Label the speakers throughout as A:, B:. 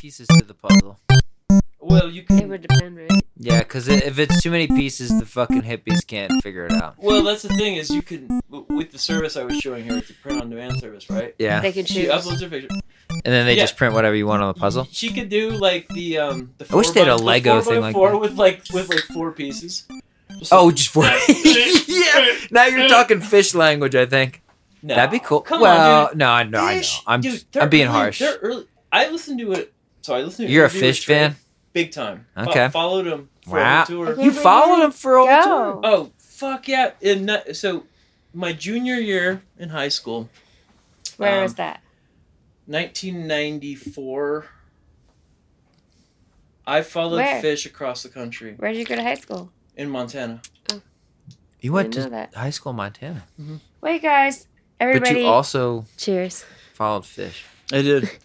A: pieces to the puzzle.
B: Well, you
C: It
B: can.
C: would depend, right?
A: Yeah, because if it's too many pieces, the fucking hippies can't figure it out.
B: Well, that's the thing is you can w- with the service I was showing her, it's a print-on-demand service, right?
A: Yeah,
C: They can
B: She
C: choose.
B: uploads her picture.
A: and then they
B: Yeah.
A: just print whatever you want on the puzzle.
B: She could do like the um. The
A: I wish they had a Lego thing like
B: four
A: that.
B: with like with like four pieces. Just
A: Oh,
B: like-
A: just one. yeah. Now you're talking fish language. I think
B: No.
A: that'd be cool.
B: Come
A: well,
B: on, dude.
A: no, I know, I know.
B: Fish-
A: I'm,
B: dude, they're
A: I'm being
B: early-
A: harsh.
B: They're early. I listened to it. Sorry, I listened to. an
A: You're a
B: interview with
A: fish
B: Trey
A: fan.
B: Big time. Fo-
A: Okay.
B: followed him. For
A: Wow.
B: A tour.
C: Okay.
A: You followed him for all the tour.
C: Go.
B: Oh fuck yeah! And that- so, my junior year in high school,
C: Where
B: um,
C: is that?
B: 1994, I followed
C: Where?
B: fish across the country
C: Where did you go to high school?
B: in Montana.
A: You
C: I
A: went
C: didn't know
A: to
C: that.
A: high school in Montana,
C: Wait, guys. Everybody.
A: but you also
C: Cheers.
A: followed fish.
B: I did.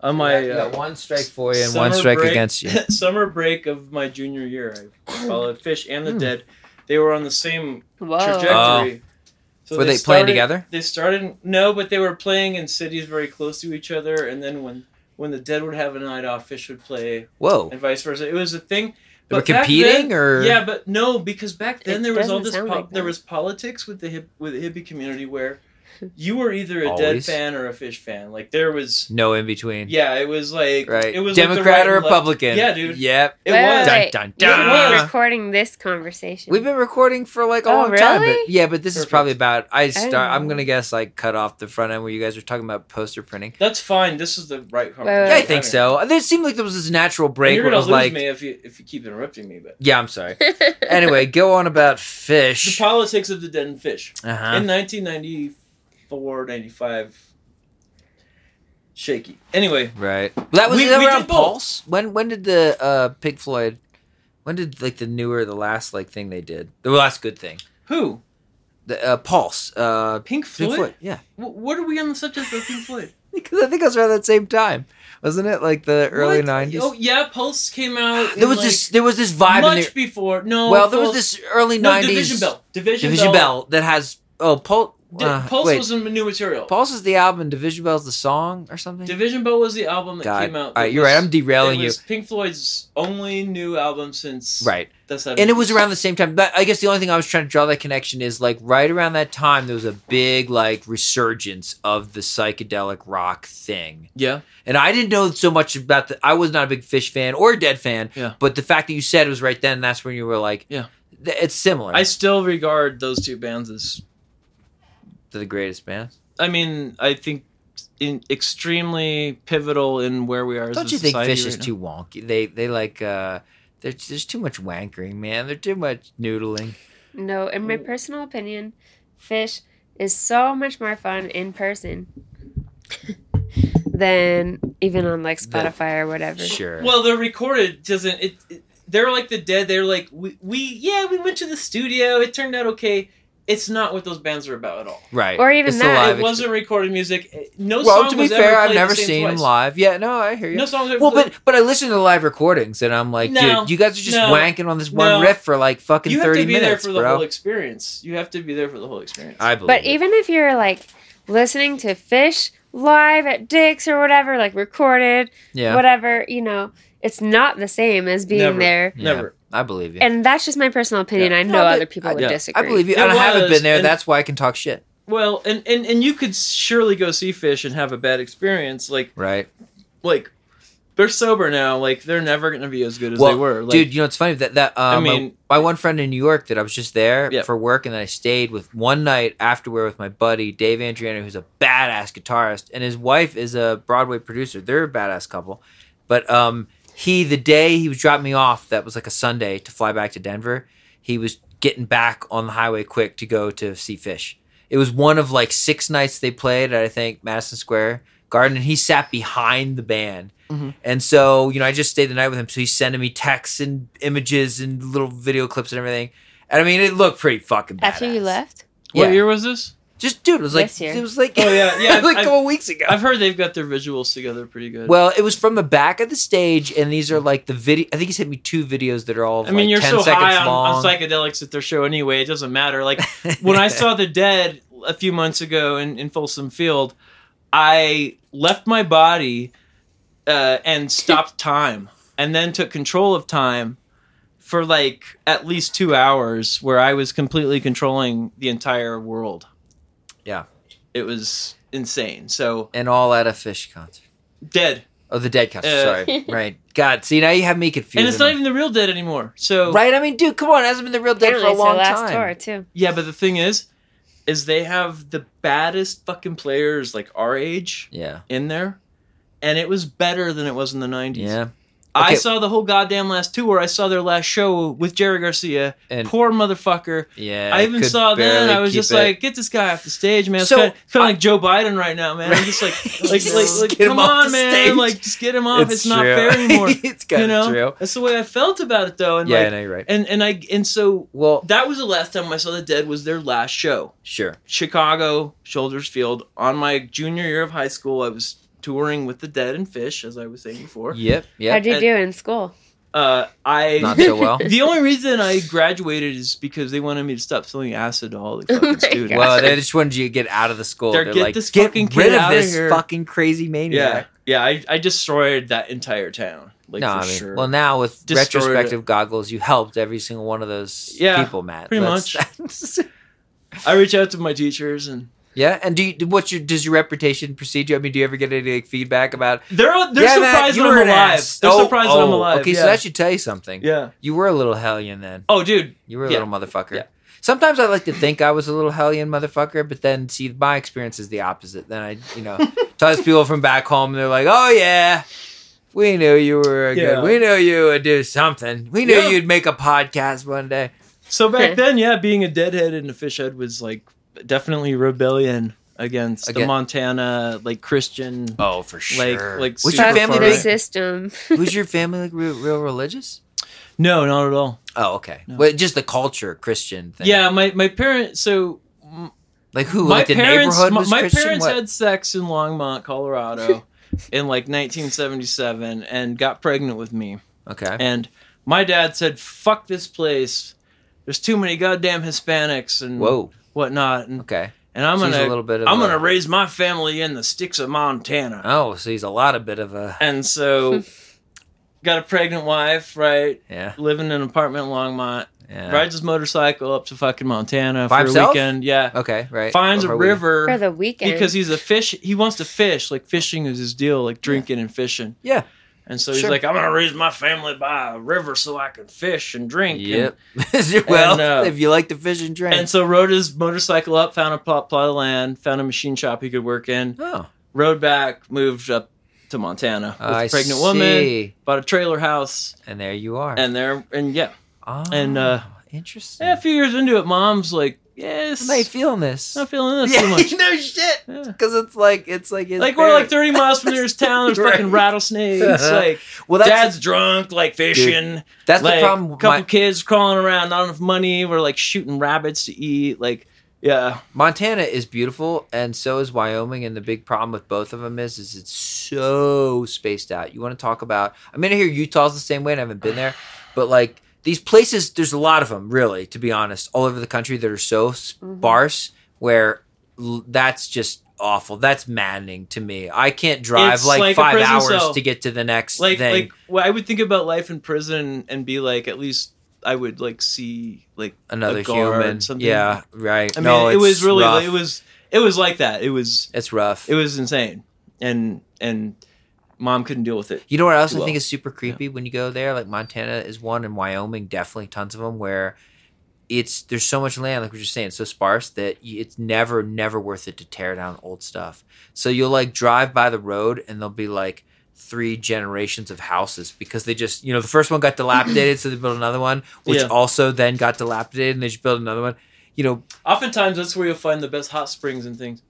B: On my
A: You
B: uh,
A: got one strike for you and
B: summer
A: one strike
B: break-
A: against you.
B: summer break of my junior year, I followed Fish and the
A: Hmm.
B: Dead. They were on the same
C: Whoa.
B: trajectory. So
A: Were they playing
B: started-
A: together?
B: They started no, but they were playing in cities very close to each other. And then when when the Dead would have a night off, Fish would play,
A: Whoa.
B: and vice versa. It was a thing.
A: They were
B: But back
A: competing,
B: then-
A: or
B: yeah, but no, because back then
C: It
B: there was all
C: doesn't
B: this.
C: sound
B: po-
C: like
B: there was
C: that.
B: politics with the hip- with the hippie community where you were either a Dead
A: Always.
B: fan or a Fish fan. Like there was.
A: no in between.
B: Yeah, it was like
A: Right.
B: It was like the
A: Democrat
B: right
A: or
B: and left-
A: Republican.
B: Yeah, dude.
A: Yep.
B: It
C: Wait,
B: was.
C: wait, wait.
A: Dun, dun,
C: You-
B: dun.
C: We're recording this conversation.
A: We've been recording for like a
C: Oh,
A: long time, but
C: really? Oh.
A: yeah, but this is
B: Perfect.
A: probably about. I start.
C: know.
A: I'm gonna guess like cut off the front end where you guys were talking about poster printing.
B: That's fine. This is the right conversation.
C: wait,
A: Yeah, I
C: wait.
A: think so. There seemed like there was this natural
B: And
A: break
B: you're
A: where it
B: gonna
A: was
B: lose
A: like,
B: me if you if you keep interrupting me. But
A: yeah, I'm sorry. Anyway, go on about
B: the
A: fish.
B: politics of the dead and fish
A: Uh
B: in
A: huh.
B: 1994, 95, shaky. Anyway,
A: Right. That was
B: We-
A: that
B: we
A: around
B: did both.
A: Pulse. When when did the uh Pink Floyd? When did like the newer the last like thing they did the last good thing
B: who
A: the uh, Pulse uh
B: Pink Floyd?
A: Pink Floyd yeah
B: W- what are we on the subject of Pink Floyd?
A: because I think it was around that same time wasn't it like the early
B: What?
A: nineties
B: Oh yeah, Pulse came out.
A: there was
B: in,
A: this there was this
B: like,
A: vibe in the
B: much before. No,
A: well there was
B: Pulse-
A: this early
B: no,
A: nineties
B: Division Bell. Division,
A: Division
B: Bell.
A: Bell that has oh Pulse
B: Di-
A: uh,
B: Pulse
A: wait
B: was a new material.
A: Pulse is the album and Division Bell's the song or something
B: Division Bell was the album that
A: God
B: came out.
A: all right
B: that
A: you're right
B: was-
A: I'm derailing
B: it
A: you
B: was Pink Floyd's only new album since
A: right
B: the 70s.
A: and it was around the same time. But I guess the only thing I was trying to draw that connection is like right around that time there was a big like resurgence of the psychedelic rock thing.
B: yeah.
A: And I didn't know so much about the. I was not a big Fish fan or a Dead fan.
B: Yeah.
A: But the fact that you said it was right then, that's when you were like,
B: Yeah.
A: th- it's similar
B: I still regard those two bands as
A: to the greatest band.
B: I mean, I think in extremely pivotal in where we are as
A: Don't
B: a
A: you think
B: society
A: Fish
B: right
A: is
B: now.
A: too wonky? They they like uh, there's there's too much wankering, man. There's too much noodling.
C: no, in my personal opinion, fish is so much more fun in person than even on like
A: The-
C: Spotify or whatever.
A: Sure.
B: Well, they're recorded doesn't it, it- they're like the dead. They're like we, we yeah, we went to the studio. It turned out okay. It's not what those bands are about at all.
A: right.
C: or even
A: It's the
C: that,
A: live
B: It
A: ex-
B: wasn't recorded music. eh, No
A: Well,
B: song
A: to be
B: was
A: fair,
B: ever
A: I've
B: played
A: never
B: the same
A: seen
B: twice.
A: them live. Yeah, no, I hear you.
B: No songs. Ever
A: Well,
B: played-
A: but but I listen to live recordings and I'm like,
B: No,
A: dude, you guys are just
B: no,
A: wanking on this one
B: no.
A: riff for like fucking
B: you have
A: thirty
B: to be
A: minutes,
B: there for the
A: bro.
B: whole experience. You have to be there for the whole experience.
A: I believe.
C: But
A: it.
C: even if you're like listening to fish live at Dick's or whatever, like recorded,
A: yeah,
C: whatever, you know, it's not the same as being
B: Never.
C: there.
A: Yeah,
B: Never.
A: I believe you.
C: And that's just my personal opinion.
B: Yeah.
C: I
A: No,
C: know
A: but
C: other people
A: I-
C: would
B: yeah, I
C: disagree.
A: I believe you,
B: There
A: and I haven't
B: was,
A: been there.
B: and-
A: That's why I can talk shit,
B: Well, and, and and you could surely go see Fish and have a bad experience. Like
A: right?
B: like they're sober now. Like they're never gonna be as good as
A: Well,
B: they were. Like,
A: Dude, you know it's funny that that um,
B: I mean-
A: my, my one friend in New York that I was just there
B: Yeah.
A: for work, and then I stayed with one night afterward with my buddy Dave Andriano, who's a badass guitarist, and his wife is a Broadway producer. They're a badass couple, but um, he the day he was dropping me off, that was like a Sunday to fly back to Denver. He was getting back on the highway quick to go to see Fish. It was one of like six nights they played at I think Madison Square Garden, and he sat behind the band.
B: Mm-hmm.
A: And so, you know, I just stayed the night with him. So he's sending me texts and images and little video clips and everything. And I mean, it looked pretty fucking bad.
C: After you left?
B: what
A: yeah.
B: year was this?
A: Just, dude, it was like,
C: This year.
A: it was like,
B: Oh, yeah, yeah,
A: like a
B: I've-
A: couple weeks ago.
B: I've heard they've got their visuals together pretty good.
A: well, it was from the back of the stage, and these are like the video. I think he sent me two videos that are all. of,
B: I mean,
A: like,
B: you're
A: 10
B: so
A: seconds
B: high on,
A: long.
B: on psychedelics at their show anyway. It doesn't matter. Like when I saw the Dead a few months ago in in Folsom Field, I left my body uh, and stopped time, and then took control of time for like at least two hours, where I was completely controlling the entire world.
A: Yeah.
B: it was insane. So
A: and all at a fish concert.
B: dead,
A: Oh, the Dead concert.
B: Uh,
A: sorry, right? God, see now you have me confused.
B: and it's not even the real dead anymore. So
A: right. I mean, dude, come on, it hasn't been the real Dead for a
C: Apparently it's their
A: long
C: last
A: time.
C: tour too.
B: yeah, but the thing is, is they have the baddest fucking players like our age
A: Yeah,
B: in there, and it was better than it was in the nineties.
A: yeah,
B: I
A: Okay.
B: saw the whole goddamn last tour. I saw their last show with Jerry Garcia.
A: and
B: Poor motherfucker.
A: yeah.
B: I even
A: could
B: saw that.
A: barely
B: I was
A: keep
B: just
A: it.
B: like, get this guy off the stage, man. It's
A: So,
B: kind of,
A: I-
B: like Joe Biden right now, man. I'm just like, like,
A: Just
B: like, like
A: get him
B: come
A: off
B: on,
A: the
B: man.
A: stage.
B: Like, just get him off. It's, not fair
A: true.
B: anymore.
A: it's kind
B: you know?
A: of true.
B: That's the way I felt about it, though. And
A: yeah,
B: like,
A: no, you're right.
B: and and I and so
A: Well,
B: that was the last time I saw the Dead was their last show.
A: sure.
B: Chicago, Shoulders Field. On my junior year of high school, I was touring with the Dead and Fish, as I was saying before.
A: Yep,
C: How'd
A: yep.
C: you
B: And-
C: do in school?
B: Uh, I
A: Not so well.
B: the only reason I graduated is because they wanted me to stop selling acid to all the
C: Oh
B: fucking
C: my
B: students.
C: God.
A: Well, they just wanted you to get out of the school.
B: They're,
A: They're,
B: "Get
A: like,
B: this
A: get
B: fucking
A: rid
B: kid
A: of
B: outta
A: this
B: here."
A: fucking crazy
B: yeah,
A: maniac.
B: yeah. I, I destroyed that entire town. Like
A: no,
B: for
A: I mean,
B: sure.
A: well, now with
B: Destroyed
A: retrospective goggles, you helped every single one of those
B: Yeah,
A: people, Matt.
B: pretty
A: That's-
B: much.
A: that's-
B: I reach out to my teachers, and
A: yeah, and do you, what's your does your reputation precede you? I mean, do you ever get any like, feedback about?
B: they're they're
A: "Yeah, Matt,
B: surprised
A: you
B: that
A: were
B: I'm
A: an
B: alive.
A: ass."
B: They're
A: Oh,
B: surprised that I'm
A: oh,
B: alive.
A: Okay,
B: yeah.
A: so that should tell you something.
B: yeah.
A: You were a little hellion then.
B: Oh, dude.
A: You were a
B: Yeah.
A: little motherfucker.
B: Yeah.
A: Sometimes I like to think I was a little hellion motherfucker, but then see my experience is the opposite. Then I, you know, talk to people from back home, and they're like, "Oh yeah, we knew you were a
B: Yeah.
A: good. We knew you would do something. We knew
B: Yeah.
A: you'd make a podcast one day."
B: So back then, yeah, being a deadhead and a fish head was like definitely rebellion against the
A: Again-
B: Montana like Christian.
A: Oh, for
B: Like- like
A: what's
B: super
A: your
C: Fuck
A: family?
C: the
B: far
A: Big?
B: away.
C: system.
A: Who's your family like real, real religious?
B: No, not at all.
A: Oh, okay.
B: No.
A: Well, just the culture Christian thing.
B: Yeah, my my parents. So m-
A: like who?
B: my
A: like the
B: parents,
A: neighborhood
B: my,
A: was
B: my
A: Christian.
B: parents
A: What?
B: had sex in Longmont, Colorado, in like 1977, and got pregnant with me.
A: okay.
B: And my dad said, "Fuck this place. There's too many goddamn Hispanics and
A: Whoa.
B: whatnot." And,
A: Okay.
B: and Mm. I'm
A: So he's
B: gonna
A: a little bit of.
B: I'm
A: a-
B: gonna raise my family in the sticks of Montana.
A: Oh, so he's a lot of bit of a.
B: And so, got a pregnant wife, right?
A: Yeah.
B: Living in an apartment in Longmont.
A: Yeah.
B: Rides his motorcycle up to fucking Montana
A: By
B: for
A: himself?
B: a weekend. Yeah.
A: Okay. Right.
B: Finds
A: Over
B: a
A: weekend.
B: river
C: For the weekend.
B: because he's a fish. He wants to fish. Like fishing is his deal. Like drinking and fishing.
A: Yeah.
B: And so he's
A: Sure.
B: like, I'm gonna raise my family by a river so I can fish and drink.
A: Yep. well,
B: And, uh,
A: if you like to fish and drink.
B: And, and so rode his motorcycle up, found a plot, plot of land, found a machine shop he could work in,
A: oh,
B: rode back, moved up to Montana with
A: I
B: a pregnant
A: see.
B: woman, bought a trailer house,
A: And there you are.
B: and there and yeah,
A: oh,
B: and, uh,
A: interesting.
B: yeah. A few years into it, mom's like,
A: Am
B: yes,
A: I feeling this?
B: not feeling this
A: yeah,
B: too much.
A: no shit.
B: Yeah.
A: Because it's like it's like his
B: Like we're like
A: parents.
B: 30 miles from this town. There's fucking
A: Right. Uh-huh.
B: rattlesnakes. Like
A: well, that's
B: dad's drunk, like fishing.
A: that's
B: like,
A: the problem. with
B: Couple
A: my,
B: kids crawling around, not enough money. We're like shooting rabbits to eat. Like, yeah,
A: Montana is beautiful, and so is Wyoming. And the big problem with both of them is, is it's so spaced out. You want to talk about? I mean, I hear Utah's the same way, and I haven't been there, but like these places, there's a lot of them, really, to be honest, all over the country that are so
B: Mm-hmm.
A: sparse. Where l- that's just awful. That's maddening to me. I can't drive
B: It's
A: like,
B: like a
A: five
B: prison
A: hours
B: cell.
A: to get to the next
B: like,
A: thing.
B: like well, I would think about life in prison and be like, at least I would like see like
A: Another
B: a guard,
A: human.
B: something.
A: Yeah, right.
B: I mean,
A: no,
B: it
A: it's
B: was really,
A: rough.
B: it was, it was like that. It was,
A: it's rough.
B: it was insane, and and mom couldn't deal with it.
A: You know what else
B: too
A: I think
B: well.
A: is super creepy when you go there? Like Montana is one, and Wyoming definitely tons of them where it's there's so much land, like we were just saying, it's so sparse that y- it's never, never worth it to tear down old stuff. So you'll like drive by the road, and there'll be like three generations of houses because they just you know the first one got dilapidated, so they built another one, which
B: Yeah.
A: also then got dilapidated, and they just built another one. You know,
B: Oftentimes, that's where you'll find the best hot springs and things.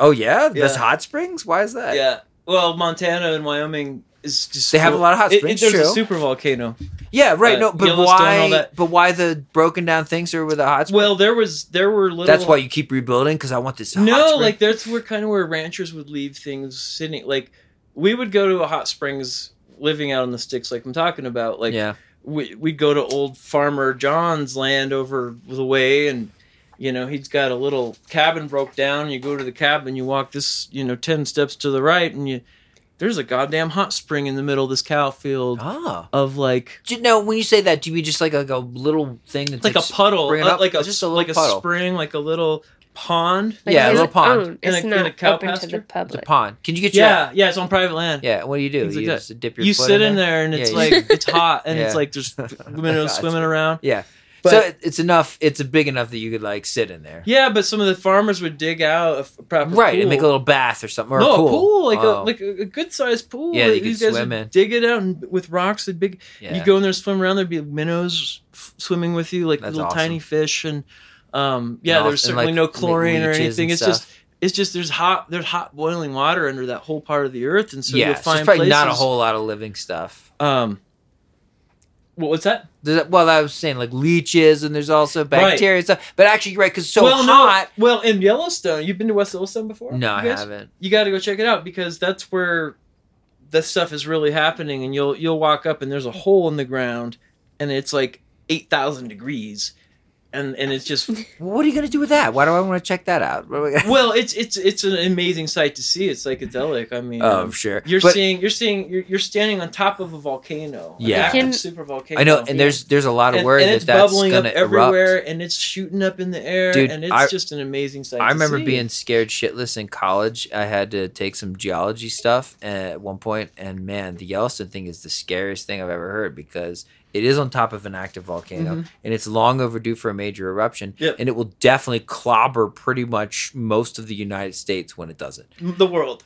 A: oh yeah, that's
B: Yeah.
A: hot springs. Why is that?
B: Yeah, well, Montana and Wyoming is just
A: They have a lot of hot
B: It- it-
A: springs,
B: there's a
A: true.
B: super volcano.
A: Yeah, right.
B: Uh,
A: no, but
B: Yellowstone, all
A: why?
B: that.
A: But why the broken down things are with the hot springs?
B: Well, there was there were little.
A: That's why you keep rebuilding because I want this. hot
B: no
A: spring.
B: like that's where kind of where ranchers would leave things sitting like we would go to a hot springs living out in the sticks like i'm talking about like
A: yeah,
B: we, we'd go to old farmer john's land over the way and you know he's got a little cabin broke down you go to the cabin you walk this you know 10 steps to the right and you there's a goddamn hot spring in the middle of this cow field
A: Ah.
B: of like
A: Do you know when you say that? Do you mean just like a, like a little thing that's
B: it's like a puddle,
A: bring it
B: uh,
A: up,
B: like a
A: just a little
B: like a
A: puddle.
B: spring, like a little pond.
A: Yeah, a
C: his
A: little pond.
C: own.
B: In a-
C: It's
B: in
C: not
B: a cow
C: open to
B: pasture?
C: the
A: It's a
C: public.
A: pond. Can you get your
B: Yeah, yeah, it's on private land.
A: Yeah, what do you do?
B: Things like
A: you
B: that.
A: just dip your
B: You
A: foot
B: sit
A: in,
B: in
A: there.
B: there and it's
A: Yeah,
B: like
A: you-
B: it's hot and it's
A: Yeah.
B: like there's minnows
A: It's-
B: swimming around.
A: Yeah.
B: But-
A: so it- it's enough. It's big enough that you could like sit in there.
B: Yeah, but some of the farmers would dig out a f- proper
A: right,
B: pool.
A: and make a little bath or something. Or
B: no,
A: a pool.
B: like
A: Oh,
B: a like a, good sized pool.
A: Yeah,
B: that
A: you could
B: these guys
A: swim
B: would
A: in.
B: Dig it out and with rocks and big.
A: yeah.
B: You go in there, swim around. There'd be minnows f- swimming with you, like
A: That's
B: little
A: awesome.
B: tiny fish, and um, yeah,
A: And all-
B: there's
A: and,
B: certainly
A: like,
B: no
A: le-
B: chlorine or
A: leeches and
B: anything. It's
A: stuff.
B: just it's just there's hot there's hot boiling water under that whole part of the earth, and so
A: yeah,
B: you'll
A: it's
B: find
A: just probably not a
B: places-
A: whole lot of living stuff.
B: Um, what was that?
A: There's, well, I was saying like leeches, and there's also bacteria and stuff. But actually, you're right because so
B: well,
A: hot.
B: No, well, in Yellowstone, you've been to West Yellowstone before?
A: No,
B: you
A: I
B: guys?
A: haven't.
B: You got to go check it out because that's where this stuff is really happening, and you'll you'll walk up and there's a hole in the ground, and it's like eight thousand degrees, and and it's just
A: Well, what are you gonna do with that? Why do I want to check that out? What am I gonna-
B: well, it's it's it's an amazing sight to see. It's psychedelic. I mean,
A: oh, sure.
B: you're
A: But-
B: seeing you're seeing you're, you're standing on top of a volcano, an
A: Yeah.
B: active
C: Can-
B: super volcano.
A: I know, and there's there's a lot of
B: And,
A: worry
B: and
A: that
B: it's
A: that's
B: bubbling up
A: gonna
B: everywhere,
A: erupt.
B: and it's shooting up in the air,
A: Dude,
B: and it's
A: I-
B: just an amazing sight.
A: I
B: to
A: remember
B: see.
A: being scared shitless in college. I had to take some geology stuff at one point, and man, the Yellowstone thing is the scariest thing I've ever heard because it is on top of an active volcano, and it's long overdue for a major eruption,
B: Mm-hmm. Yep.
A: and it will definitely clobber pretty much most of the United States when it does it.
B: the world.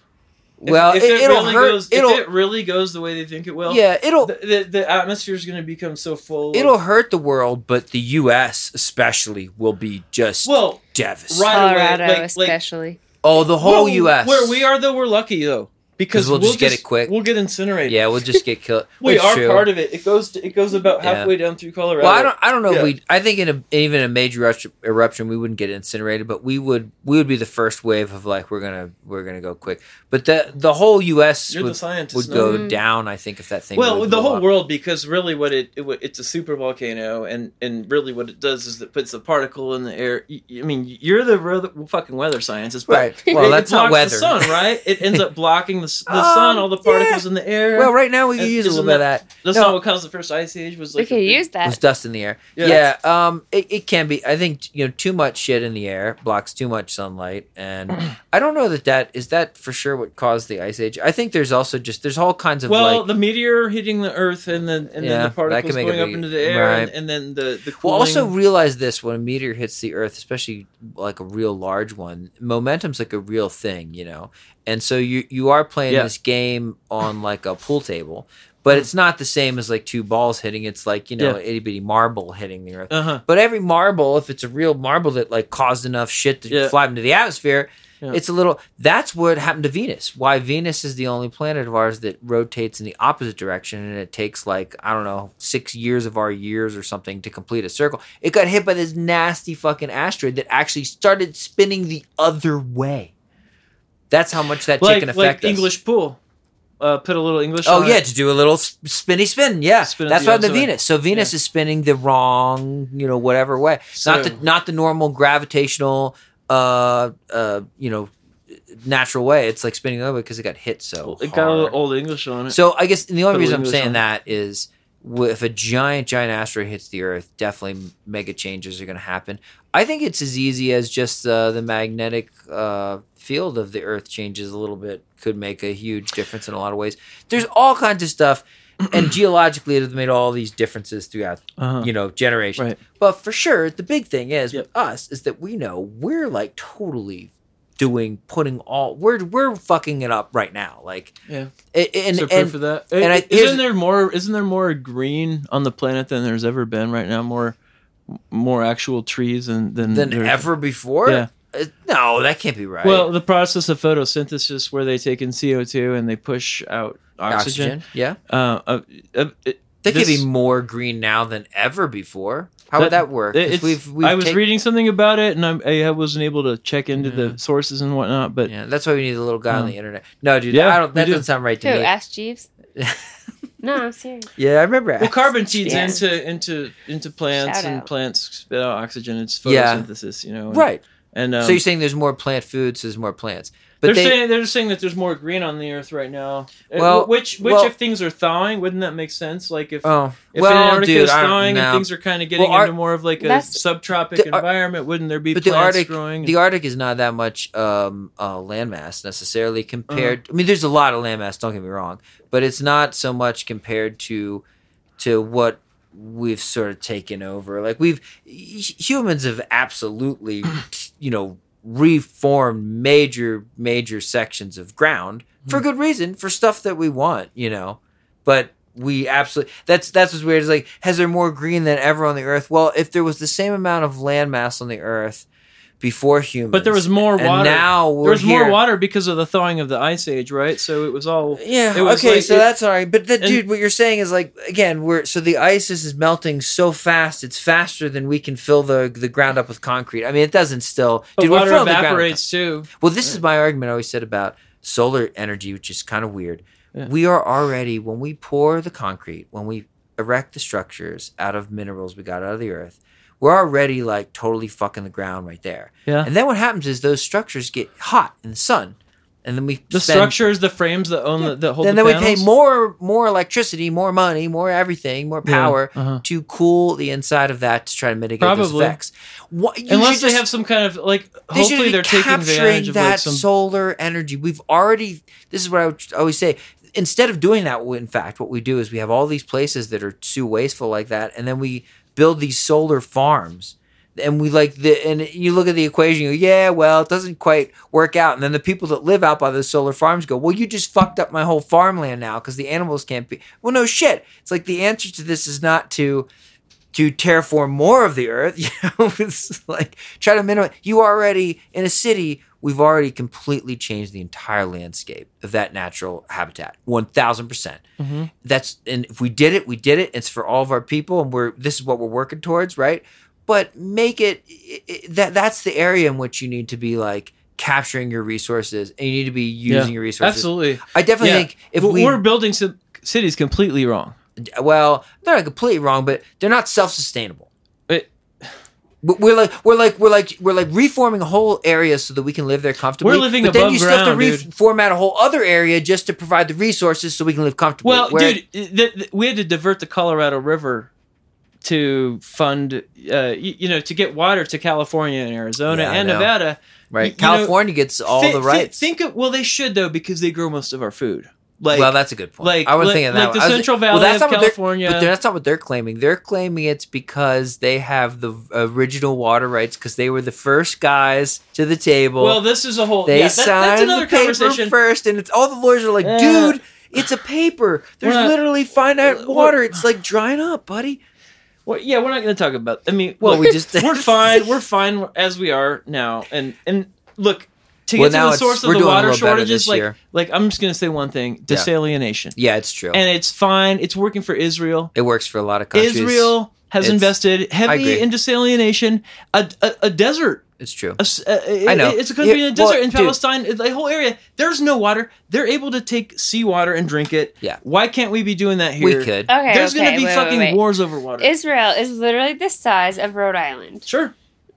B: If-
A: well,
B: if
A: it, will
B: really
A: hurt.
B: Goes,
A: it'll
B: if it really goes the way they think it will,
A: yeah, it'll
B: the, the, the atmosphere is going to become so full. of-
A: Oh. it'll hurt the world, but the U.S. especially will be just
B: well,
A: devastated.
B: right away,
C: Colorado,
B: like- like-
C: especially.
A: Oh, the whole
B: well,
A: U.S.
B: Where we are though, we're lucky though because
A: 'Cause we'll just get it quick.
B: We'll get incinerated.
A: Yeah, we'll just get killed.
B: we
A: It's
B: are
A: true.
B: part of it. It goes to, it goes about
A: Yeah.
B: halfway down through Colorado.
A: Well, I don't. I don't know.
B: Yeah.
A: if We. I think in a, even a major erupt- eruption, we wouldn't get incinerated, but we would. We would be the first wave of like we're gonna we're gonna go quick. But the the whole U.S.
B: You're the
A: would,
B: scientist.
A: would
B: no?
A: go
C: Mm.
A: down. I think if that thing.
B: Well,
A: really
B: the
A: blew
B: whole
A: up.
B: world, because really, what it, it it's a super volcano, and and really what it does is it puts a particle in the air. Y- I mean, you're the real- fucking weather scientist, but
A: Right. Well,
B: it,
A: that's
B: it
A: not
B: blocks
A: weather.
B: The sun, right? It ends up blocking the, s- the
A: Um,
B: sun, all the
A: yeah.
B: particles in the air.
A: Well, right now we could
B: And
A: use a little
B: isn't
A: bit of that.
B: that's
A: no.
B: not what caused the first ice age. Was
C: We
B: like
C: could
B: a big-
C: use
A: There's
C: that.
A: dust in the air. Yeah.
B: Yeah.
A: um, it, it can be. I think you know too much shit in the air blocks too much sunlight, and I don't know that that is that for sure what caused the ice age. I think there's also just there's all kinds of
B: Well,
A: like
B: the meteor hitting the Earth, and then and
A: Yeah,
B: then the
A: that could
B: particles
A: make
B: going
A: a
B: up
A: big-
B: into the air, and,
A: right.
B: and then the the
A: Well,
B: cooling.
A: also realize this when a meteor hits the Earth, especially like a real large one, momentum's like a real thing, you know. And so you you are playing
B: Yeah. Mm-hmm.
A: this game on like a pool table, but it's not the same as like two balls hitting. It's like you know
B: Yeah.
A: an itty bitty marble hitting the Earth.
B: uh huh.
A: But every marble, if it's a real marble that like caused enough shit to
B: Yeah.
A: fly into the atmosphere,
B: Yeah.
A: it's a little. That's what happened to Venus. Why Venus is the only planet of ours that rotates in the opposite direction, and it takes like I don't know six years of our years or something to complete a circle. It got hit by this nasty fucking asteroid that actually started spinning the other way. That's how much that
B: Like
A: taken effect.
B: like
A: us.
B: English pool. Uh, put a little English.
A: Oh
B: on
A: yeah,
B: it.
A: to do a little sp- spinny spin. Yeah,
B: Spin it
A: that's
B: the
A: why the
B: opposite way.
A: Venus. So Venus is spinning the wrong, you know, whatever way. not
B: So-
A: the not the normal gravitational, uh, uh, you know, natural way. It's like spinning over because it got hit so.
B: It got a
A: hard.
B: little old English on it.
A: So I guess the only
B: Put a
A: reason I'm
B: Windows
A: saying
B: on.
A: that is w- if a giant, giant asteroid hits the Earth, definitely mega changes are going to happen. I think it's as easy as just uh, the magnetic uh, field of the Earth changes a little bit could make a huge difference in a lot of ways. There's all kinds of stuff, and geologically, it has made all these differences throughout
B: Uh-huh.
A: you know generations.
B: Right.
A: But for sure, the big thing is
B: Yep.
A: with us is that we know we're like totally doing putting all we're we're fucking it up right now. Like
B: Yeah.
A: a- and,
B: so
A: and,
B: pray for that.
A: and I- here's-
B: isn't there more? Isn't there more green on the planet than there's ever been right now? More, more actual trees than than,
A: than
B: there's-
A: ever before.
B: Yeah.
A: Uh, no, that can't be right.
B: Well, the process of photosynthesis, where they take in CO two and they push out oxygen.
A: yeah,
B: Uh, uh, uh, it-
A: that could
B: This-
A: be more green now than ever before. How would
B: That-
A: that work? 'Cause
B: it's- I was
A: taken-
B: reading something about it, and I'm, I wasn't able to check into the sources and whatnot. But
A: Yeah, that's why we need a little guy on
B: Um,
A: the internet. No, dude,
B: yeah,
A: I don't,
B: we
A: that
B: do.
A: doesn't sound right
C: Who,
A: to me.
C: ask Jeeves? no, I'm serious.
A: yeah, I remember.
B: well, carbon feeds
C: Yeah.
B: into into into plants,
C: Shout
B: and
C: out.
B: plants spit out oxygen. It's
A: Yeah.
B: photosynthesis, you know. and-
A: right?
B: And um,
A: so you're saying there's more plant foods, so there's more plants.
B: they're
A: But they,
B: saying they're just saying that there's more green on the earth right now. Uh,
A: Well,
B: which which
A: well-
B: if things are thawing, wouldn't that make sense? Like if
A: oh,
B: if
A: well,
B: Antarctica
A: dude,
B: is
A: I don't
B: thawing
A: know.
B: and things are kind of getting
A: Well, Ar-
B: into more of like a
C: That's-
B: subtropic
A: the Ar-
B: environment, wouldn't there be
A: but
B: plants
A: the Arctic,
B: growing?
A: the Arctic is not that much um, uh, landmass necessarily compared.
B: Uh-huh.
A: I mean, there's a lot of landmass. Don't get me wrong, but it's not so much compared to to what we've sort of taken over. Like we've h- humans have absolutely, you know, reformed major major sections of ground for
B: Hmm.
A: good reason for stuff that we want. You know, but we absolutely that's that's what's weird is like has there more green than ever on the earth well if there was the same amount of landmass on the earth before humans
B: but there was more
A: and
B: water.
A: now we're
B: there was
A: here.
B: more water because of the thawing of the ice age, right? So it was all
A: yeah
B: It was
A: okay
B: like-
A: so
B: it-
A: that's all right but that
B: and-
A: dude what you're saying is like again we're so the ice is is melting so fast it's faster than we can fill the the ground up with concrete i mean it doesn't still
B: but
A: dude we're
B: water
A: filling the ground with
B: evaporates too.
A: Well, this is my argument I always said about solar energy, which is kind of weird.
B: Yeah.
A: We are already, when we pour the concrete, when we erect the structures out of minerals we got out of the earth, we're already like totally fucking the ground right there.
B: Yeah.
A: And then what happens is those structures get hot in the sun. And then we
B: The
A: spend-
B: structures, the frames that own the that hold
A: then,
B: the
A: then we pay
B: panels.
A: more more electricity, more money, more everything, more
B: Yeah,
A: power
B: uh-huh.
A: to cool the inside of that to try to mitigate those
B: Probably.
A: effects. What, you
B: Unless
A: should
B: they
A: just-
B: have some kind of like,
A: they
B: hopefully
A: should be
B: they're taking
A: capturing
B: advantage of
A: that
B: like some
A: solar energy. We've already. This is what I would always say. Instead of doing that, in fact, what we do is we have all these places that are too wasteful like that, and then we build these solar farms. And we like the and you look at the equation. You go, yeah, well, it doesn't quite work out. And then the people that live out by those solar farms go, well, you just fucked up my whole farmland now because the animals can't be. Well, no shit. It's like the answer to this is not to to terraform more of the earth. You know, it's like try to minimize. You already in a city. We've already completely changed the entire landscape of that natural habitat. One thousand percent.
B: Mhm.
A: That's and if we did it, we did it. It's for all of our people, and we're this is what we're working towards, right? But make it, i i that that's the area in which you need to be like capturing your resources, and you need to be using your resources.
B: absolutely.
A: I definitely
B: Yeah.
A: think if
B: We're-
A: we
B: we're building ci- cities completely wrong.
A: well, they're not completely wrong, but they're not self-sustainable.
B: It-
A: But we're like we're like we're like we're like reforming a whole area so that we can live there comfortably.
B: We're living
A: but then
B: above
A: you still have to
B: ground, dude.
A: reformat a whole other area just to provide the resources so we can live comfortably.
B: Well,
A: Where-
B: dude, th- th- we had to divert the Colorado River to fund, uh, y- you know, to get water to California and Arizona
A: Yeah, I
B: and
A: know.
B: Nevada.
A: right?
B: you know,
A: California gets all
B: Thi-
A: the
B: thi-
A: rights.
B: think of well, they should though because they grow most of our food. Like,
A: well, that's a good point.
B: like-
A: I was
B: like-
A: thinking that
B: like
A: one.
B: the
A: I was-
B: Central
A: well,
B: Valley
A: that's
B: of
A: not what they're-
B: California.
A: But they're- that's not what they're claiming. They're claiming it's because they have the original water rights because they were the first guys to the table.
B: well, this is a whole.
A: They
B: yeah, that-
A: signed
B: that's
A: the
B: another
A: paper
B: conversation.
A: first, and it's all the lawyers are like,
B: Yeah.
A: dude, it's a paper. There's
B: not-
A: literally finite
B: we're-
A: water. It's like drying up, buddy.
B: Well, yeah, we're not going to talk about. I mean,
A: Well,
B: look,
A: we just-
B: we're fine. We're fine as we are now. And and look to
A: Well,
B: get
A: now
B: to the
A: it's-
B: source
A: we're
B: of the
A: doing a
B: water
A: little better
B: shortages.
A: this
B: Like
A: year.
B: like I'm just going to say one thing:
A: Yeah.
B: desalination,
A: Yeah, it's true.
B: and it's fine. It's working for Israel.
A: it works for a lot of countries.
B: Israel has
A: It's-
B: invested
A: I
B: heavy
A: agree.
B: in desalination, a, a, a desert.
A: It's true.
B: A, s- a-
A: I know.
B: It's a country
A: Yeah,
B: in a desert
A: well,
B: in
A: dude.
B: Palestine, the whole area. There's no water. They're able to take seawater and drink it.
A: Yeah.
B: Why can't we be doing that here?
A: We could.
C: Okay.
B: There's
C: okay,
B: going to be
C: wait, wait,
B: fucking
C: wait.
B: wars over water.
C: Israel is literally the size of Rhode Island.
B: sure.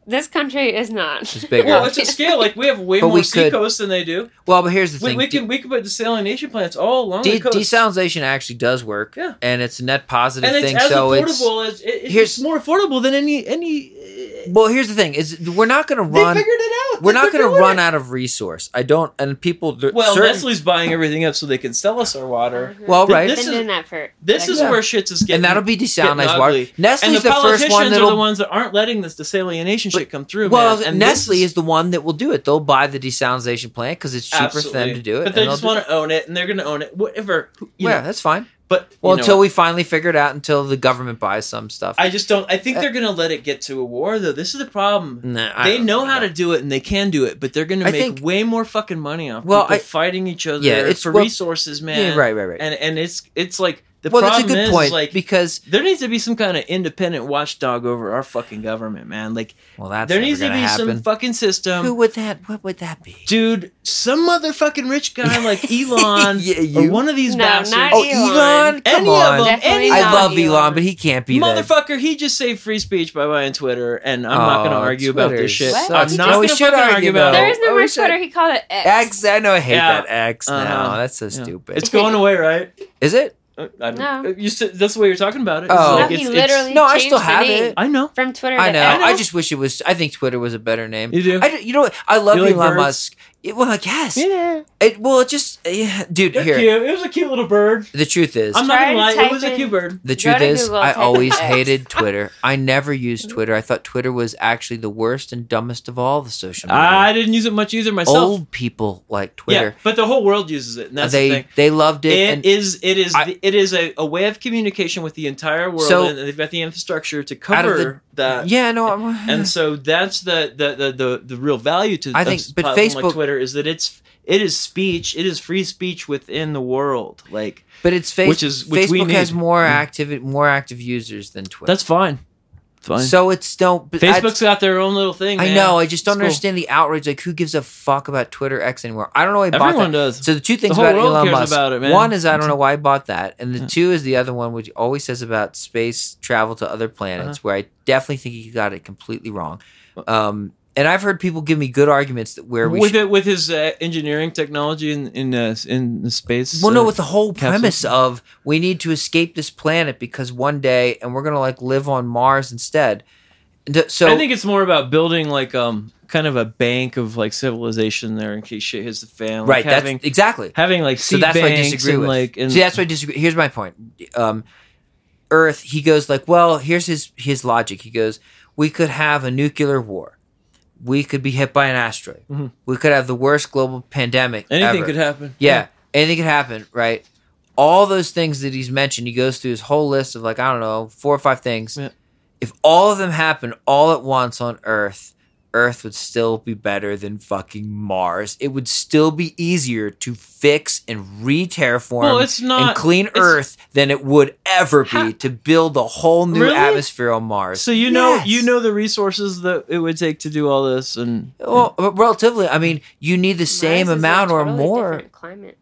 C: This country is not.
A: It's bigger.
B: Well, it's a scale. Like we have way
A: But we
B: more sea
A: could-
B: coast than they do.
A: Well, but here's the
B: We,
A: thing.
B: we can we can put desalination plants all along
A: De-
B: the coast,
A: desalinization actually does work,
B: Yeah.
A: and it's a net positive
B: and it's
A: thing.
B: as
A: so it's
B: affordable as it, it's
A: here's-
B: more affordable than any any.
A: well. Here's the thing: is we're not going to
B: They
A: run.
B: figured it out.
A: We're
B: They-
A: not
B: they're
A: going to
B: doing
A: run
B: it.
A: out of resource. I don't. And people. there-
B: Well,
A: certain-
B: Nestle's buying everything up so they can sell us our water.
C: Mhm.
A: Well,
B: Th-
A: right.
B: this
C: Been
B: is-
C: doing that for
B: This is
A: Yeah.
B: where shits is getting.
A: and that'll be desalinized water.
B: ugly. and
A: Nestle's
B: the,
A: the, first
B: politicians
A: one
B: are the
A: that'll
B: ones that aren't letting this desalination shit come through.
A: Well,
B: man. And this
A: Nestle is, the one that will do it. They'll buy the desalinization plant because it's cheaper for them
B: absolutely.
A: to do it.
B: But they
A: and
B: just
A: they'll do
B: want to own it, and they're going to own it, whatever. who-
A: it.
B: You
A: Yeah,
B: know,
A: that's fine.
B: but you
A: Well,
B: know
A: until
B: what?
A: we finally figure it out, until the government buys some stuff.
B: I just don't. I think they're going to let it get to a war, though. This is the problem.
A: Nah, Uh, I
B: They
A: don't
B: know how
A: about
B: to do it, and they can do it, but they're going to
A: I
B: make
A: think-
B: way more fucking money off
A: Well,
B: people
A: I-
B: fighting each other
A: Yeah, it's-
B: for
A: well,
B: resources,
A: that.
B: man.
A: Yeah, right, right, right.
B: And and it's it's like The
A: well, that's a
B: problem
A: good
B: is,
A: point
B: is, like
A: because
B: there needs to be some kind of independent watchdog over our fucking government, man. Like
A: well, that's
B: there
A: never
B: needs to
A: gonna
B: be some
A: happen.
B: fucking system.
A: Who would that? What would that be?
B: Dude, some motherfucking rich guy like Elon
A: Yeah,
B: or
A: you?
B: one of these
C: No,
B: bastards.
C: not
A: oh,
C: Elon.
A: Elon! Come
B: Any of
A: on.
B: them.
C: Definitely
B: any
A: I
C: not
A: love
C: Elon.
A: Elon, but he can't be that.
B: Motherfucker, he just saved free speech by buying Twitter, and I'm not going to
A: Oh,
B: argue about
A: Twitter
B: this shit.
C: sucks.
B: I'm not
C: No,
A: we
B: going to
A: should
B: fucking
A: argue
B: argue
A: about
B: about
A: it.
C: There
B: it.
C: is no
A: Oh,
C: more
A: we should-
C: Twitter. He called it X.
A: X. I know. I hate
B: Yeah.
A: that X
B: Uh-huh.
A: now. That's so
B: Yeah.
A: stupid.
B: It's going away, right?
A: Is it?
B: Uh, I don't-
C: No.
B: uh, You said, that's the way you're talking about it. It's
A: Oh.
C: No,
A: like,
C: he
B: it's- it's-
C: literally
A: No, I
C: changed
A: still
C: the
A: have
C: name
A: it.
B: I know.
C: from Twitter.
A: I
C: to
A: know.
C: X.
A: I just wish it was. I think Twitter was a better name.
B: You do?
A: I do- you know what? I love
B: You like
A: Elon
B: birds?
A: Musk. It, well, I guess.
B: yeah.
A: It well, it just yeah, dude.
B: They're
A: here,
B: cute. It was a cute little bird.
A: the truth is,
B: I'm not
C: Try
B: going to
C: to
B: lie. It
C: type
B: was a
C: in-
B: cute bird.
A: the
C: Go
A: truth
C: to
A: is,
C: Google,
A: I
C: type
A: always
C: X.
A: hated Twitter. I never used Twitter. I thought Twitter was actually the worst and dumbest of all the social media.
B: I didn't use it much either myself.
A: Old people like
B: yeah,
A: Twitter.
B: but the whole world uses it, and that's
A: they
B: the thing.
A: they loved it. and
B: It is it is
A: I-
B: the- it is a, a way of communication with the entire world,
A: So-
B: and they've got the infrastructure to
A: Out of the-
B: cover that.
A: yeah, no, I'm,
B: and so that's the the, the the the real value to
A: I
B: a
A: think-
B: s-
A: but
B: platform like
A: Facebook-
B: Twitter is that it's it is speech, it is free speech within the world. Like
A: but it's Facebook.
B: which is- which we
A: Facebook has
B: need. Mm.
A: more active more active users than Twitter.
B: that's fine, It's fine.
A: so it's don't. but I-
B: Facebook's got their own little thing.
A: I
B: man.
A: know. I just don't
B: It's cool.
A: understand the outrage. Like, who gives a fuck about Twitter X anymore? I don't know. Why I bought
B: Everyone
A: that.
B: does.
A: So the two things
B: whole
A: about
B: world
A: Elon
B: cares
A: Musk.
B: about it, man.
A: One is I don't know why I bought that, and the two is the other one, which he always says about space travel to other
B: Uh-huh.
A: planets, where I definitely think he got it completely wrong. Um, and I've heard people give me good arguments that where we
B: with
A: should,
B: it with his uh, engineering technology in in uh, s- in the space.
A: well, no,
B: uh,
A: with the whole
B: capsule.
A: premise of we need to escape this planet because one day, and we're gonna like live on Mars instead. And th- So
B: I think it's more about building like um kind of a bank of like civilization there in case shit hits the fan. Like
A: right,
B: having,
A: that's exactly.
B: having like
A: so
B: seed
A: that's what I
B: banks
A: disagree
B: and,
A: with.
B: like and
A: See, that's what I disagree. Here's my point. Um, Earth, he goes like, well, here's his his logic. He goes, we could have a nuclear war, we could be hit by an asteroid,
B: Mhm.
A: we could have the worst global pandemic.
B: anything
A: ever.
B: could happen.
A: Yeah, anything could happen. Right. All those things that he's mentioned, he goes through his whole list of like I don't know four or five things.
B: Yeah.
A: If all of them happen all at once on Earth. Earth would still be better than fucking Mars. It would still be easier to fix and re-terraform
B: Well, it's not-
A: and clean
B: it's-
A: Earth than it would ever be
B: How-
A: to build a whole new
B: Really?
A: atmosphere on Mars.
B: So you know
A: Yes.
B: you know the resources that it would take to do all this and
A: well, but relatively, I mean, you need the same
C: Mars is a
A: amount or
C: totally
A: more.
C: different Climate.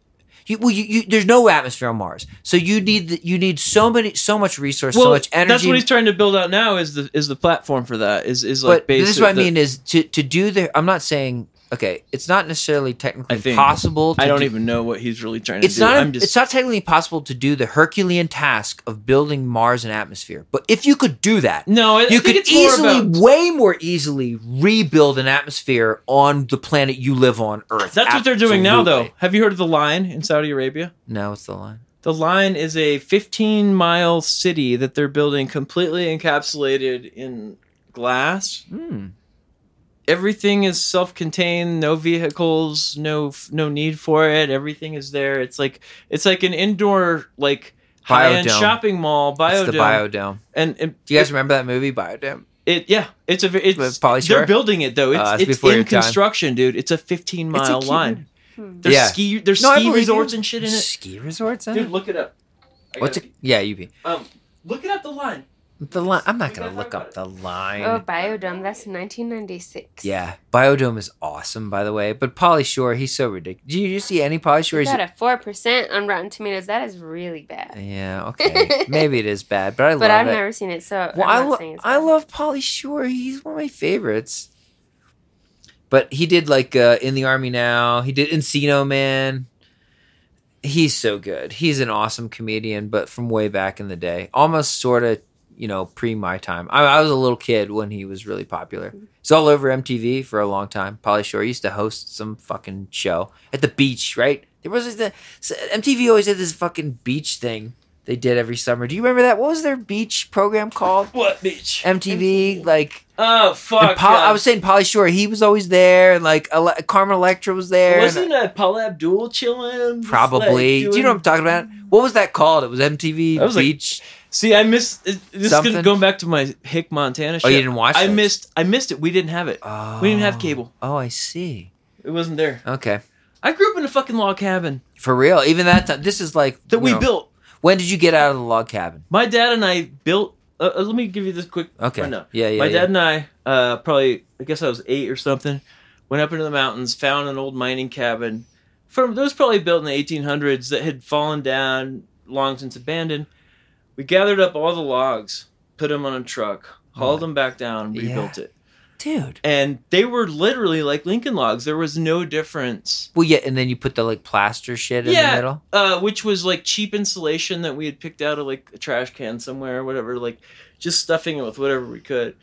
A: You, well, you, you, there's no atmosphere on Mars, so you need the, you need so many so much resource, so much energy.
B: That's what he's trying to build out now is the is the platform for that is is like
A: but this is what I
B: basic- the-
A: mean is to to do the. I'm not saying okay, it's not necessarily technically
B: I think-
A: possible. To
B: I don't
A: do-
B: even know what he's really trying to
A: It's
B: do.
A: not.
B: I'm just
A: it's not technically possible to do the Herculean task of building Mars an atmosphere. But if you could do that,
B: no. I, I
A: you
B: think
A: could
B: it's more
A: easily,
B: about-
A: way more easily, rebuild an atmosphere on the planet you live on, Earth.
B: That's what they're doing now, though.
A: Absolutely.
B: Have you heard of the Lion in Saudi Arabia?
A: No, it's the line.
B: The Line is a 15 mile city that they're building completely encapsulated in glass.
A: Hmm.
B: Everything is self-contained, no vehicles, no no need for it. Everything is there. It's like it's like an indoor like high-end
A: Biodome.
B: shopping mall biodome.
A: It's the biodome.
B: and, and
A: Do you guys remember that movie Biodome?
B: it yeah, it's a ve- it's
A: With Pauly
B: they're
A: Shore?
B: building it though. It's,
A: Uh, it's
B: it's
A: before
B: in
A: your time.
B: construction, dude. It's a 15
A: It's a
B: mile
A: cute
B: line.
A: movie.
B: There's
A: Yeah.
B: ski there's
A: No, I
B: ski
A: believe
B: resorts
A: you.
B: and shit in it.
A: Ski resorts. in
B: Dude, uh,
A: it?
B: look it up. I
A: What's
B: gotta-
A: it? Yeah, you be
B: Um, look it up the line.
A: the line. I'm not
B: We
A: gonna
B: gotta
A: look
B: talk
A: up the line.
C: Oh, Biodome. That's 1996.
A: Yeah, Biodome is awesome, by the way. But Polly Shore, he's so ridiculous. Do you, you see any Polly Shore?
C: You
A: He's-
C: got a four percent on Rotten Tomatoes. That is really bad.
A: Yeah, okay, maybe it is bad, but I
C: But
A: love
C: I've
A: it.
C: never seen it, so
A: well, I,
C: I'm not
A: lo-
C: saying it's
A: I
C: bad.
A: love Polly Shore. He's one of my favorites. But he did like uh, in the army now. He did Encino Man. He's so good. He's an awesome comedian, but from way back in the day, almost sort of you know pre my time. I, I was a little kid when he was really popular. He's all over MTV for a long time. Polly Shore used to host some fucking show at the beach, right? There was the so MTV always had this fucking beach thing they did every summer. Do you remember that? What was their beach program called?
B: What bitch?
A: MTV, like
B: Oh
A: and
B: fuck!
A: Pol-
B: yeah.
A: I was saying, Polly Shore, he was always there, and like Ele- Carmen Electra was there. and-
B: Wasn't uh, Paul Abdul chilling? Just,
A: probably.
B: like,
A: Do you know what I'm talking about? What was that called? It was MTV
B: That was, like,
A: Beach.
B: See, I missed it- this. is
A: Something?
B: gonna- Going back to my Hick Montana. Shit,
A: oh, you didn't watch?
B: I
A: those?
B: missed. I missed it. We didn't have it.
A: Oh.
B: We didn't have cable.
A: Oh, I see.
B: It wasn't there.
A: Okay,
B: I grew up in a fucking log cabin
A: for real. Even that time, this is like
B: that
A: you
B: we
A: know,
B: built.
A: When did you get out of the log cabin?
B: My dad and I built. Uh, uh, let me give you this quick.
A: Okay.
B: find out.
A: Yeah, yeah.
B: My
A: yeah.
B: dad and I, uh, probably, I guess I was eight or something, went up into the mountains, found an old mining cabin from those probably built in the 1800s that had fallen down, long since abandoned. We gathered up all the logs, put them on a truck, hauled them back down,
A: Hmm. Yeah.
B: rebuilt it,
A: dude.
B: and they were literally like Lincoln logs. There was no difference.
A: Well, yeah, and then you put the like plaster shit in
B: Yeah.
A: the middle.
B: uh, which was like cheap insulation that we had picked out of like a trash can somewhere or whatever, like just stuffing it with whatever we could,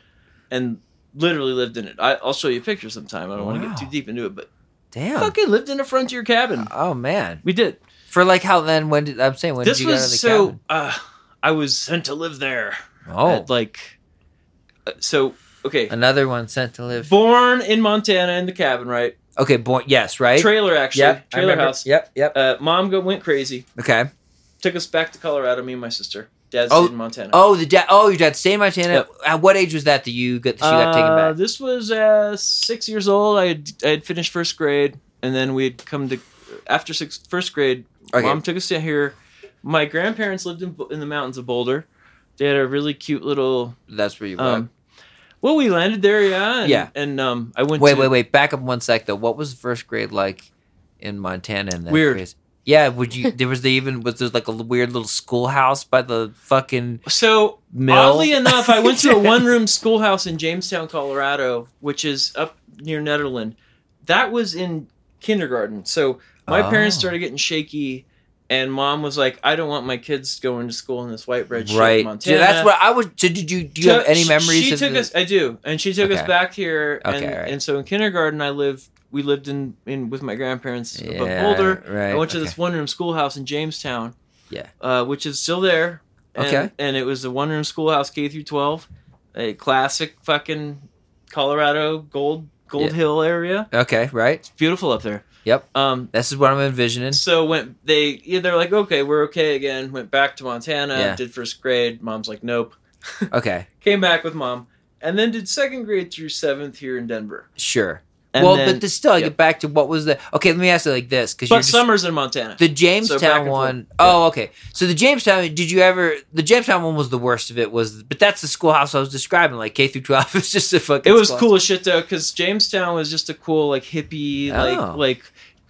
B: and literally lived in it. I, I'll show you a picture sometime. I don't want to
A: Wow.
B: get too deep into it, but
A: Damn.
B: fucking lived in a frontier cabin.
A: Oh man.
B: We did.
A: For like how then? When did I'm saying when
B: this
A: did you get out of the
B: was so.
A: cabin?
B: Uh, I was sent to live there.
A: Oh,
B: at, like uh, so. Okay,
A: another one sent to live.
B: born in Montana in the cabin, right?
A: Okay, born. Yes, right.
B: Trailer actually,
A: Yep. I
B: trailer
A: remember.
B: house.
A: Yep. Yep.
B: Uh, Mom go, went crazy.
A: Okay.
B: Took us back to Colorado. Me and my sister. Dad
A: Oh,
B: stayed in Montana.
A: Oh, the dad. Oh, your dad stayed in Montana.
B: Yep.
A: At what age was that that you got? That she got taken
B: Uh,
A: back.
B: This was uh, six years old. I had, I had finished first grade, and then we had come to after six, first grade.
A: Okay.
B: Mom took us down here. My grandparents lived in, Bo- in the mountains of Boulder. They had a really cute little.
A: That's where you were.
B: Um, well, we landed there, yeah. And,
A: Yeah.
B: And um, I went.
A: wait,
B: to,
A: wait, wait. Back up one sec though. What was first grade like in Montana? In that
B: Weird.
A: crazy- Yeah. Would you? there was the even was there like a weird little schoolhouse by the fucking
B: So
A: mill.
B: Oddly enough, I went to a one room schoolhouse in Jamestown, Colorado, which is up near Netherland. That was in kindergarten. So my
A: Oh.
B: parents started getting shaky, and mom was like, I don't want my kids going to school in this white bread shit
A: right.
B: in Montana.
A: Yeah, that's what I was. So did you? Do you
B: Took-
A: have any memories?
B: She
A: of
B: took
A: the-
B: us. I do, and she took us
A: Okay.
B: back here, and,
A: Okay, right.
B: and so in kindergarten, I lived. We lived in, in with my grandparents above
A: Yeah,
B: Boulder.
A: Right.
B: I went to
A: okay.
B: this one room schoolhouse in Jamestown.
A: Yeah.
B: Uh, which is still there. And,
A: Okay.
B: And it was a one room schoolhouse K through twelve, a classic fucking Colorado gold gold
A: Yeah.
B: hill area.
A: Okay. Right.
B: It's beautiful up there.
A: Yep.
B: Um
A: This is what I'm envisioning.
B: so when they yeah, they're like, Okay, we're okay again, went back to Montana,
A: Yeah.
B: did first grade, mom's like, Nope.
A: Okay.
B: Came back with mom. And then did second grade through seventh here in Denver.
A: Sure.
B: And
A: well,
B: then-
A: but this still, I
B: yeah.
A: get back to what was the okay. Let me ask you like this because
B: but
A: you're just,
B: summers in Montana.
A: the
B: So back
A: Jamestown
B: and
A: one oh okay. So the Jamestown, did you ever? The Jamestown one was the worst of it. Was but that's the schoolhouse I was describing, like K through twelve. It's just a fucking.
B: It was
A: schoolhouse.
B: cool as shit though, because Jamestown was just a cool like hippie
A: Oh.
B: like like.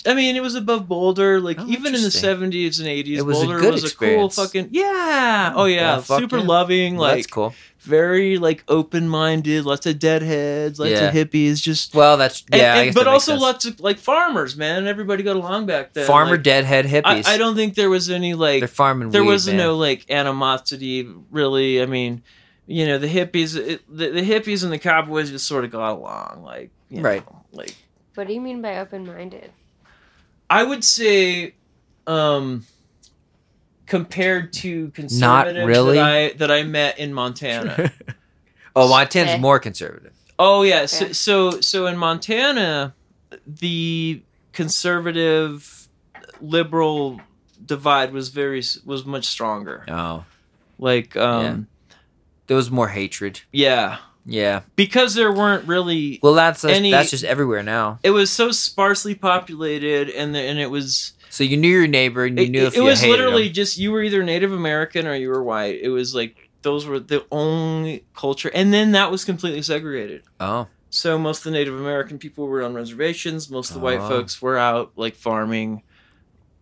B: I mean, it was above Boulder. Like
A: Oh,
B: even in the
A: interesting.
B: seventies and eighties,
A: It was a
B: Boulder
A: good
B: was
A: experience.
B: a cool fucking yeah. Oh yeah,
A: Yeah, fuck
B: super
A: yeah.
B: loving,
A: Well,
B: like
A: that's cool.
B: very like open minded. Lots of deadheads, lots
A: Yeah.
B: of hippies, just
A: Well, that's
B: and-
A: yeah,
B: and-
A: I guess that
B: but
A: makes
B: also
A: sense.
B: lots of like farmers, man. Everybody got along back then.
A: farmer
B: Like,
A: deadhead hippies.
B: I, I don't think there was any like
A: They're farming.
B: there
A: weed,
B: was
A: man.
B: no like animosity really i mean you know the hippies it, the, the hippies and the cowboys just sort of got along like you
A: Right.
B: know, like
C: What do you mean by open minded?
B: i would say um compared to conservatives
A: really?
B: that i that i met in montana
A: oh, Montana's
C: Okay.
A: more conservative.
B: oh yeah so,
C: Yeah.
B: so so in montana the conservative liberal divide was very s- was much stronger
A: Oh,
B: like um
A: there was more hatred.
B: yeah.
A: Yeah.
B: because there weren't really
A: Well, that's that's,
B: Any-
A: that's just everywhere now.
B: it was so sparsely populated and the, and it was
A: So you knew your neighbor and you
B: it,
A: knew if
B: it
A: you
B: was
A: hated
B: literally
A: 'em.
B: just you were either native american or you were white it was like those were the only culture and then that was completely segregated
A: Oh,
B: so most of the native american people were on reservations most of the white
A: Oh.
B: folks were out like farming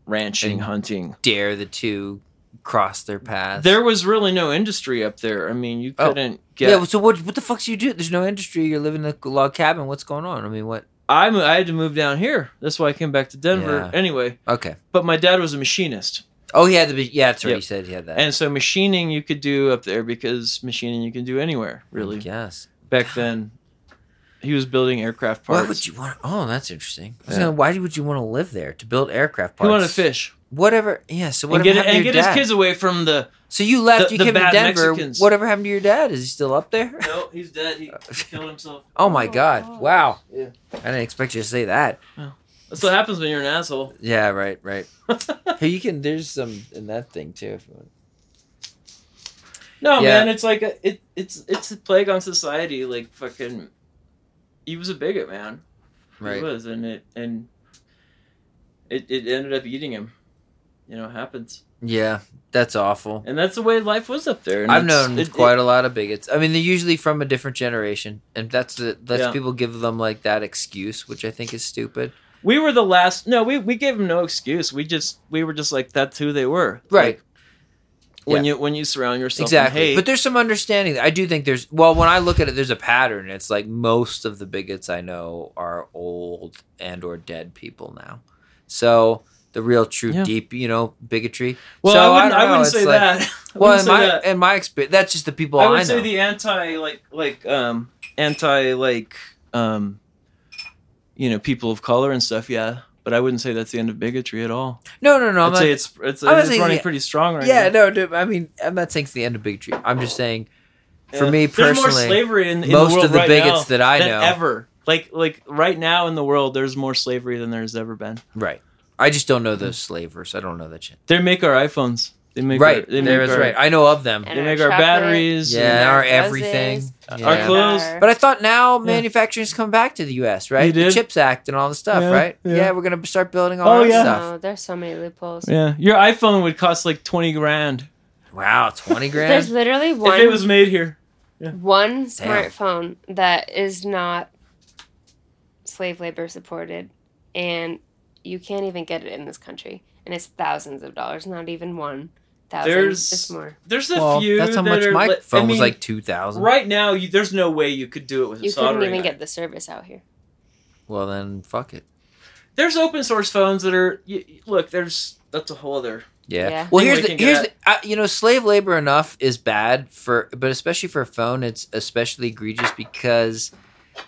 B: ranching
A: And-
B: hunting
A: dare the two cross their paths.
B: there was really no industry up there i mean you
A: Oh.
B: couldn't
A: yeah.
B: get
A: well, So what? What the fuck do you do? There's no industry. You're living in a log cabin. What's going on? I mean, what?
B: I, mo- I had to move down here that's why i came back to denver
A: Yeah.
B: anyway
A: Okay.
B: but my dad was a machinist
A: Oh, he had the. Yeah, that's right.
B: Yep.
A: He said he had that.
B: And so machining you could do up there because machining you can do anywhere, really.
A: Yes.
B: Back then, he was building aircraft parts.
A: Why would you want? Oh, that's interesting. I was
B: Yeah.
A: gonna- why would you want to live there to build aircraft
B: He
A: parts?
B: wanted to fish
A: Whatever. Yeah. So
B: and
A: whatever
B: get
A: happened
B: and
A: to your
B: get
A: dad?
B: his kids away from the.
A: so you left.
B: the-
A: you
B: the
A: came to
B: bad
A: Denver.
B: Mexicans.
A: Whatever happened to your dad? Is he still up there?
B: No, he's dead. He killed himself.
A: Oh my
C: Oh,
A: God!
C: God.
A: Wow.
B: Yeah.
A: I didn't expect you to say that.
B: That's what happens when you're an asshole.
A: Yeah. Right. Right. Hey, you can. There's some in that thing too. If you want.
B: no
A: Yeah.
B: man, it's like a, it it's it's a plague on society. Like fucking, he was a bigot, man. He was, and it and it it ended up eating him. You know, it happens.
A: Yeah, that's awful.
B: and that's the way life was up there. And
A: I've
B: it's-
A: known
B: it-
A: quite
B: it-
A: a lot of bigots. I mean, they're usually from a different generation, and that's the that's
B: Yeah.
A: people give them like that excuse, which I think is stupid.
B: we were the last. No, we we gave them no excuse. We just we were just like that's who they were.
A: Right.
B: Like, when you when you surround yourself
A: exactly.
B: with hate,
A: But there's some understanding. I do think there's well, when I look at it, there's a pattern. It's like most of the bigots I know are old and or dead people now. So the real, true,
B: Yeah.
A: deep, you know, bigotry.
B: well,
A: so
B: I wouldn't, I
A: don't know,
B: wouldn't
A: it's
B: say
A: like-
B: that. I
A: Well,
B: wouldn't
A: in
B: say
A: my
B: that.
A: in my experience, that's just the people I,
B: I would
A: know.
B: say the anti like like um anti like um you know people of color and stuff. Yeah, but I wouldn't say that's the end of bigotry at all.
A: no, no, no.
B: I'd
A: I'm not,
B: say it's it's,
A: I'm not
B: it's
A: saying
B: running
A: the-
B: pretty strong right
A: yeah,
B: now.
A: no, dude, I mean, I'm not saying it's the end of bigotry. I'm just saying, for
B: Yeah.
A: me
B: there's more
A: personally,
B: slavery in, in
A: most
B: the world
A: of the
B: right
A: bigots
B: now
A: that I
B: than
A: know-
B: ever. Like like right now in the world, there's more slavery than there's ever been.
A: right. I just don't know those slavers. I don't know that shit.
B: They make our iPhones. They make
A: right,
B: Our, they make
A: there is
B: our,
A: right. I know of them.
C: And
B: They
C: our
B: make our
C: chocolate.
B: batteries.
A: Yeah,
B: and
A: and our
C: Our clothes.
A: everything.
B: Our
A: Yeah.
B: clothes.
A: But I thought now manufacturing's come back to the U.S. Right,
B: They
A: the
B: did.
A: Chips Act and all the stuff.
B: Yeah,
A: right? Yeah.
B: yeah.
A: we're gonna start building all
B: Oh,
A: that
B: yeah.
A: stuff.
C: No, there's so many loopholes.
B: Yeah, your iPhone would cost like twenty grand
A: Wow, twenty
C: There's
A: grand.
C: literally one
B: if it was made here.
C: one smartphone that is not slave labor supported, and you can't even get it in this country, and it's thousands of dollars. Not even one thousand.
B: There's-
C: It's more.
B: There's a
A: Well,
B: few.
A: that's how
B: that
A: much
B: are
A: my
B: li- I
A: phone was
B: mean,
A: like two thousand.
B: Right now, you, there's no way you could do it with a
C: You couldn't
B: soldering
C: even
B: iron.
C: get the service out here.
A: Well, then fuck it.
B: There's open source phones that are. You, you- look, there's that's a whole other.
A: Yeah.
C: Yeah.
A: Well,
B: Thing
A: here's
B: we
A: the
B: can get
A: here's the,
B: at.
A: uh, you know slave labor enough is bad for, but especially for a phone, it's especially egregious because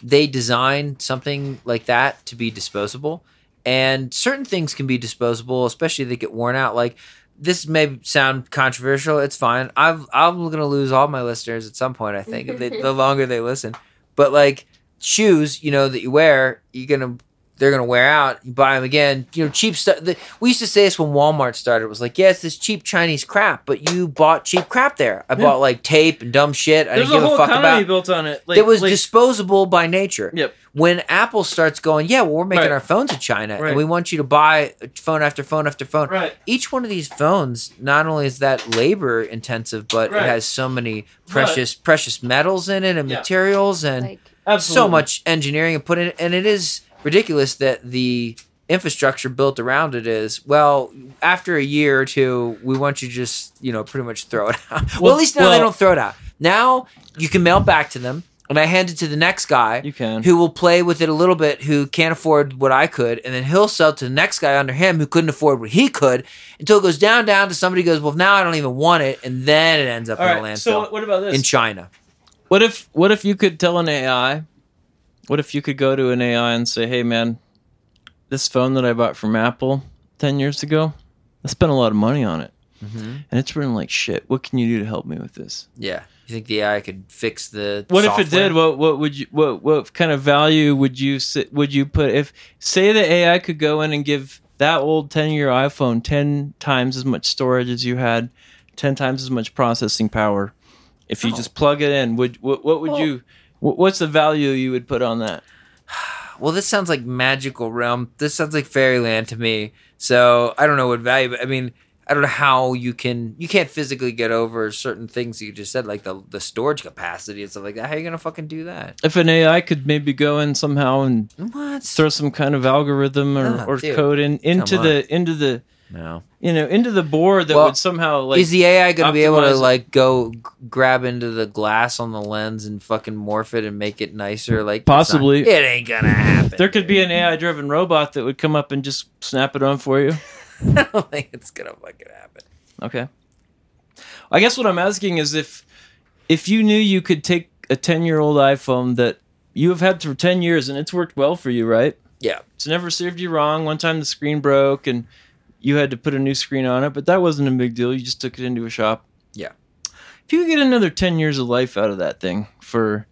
A: they design something like that to be disposable, and certain things can be disposable, especially if they get worn out. Like this may sound controversial. It's fine. I've, I'm gonna lose all my listeners at some point. I think if they, the longer they listen, but like shoes, you know that you wear, you're gonna they're gonna wear out. You buy them again. You know, cheap stuff. the- We used to say this when Walmart started. It was like, yes, this cheap Chinese crap, but you bought cheap crap there. I
B: Yeah.
A: bought like tape and dumb shit. I
B: There's
A: didn't
B: a
A: give a,
B: whole
A: fuck
B: economy
A: about.
B: built on it. Like,
A: That was
B: like,
A: disposable by nature.
B: Yep.
A: When Apple starts going, yeah, well, we're making
B: Right.
A: our phones in China,
B: Right.
A: and we want you to buy phone after phone after phone.
B: right.
A: Each one of these phones, not only is that labor intensive, but
B: Right.
A: it has so many precious precious metals in it and
B: Yeah.
A: materials and
C: Like
B: Absolutely.
A: so much engineering and put in and it is ridiculous that the infrastructure built around it is well after a year or two we want you to just you know pretty much throw it out well,
B: Well-
A: at least now they
B: well-
A: don't throw it out now you can mail back to them and i hand it to the next guy
B: You can.
A: who will play with it a little bit who can't afford what i could and then he'll sell to the next guy under him who couldn't afford what he could until it goes down down to somebody who goes well now i don't even want it and then it ends up
B: All
A: in a
B: right.
A: landfill
B: So what- what about this?
A: in china
B: What if what if you could tell an AI? What if you could go to an AI and say, "Hey, man, this phone that I bought from Apple ten years ago, I spent a lot of money on it, and it's running like shit. What can you do to help me with this?
A: Yeah. You think the AI could fix the
B: What if
A: software?
B: it did? What what would you what what kind of value would you si- would you put if say the AI could go in and give that old ten year iPhone ten times as much storage as you had, ten times as much processing power? If you
A: Oh.
B: just plug it in, would what, what would you? wh- What's the value you would put on that?
A: Well, this sounds like magical realm. This sounds like fairyland to me. So I don't know what value, but I mean, I don't know how you can you can't physically get over certain things you just said, like the the storage capacity and stuff like that. How are you gonna fucking do that?
B: If an AI could maybe go in somehow and
A: What?
B: throw some kind of algorithm or,
A: Ah,
B: or
A: dude.
B: code in into
A: Come on.
B: the into the
A: no.
B: you know into the board that
A: Well,
B: would somehow like
A: Is the AI gonna be able
B: optimize
A: to
B: it.
A: like go g- grab into the glass on the lens and fucking morph it and make it nicer? Like it's not-
B: Possibly.
A: it ain't gonna happen.
B: There could be an AI driven robot that would come up and just snap it on for you.
A: I don't think it's gonna fucking happen.
B: Okay. I guess what I'm asking is if if you knew you could take a 10 year old iPhone that you have had for 10 years and it's worked well for you, right?
A: Yeah.
B: It's never served you wrong. One time the screen broke and you had to put a new screen on it, but that wasn't a big deal. You just took it into a shop.
A: Yeah.
B: If you could get another 10 years of life out of that thing for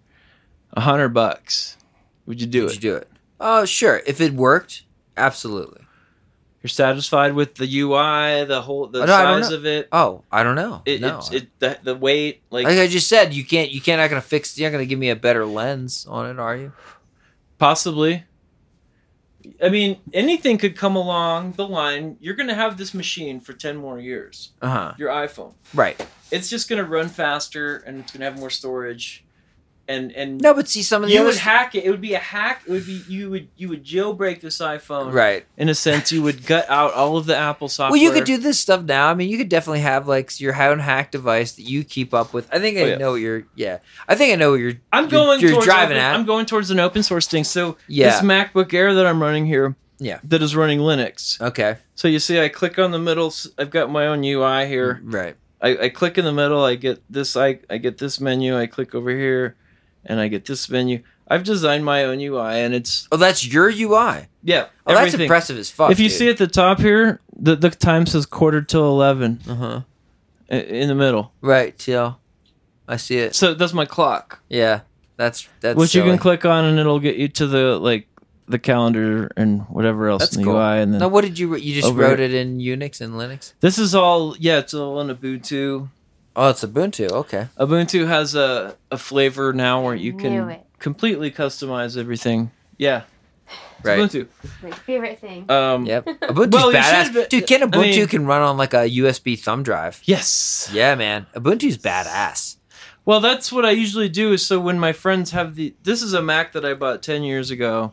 B: a hundred bucks, would you do
A: Would
B: it?
A: you do it? Oh, sure. If it worked, absolutely.
B: You're satisfied with the UI, the whole the
A: No, I don't
B: size
A: know.
B: of it.
A: Oh, I don't know.
B: It,
A: no.
B: it, it the, the weight, like
A: like I just said, you can't. You can't. Not gonna fix. You're not gonna give me a better lens on it, are you?
B: possibly. I mean, anything could come along the line. You're going to have this machine for 10 more years,
A: Uh huh.
B: your iPhone.
A: Right.
B: It's just going to run faster and it's going to have more storage. And and
A: No, but see some of the
B: you
A: other
B: would hack it. It would be a hack. It would be you would you would jailbreak this iPhone.
A: right.
B: In a sense, you would gut out all of the Apple software.
A: Well, you could do this stuff now. I mean, you could definitely have like your own hack device that you keep up with. I think I
B: Oh, yeah.
A: know what you're. Yeah, I think I know what you're.
B: I'm
A: you're-
B: going.
A: you're
B: towards
A: driving
B: open-
A: at.
B: I'm going towards an open source thing. So
A: Yeah.
B: this MacBook Air that I'm running here.
A: Yeah.
B: That is running Linux.
A: okay.
B: So you see, I click on the middle. s- I've got my own UI here.
A: Right.
B: I, I click in the middle. I get this. I I get this menu. I click over here, and I get this menu. I've designed my own UI, and it's
A: Oh, that's your UI.
B: yeah.
A: Oh, that's impressive as fuck.
B: If you see at the top here, the the time says quarter till eleven
A: uh huh.
B: i- in the middle.
A: Right, Teal. I see it.
B: So that's my clock,
A: Yeah, that's that's
B: which you
A: silly.
B: can click on, and it'll get you to the like the calendar and whatever else
A: That's
B: in the
A: cool.
B: UI. And then
A: Now, what did you you just
B: Over
A: wrote it in Unix and Linux?
B: this is all yeah. It's all in Ubuntu.
A: Oh, it's Ubuntu. Okay.
B: Ubuntu has a a flavor now where you
C: Knew
B: can
C: it.
B: completely customize everything. Yeah, it's
A: Right.
B: Ubuntu.
C: My favorite thing.
B: Um,
A: Yep. Ubuntu's
B: Well, you
A: badass,
B: should have-
A: dude. Can
B: I
A: Ubuntu
B: mean-
A: can run on like a USB thumb drive?
B: Yes.
A: Yeah, man. Ubuntu's badass.
B: Well, that's what I usually do. Is so when my friends have the this is a Mac that I bought ten years ago,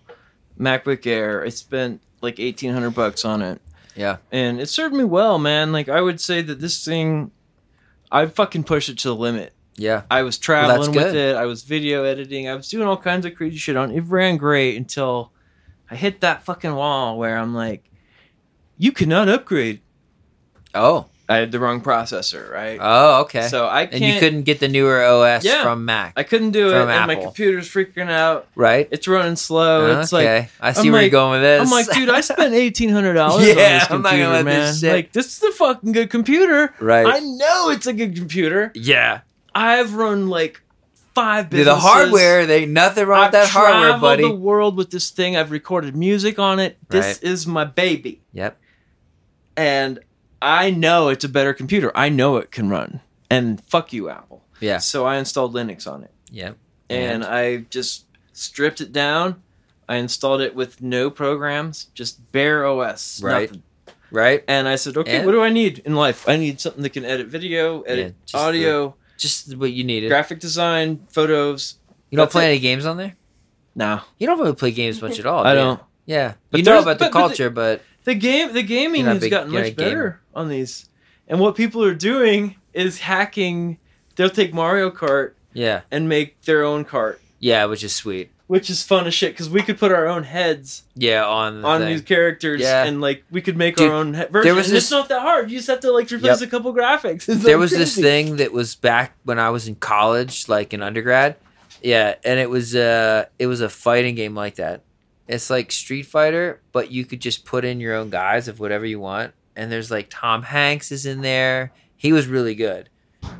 B: MacBook Air. I spent like eighteen hundred bucks on it.
A: Yeah.
B: And it served me well, man. Like I would say that this thing, I fucking pushed it to the limit.
A: Yeah.
B: I was
A: that's
B: traveling with
A: good.
B: it. I was video editing. I was doing all kinds of crazy shit on it. It ran great until I hit that fucking wall where I'm like, you cannot upgrade.
A: Oh.
B: I had the wrong processor, right?
A: Oh, okay.
B: So I can't.
A: and you couldn't get the newer OS
B: Yeah.
A: from Mac,
B: I couldn't do it,
A: From
B: and my
A: Apple.
B: computer's freaking out.
A: right?
B: It's running slow. It's like
A: okay, I see
B: I'm
A: where
B: like-
A: you're going with this.
B: I'm like, dude, I spent eighteen hundred dollars on
A: Yeah,
B: this computer,
A: I'm not gonna let
B: man.
A: this shit-
B: Like, this is a fucking good computer.
A: right?
B: I know it's a good computer.
A: yeah,
B: I've run like five
A: dude,
B: businesses.
A: the hardware. They nothing wrong
B: I've
A: with that hardware,
B: traveled
A: buddy.
B: the world with this thing. I've recorded music on it. This is my baby,
A: Yep.
B: and I know it's a better computer. I know it can run. And fuck you, Apple.
A: Yeah.
B: So I installed Linux on it.
A: Yep.
B: and I just stripped it down. I installed it with no programs, just bare OS,
A: Right.
B: nothing.
A: Right.
B: And I said, okay,
A: And-
B: what do I need in life? I need something that can edit video, edit
A: just the-
B: audio,
A: Just what you needed.
B: graphic design, photos.
A: you don't
B: that's
A: play
B: it.
A: any games on there.
B: No,
A: You don't really play games much at all.
B: I
A: do you?
B: don't.
A: Yeah,
B: But
A: you know
B: there's-
A: about the
B: but- but the-
A: culture, but
B: The game, the gaming
A: You're not
B: has
A: big-
B: gotten
A: you're not a
B: much
A: gamer.
B: better on these. And what people are doing is hacking. They'll take Mario Kart
A: yeah,
B: and make their own cart,
A: yeah, which is sweet.
B: which is fun as shit because we could put our own heads
A: Yeah, on the
B: on
A: thing.
B: these characters
A: Yeah.
B: and like we could make
A: Dude,
B: our own he- version.
A: was
B: and
A: this-
B: it's not that hard. You just have to like replace a couple graphics. It's, like,
A: there was this
B: crazy.
A: thing that was back when I was in college, like in undergrad. Yeah, and it was uh it was a fighting game like that. It's like Street Fighter, but you could just put in your own guys of whatever you want. And there's like Tom Hanks is in there. He was really good.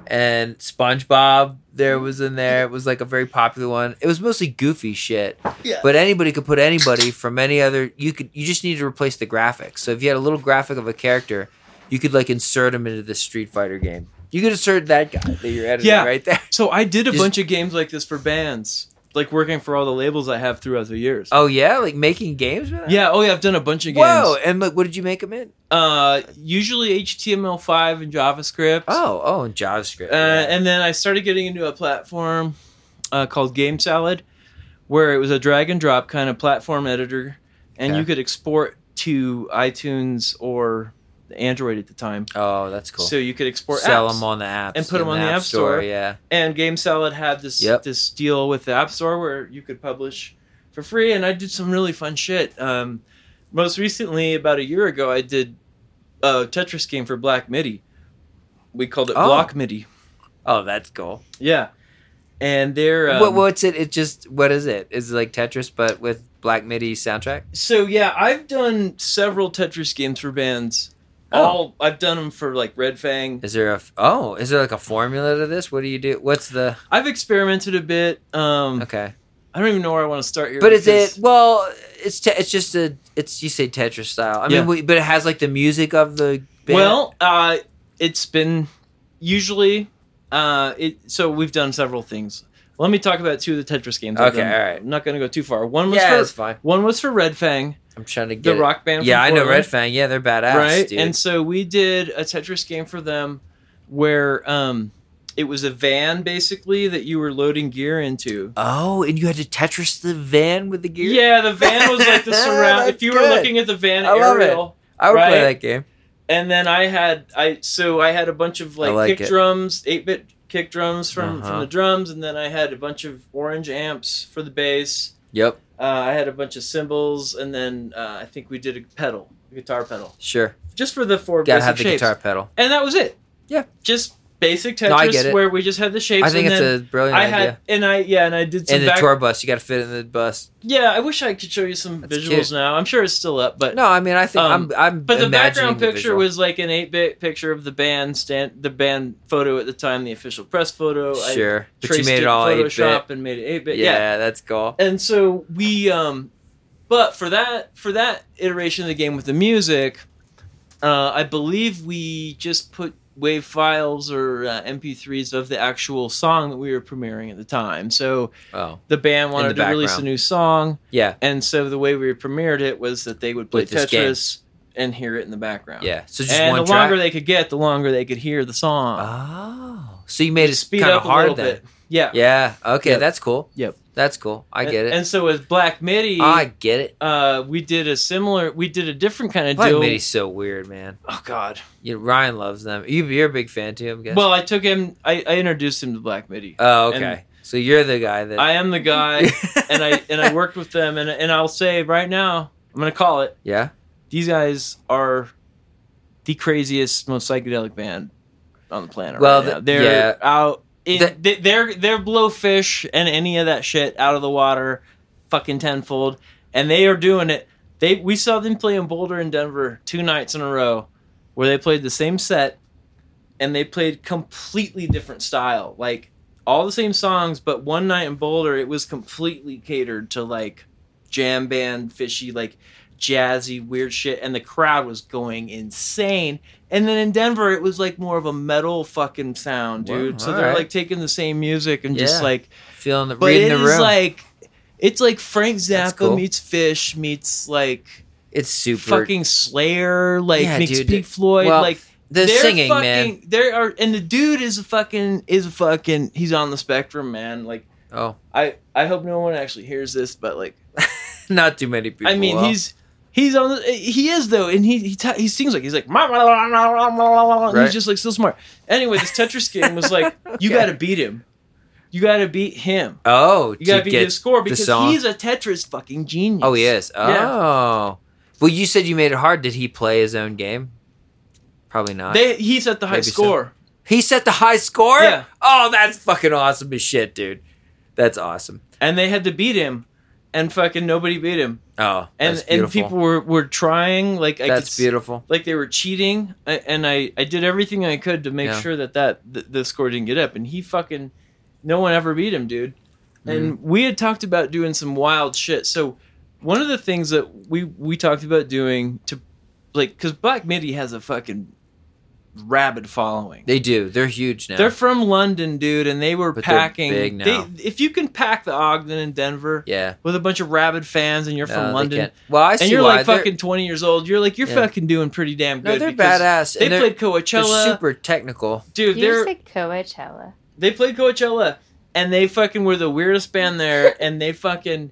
A: And SpongeBob there was in there. It was like a very popular one. It was mostly goofy shit.
B: Yeah.
A: But anybody could put anybody from any other you could you just needed to replace the graphics. So if you had a little graphic of a character, you could like insert him into the Street Fighter game. You could insert that guy that you're editing
B: Yeah.
A: right there.
B: So I did a
A: Just-
B: bunch of games like this for bands, like working for all the labels I have throughout the years.
A: Oh yeah, like making games with that?
B: yeah. Oh yeah. I've done a bunch of games.
A: Whoa, and like what did you make him in?
B: Uh, usually HTML5 and JavaScript.
A: Oh, oh, in JavaScript.
B: Uh, and then I started getting into a platform uh, called Game Salad, where it was a drag and drop kind of platform editor, and
A: Okay.
B: you could export to iTunes or Android at the time.
A: oh, that's cool.
B: So you could export
A: Sell
B: apps.
A: them on the apps
B: And put 'em
A: in
B: on the App Store.
A: Yeah,
B: And Game Salad had this
A: Yep.
B: this deal with the App Store where you could publish for free, and I did some really fun shit. Um, most recently, about a year ago, I did a Tetris game for Black MIDI. We called it
A: Oh.
B: Block MIDI.
A: oh, that's cool.
B: Yeah, and they're um,
A: what, what's it? It just what is it? Is it like Tetris but with Black MIDI soundtrack?
B: so yeah, I've done several Tetris games for bands.
A: Oh.
B: All I've done them for like Red Fang.
A: Is there a f- oh? Is there like a formula to this? What do you do? What's the
B: I've experimented a bit. Um,
A: okay?
B: I don't even know where I want to start here.
A: But is
B: because-
A: it well? It's te- it's just a it's you say Tetris style. I
B: Yeah.
A: mean, we, but it has like the music of the band.
B: Well, uh, it's been usually uh, it. So we've done several things. Let me talk about two of the Tetris games. I've
A: Okay,
B: done.
A: all right.
B: I'm not going to go too far. One was
A: yeah,
B: for
A: that's fine.
B: one was for Red Fang,
A: I'm trying to get
B: the
A: it.
B: rock band.
A: Yeah,
B: from
A: I know
B: Portland.
A: Red Fang. Yeah, they're badass,
B: right?
A: dude.
B: And so we did a Tetris game for them where um, it was a van basically that you were loading gear into.
A: oh, and you had to Tetris the van with the gear.
B: Yeah, the van was like the surround. if
A: That's
B: you were
A: good.
B: looking at the van
A: I love it.
B: aerial,
A: I would play
B: right.
A: that game.
B: and then I had I so I had a bunch of
A: I
B: like,
A: like
B: kick
A: it.
B: drums, eight bit kick drums from
A: Uh-huh.
B: from the drums, and then I had a bunch of orange amps for the bass.
A: Yep,
B: Uh, I had a bunch of cymbals, and then uh, I think we did a pedal, a guitar pedal,
A: sure.
B: just for the four
A: Gotta
B: basic
A: have the
B: shapes.
A: guitar pedal.
B: and that was it.
A: Yeah.
B: just basic Tetris
A: No, I get it.
B: where we just had the shapes.
A: I think
B: and
A: it's
B: then
A: a brilliant
B: I
A: idea.
B: had and I yeah, and I did some
A: and the
B: back.
A: tour bus, you got to fit in the bus.
B: yeah, I wish I could show you some
A: That's
B: visuals
A: cute.
B: now. I'm sure it's still up, but
A: No, I mean, I think
B: Um,
A: I'm. I'm.
B: But the
A: imagining
B: background
A: the
B: picture
A: visual.
B: was like an eight-bit picture of the band stand, the band photo at the time, the official press photo. I
A: sure, but you
B: traced
A: made
B: it
A: it all
B: in
A: eight bit.
B: Photoshop and made it eight-bit.
A: Yeah,
B: Yeah.
A: that's cool.
B: And so we, um, but for that for that iteration of the game with the music, uh, I believe we just put wave files or uh, MP3s of the actual song that we were premiering at the time. So
A: Oh,
B: the band wanted
A: the
B: to release a
A: background.
B: new song,
A: yeah,
B: and so the way we premiered it was that they would play
A: With this game.
B: Tetris and hear it in the background
A: yeah. So just
B: and
A: one
B: the longer
A: track.
B: they could get, the longer they could hear the song.
A: oh, so you made it
B: Speed
A: kind
B: up
A: of
B: a
A: hard
B: little
A: then.
B: bit. Yeah.
A: Yeah. Okay,
B: Yep.
A: that's cool.
B: Yep.
A: That's cool. I get
B: And,
A: it. Ah,
B: so with Black MIDI,
A: I get it.
B: uh, we did a similar, we did a different kind of
A: Black
B: deal.
A: Midi's so weird, man.
B: Oh God.
A: You, Ryan loves them. You, you're a big fan too, I'm guessing.
B: Well, I took him. I, I introduced him to Black MIDI.
A: oh, okay.
B: and-
A: so you're the guy that
B: I am the guy, and I and I worked with them, and and I'll say right now, I'm gonna call it.
A: yeah.
B: These guys are the craziest, most psychedelic band on the planet.
A: Well,
B: right now.
A: the-
B: they're
A: yeah.
B: out. In,
A: The-
B: they, they're they're blowfish and any of that shit out of the water, fucking tenfold, and they are doing it. They we saw them play in Boulder and Denver two nights in a row, where they played the same set, and they played completely different style, like all the same songs, but one night in Boulder it was completely catered to like jam band, fishy, like jazzy, weird shit, and the crowd was going insane. And then in Denver, it was like more of a metal fucking sound,
A: Wow,
B: dude. so
A: all
B: they're
A: right.
B: like taking the same music and just
A: Yeah.
B: like,
A: Feeling the
B: but
A: reading
B: it
A: the
B: is
A: room.
B: like, it's like Frank
A: That's
B: Zappa
A: cool.
B: meets Fish meets like
A: it's super
B: fucking Slayer, like
A: Yeah,
B: meets
A: dude.
B: Pink Floyd,
A: Well,
B: like.
A: the
B: they're
A: singing,
B: fucking,
A: man.
B: There are, and the dude is a fucking is a fucking. He's on the spectrum, man. Like
A: Oh,
B: I, I hope no one actually hears this, but like
A: not too many people.
B: I mean,
A: will.
B: he's he's on. The, he is though, and he he, ta- he sings like he's like "Ma, ma, la, la, la, la, la, la," and
A: Right.
B: he's just like so smart. Anyway, this Tetris game was like
A: Okay.
B: you got to beat him, you got to beat him,
A: oh,
B: you got to
A: to
B: beat
A: get
B: his score because
A: song.
B: he's a Tetris fucking genius.
A: Oh, he is. Oh.
B: Yeah.
A: Well, you said you made it hard. Did he play his own game? Probably not.
B: They he set the high
A: Maybe so.
B: score.
A: he set the high score?
B: Yeah.
A: Oh, that's fucking awesome as shit, dude. That's awesome.
B: and they had to beat him, and fucking nobody beat him.
A: Oh,
B: And
A: that's beautiful.
B: and people were were trying like I
A: that's
B: could, s-
A: beautiful.
B: like they were cheating I- and I, I did everything i could to make
A: Yeah.
B: sure that that th- the score didn't get up and he fucking no one ever beat him dude and
A: Mm-hmm.
B: we had talked about doing some wild shit so one of the things that we we talked about doing to like because black midi has a fucking rabid following
A: They do. They're huge now.
B: they're from london dude and they were
A: But they're
B: packing
A: big now.
B: They, if you can pack the ogden and denver
A: yeah.
B: with a bunch of rabid fans and you're
A: No,
B: from
A: they
B: london
A: can't. Well, I see
B: and you're
A: why.
B: like
A: They're-
B: fucking 20 years old you're like you're
A: Yeah.
B: fucking doing pretty damn
A: no,
B: good
A: they're
B: because
A: badass.
B: they
A: and they're,
B: played
A: they're
B: Coachella,
A: super technical.
B: dude.
C: You just
B: They're,
C: like Coachella.
B: they played Coachella, and they fucking were the weirdest band there. and they fucking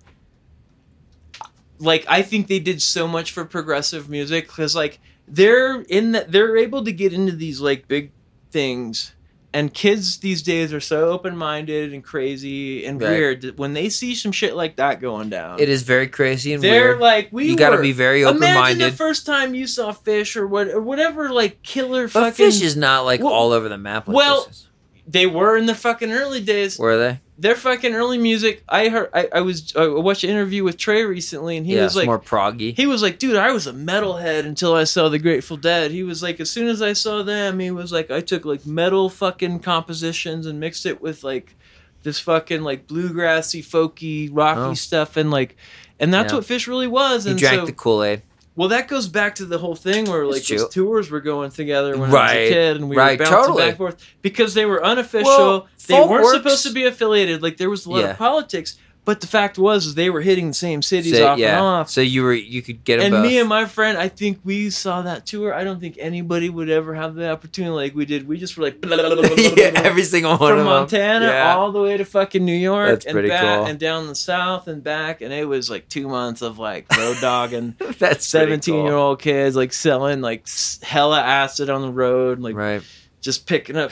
B: like I think they did so much for progressive music because like they're in that they're able to get into these like big things. And kids these days are so open minded and crazy and
A: Right.
B: weird that when they see some shit like that going down,
A: It is very crazy and
B: they're
A: weird.
B: like, we
A: you got to
B: were-
A: be very open
B: Imagine the
A: minded.
B: first time you saw Fish or what or whatever like killer
A: But
B: fucking
A: fish is not like
B: Well-
A: all over the map. Like
B: well-
A: this is.
B: they were in the fucking early days.
A: were they?
B: their fucking early music. I heard. I, I was. I watched an interview with Trey recently, and he
A: yeah,
B: was
A: it's
B: like,
A: more proggy.
B: he was like, dude, I was a metalhead until I saw the Grateful Dead. He was like, as soon as I saw them, he was like, I took like metal fucking compositions and mixed it with like this fucking like bluegrassy, folky, rocky
A: Oh.
B: stuff, and like, and that's
A: Yeah.
B: what Fish really was.
A: He
B: And
A: drank
B: so,
A: the Kool Aid.
B: well, that goes back to the whole thing where like
A: It's true.
B: those tours were going together when I was
A: Right.
B: a kid, and we
A: Right,
B: were bouncing
A: totally.
B: back and forth because they were unofficial.
A: Well,
B: they
A: folk
B: weren't
A: works-
B: supposed to be affiliated. Like there was a lot
A: Yeah.
B: of politics, But the fact was, is they were hitting the same cities
A: So,
B: off
A: yeah.
B: and off.
A: So you were you could get them
B: And
A: both.
B: me and my friend, I think we saw that tour. I don't think anybody would ever have the opportunity like we did. We just were like blah, blah, blah, blah, blah,
A: yeah,
B: blah,
A: every single one
B: from
A: of them.
B: Montana
A: Yeah.
B: all the way to fucking New York
A: That's
B: and
A: pretty
B: back
A: cool.
B: and down the south and back. And it was like two months of like road dogging.
A: That's pretty
B: 17
A: cool.
B: year old kids like selling like s- hella acid on the road, like
A: right?
B: just picking up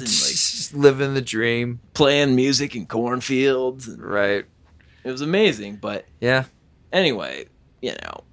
B: and like
A: Just living the dream,
B: playing music in cornfields. And
A: right?
B: it was amazing. But
A: Yeah,
B: anyway, you know,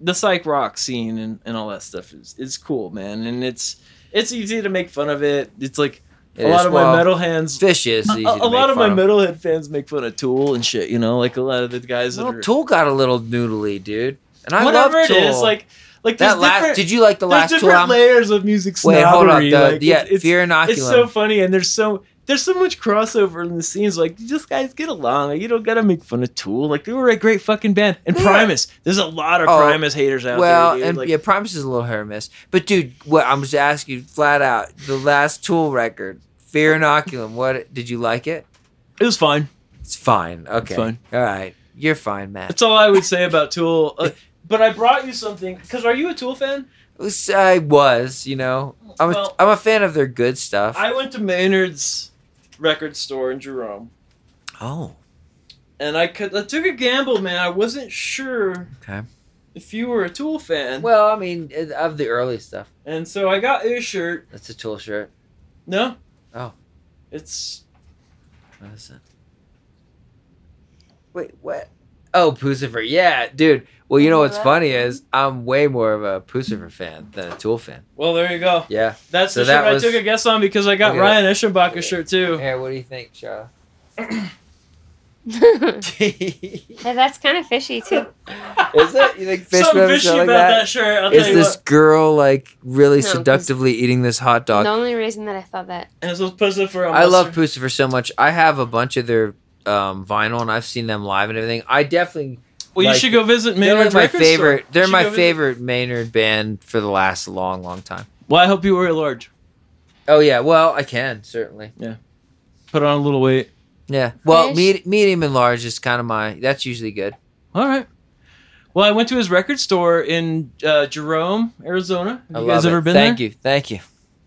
B: the psych rock scene and, and all that stuff is, is cool, man. And it's it's easy to make fun of it. It's like
A: It
B: a lot
A: is-
B: of
A: well,
B: my metal hands.
A: fish is
B: A,
A: easy
B: a
A: to make
B: lot of my
A: fun
B: metalhead fans make fun of Tool and shit, you know, like a lot of the guys that
A: Well,
B: are
A: Tool got a little noodly, dude, and I
B: whatever
A: love
B: it
A: Tool.
B: is, like like there's
A: that last.
B: different-
A: Did you like the
B: there's
A: last Tool
B: different
A: album?
B: layers of music snobbery.
A: Wait, hold up. The,
B: like,
A: yeah,
B: it's, it's,
A: Fear
B: it's
A: Inoculum.
B: so funny, and there's so there's so much crossover in the scenes. Like, you just guys get along. Like, you don't gotta make fun of Tool. Like, they were a great fucking band. And
A: Yeah.
B: Primus, there's a lot of
A: Oh,
B: Primus haters out
A: well,
B: there. dude.
A: and
B: Like,
A: yeah, Promise is a little hit or miss. But dude, what I'm just asking you flat out, the last Tool record, Fear Inoculum. What did you like it?
B: it was fine.
A: It's fine. Okay,
B: fine.
A: all right, you're fine, Matt.
B: That's all I would say about Tool. Uh, but I brought you something because are you a Tool fan?
A: It's- I was, you know, I'm
B: Well-
A: a, I'm a fan of their good stuff.
B: I went to Maynard's record store in Jerome,
A: oh,
B: and I could I took a gamble, man. I wasn't sure
A: okay.
B: if you were a Tool fan,
A: Well, I mean, it- of the early stuff,
B: and so I got a shirt.
A: that's a Tool shirt.
B: No.
A: Oh.
B: It's
A: What is it? Wait, what? Oh, Pucifer. Yeah, dude. Well, you know what's funny is I'm way more of a Pucifer fan than a Tool fan.
B: well, there you go.
A: Yeah.
B: That's
A: So
B: the
A: that
B: shirt
A: was-
B: I took a guess on because I got
A: Okay.
B: Ryan Eschenbacher's shirt too.
A: Here, what do you think, Shaw?
C: hey,
A: is
C: that's kind of fishy too.
A: it? You think fish
B: Something
A: women
B: fishy
A: smell
B: about
A: like
B: that,
A: that?
B: shirt. I'll
A: Is
B: tell you
A: this
B: what.
A: girl like really
C: No, 'cause-
A: seductively eating this hot dog?
C: The only reason that I thought that
B: And this was posted for. a
A: I love
B: monster.
A: Pucifer so much. I have a bunch of their um, vinyl, and I've seen them live and everything. I definitely
B: Well, you
A: like-
B: should go visit
A: they're
B: Maynard's
A: my
B: record
A: favorite.
B: store. You
A: They're
B: should
A: my
B: go visit-
A: favorite Maynard band for the last long, long time.
B: Well, I hope you were at large.
A: Oh yeah, well I can certainly.
B: Put on a little weight.
A: Yeah, well
C: Fish.
A: med- medium and large is kind of my. That's usually good.
B: All right. Well, I went to his record store in uh, Jerome, Arizona. Have
A: I
B: you
A: love
B: guys ever
A: it.
B: been
A: Thank
B: there?
A: you, thank you.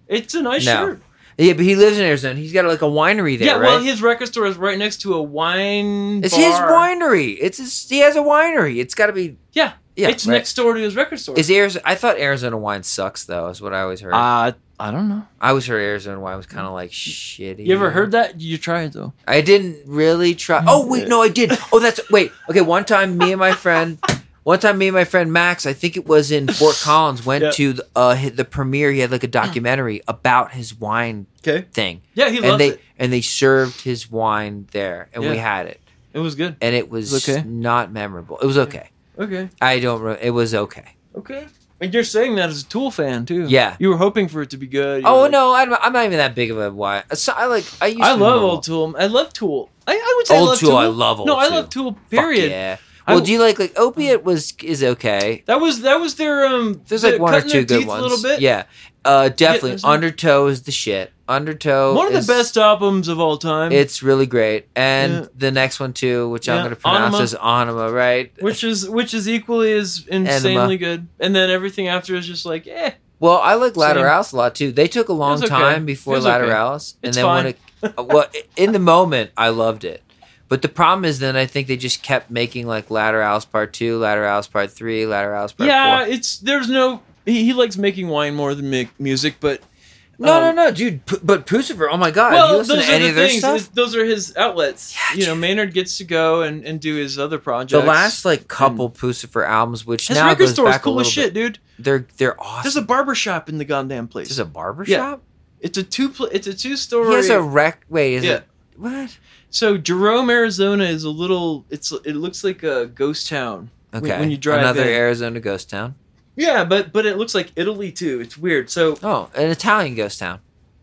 B: It's a nice
A: No.
B: shirt.
A: Yeah, but he lives in Arizona. He's got like a winery there,
B: yeah,
A: right?
B: well, his record store is right next to a wine.
A: it's
B: bar.
A: his winery. It's his. He has a winery. It's got to be.
B: Yeah,
A: yeah.
B: it's
A: right.
B: next door to his record store.
A: Is Arizona? I thought Arizona wine sucks though. Is what I always heard.
B: uh, I don't know.
A: I always heard Arizona wine was kind of like shitty.
B: You ever heard that? You try it though.
A: I didn't really try. Oh wait, no, I did. Oh, that's wait. Okay, one time, me and my friend, one time, me and my friend Max, I think it was in Fort Collins, went
B: Yeah.
A: to the, uh, hi- the premiere. He had
B: Mm.
A: like a documentary about his wine
B: Okay.
A: thing,
B: Yeah, he
A: and
B: loved
A: they
B: it.
A: and they served his wine there, and we
B: Yeah.
A: had it,
B: It was good.
A: and it was
B: It's okay.
A: not memorable. It was okay.
B: Okay.
A: I don't. Re- it was okay.
B: Okay. And you're saying that as a Tool fan too.
A: Yeah.
B: You were hoping for it to be good. You
A: Oh
B: were like-
A: no, I'm, I'm not even that big of a wine. So I like. I used.
B: I
A: to
B: love
A: know.
B: old Tool. I love Tool. I, I would say I
A: Old
B: love
A: Tool,
B: Tool.
A: I love old
B: No, I
A: Tool.
B: love Tool.
A: Fuck
B: Period.
A: yeah.
B: I-
A: Well, do you like like opiate was is okay.
B: That was that was their um.
A: There's like
B: their-
A: one or
B: cutting their
A: two good
B: teeth
A: ones.
B: A little bit.
A: Yeah, uh, definitely.
B: there's one-
A: Undertow is the shit. Undertow.
B: One of
A: is-
B: the best albums of all time.
A: oh, It's really great, and
B: Yeah.
A: the next one too, which I'm
B: Yeah,
A: going to pronounce
B: Anima.
A: as Anima, right?
B: which is which is equally as insanely good, and then everything after is just like, eh.
A: Well, I like
B: Same.
A: Lateralis a lot too. They took a long
B: was okay.
A: time before
B: It was okay.
A: Lateralis, and
B: It's
A: then when
B: fine.
A: it, uh, well, in the moment, I loved it. But the problem is, then I think they just kept making like Lateralis Part Two, Lateralis Part Three, Lateralis Part
B: yeah,
A: Four.
B: it's there's no. He, he likes making wine more than mu- music, but
A: No,
B: um,
A: no, no, dude. P- but Pucifer, oh my god, have you
B: well,
A: listen
B: those
A: to
B: are
A: any
B: the
A: of their
B: things.
A: stuff?
B: Th- Those are his outlets.
A: Yeah,
B: you know,
A: dude.
B: Maynard gets to go and, and do his other projects.
A: the last like couple Pucifer albums, which
B: Mm. his
A: now
B: record
A: goes
B: store is
A: back a
B: cool as
A: little
B: shit, dude.
A: bit, they're they're
B: There's
A: awesome.
B: a barber shop in the goddamn place.
A: There's a, barber
B: Yeah.
A: shop.
B: It's a two. Pl- it's a two story.
A: He has a rec. Wait, is
B: Yeah.
A: it what?
B: So Jerome, Arizona is a little. It's it looks like a ghost town.
A: Okay,
B: When- when you drive
A: another
B: in.
A: Arizona ghost town.
B: Yeah, but but it looks like Italy too. It's weird. So
A: Oh, an Italian ghost town.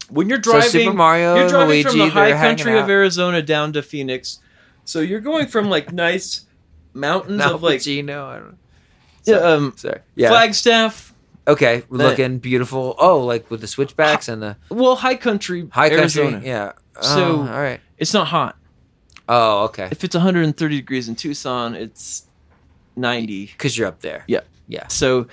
B: when you're
A: so
B: driving,
A: Super Mario
B: you're
A: and
B: driving
A: Luigi,
B: from the high
A: they're hanging
B: country of
A: out.
B: Arizona down to Phoenix. So you're going from like nice mountains
A: No,
B: of like
A: Gino. I don't,
B: yeah, um,
A: sorry. Yeah.
B: Flagstaff,
A: okay, we're looking beautiful. Oh, like with the switchbacks and the
B: well, high country,
A: high
B: Arizona.
A: country. Yeah. Oh,
B: So-
A: all right.
B: It's not hot.
A: Oh, okay.
B: If it's 130 degrees in Tucson, it's 90.
A: Because you're up there.
B: Yeah.
A: Yeah.
B: So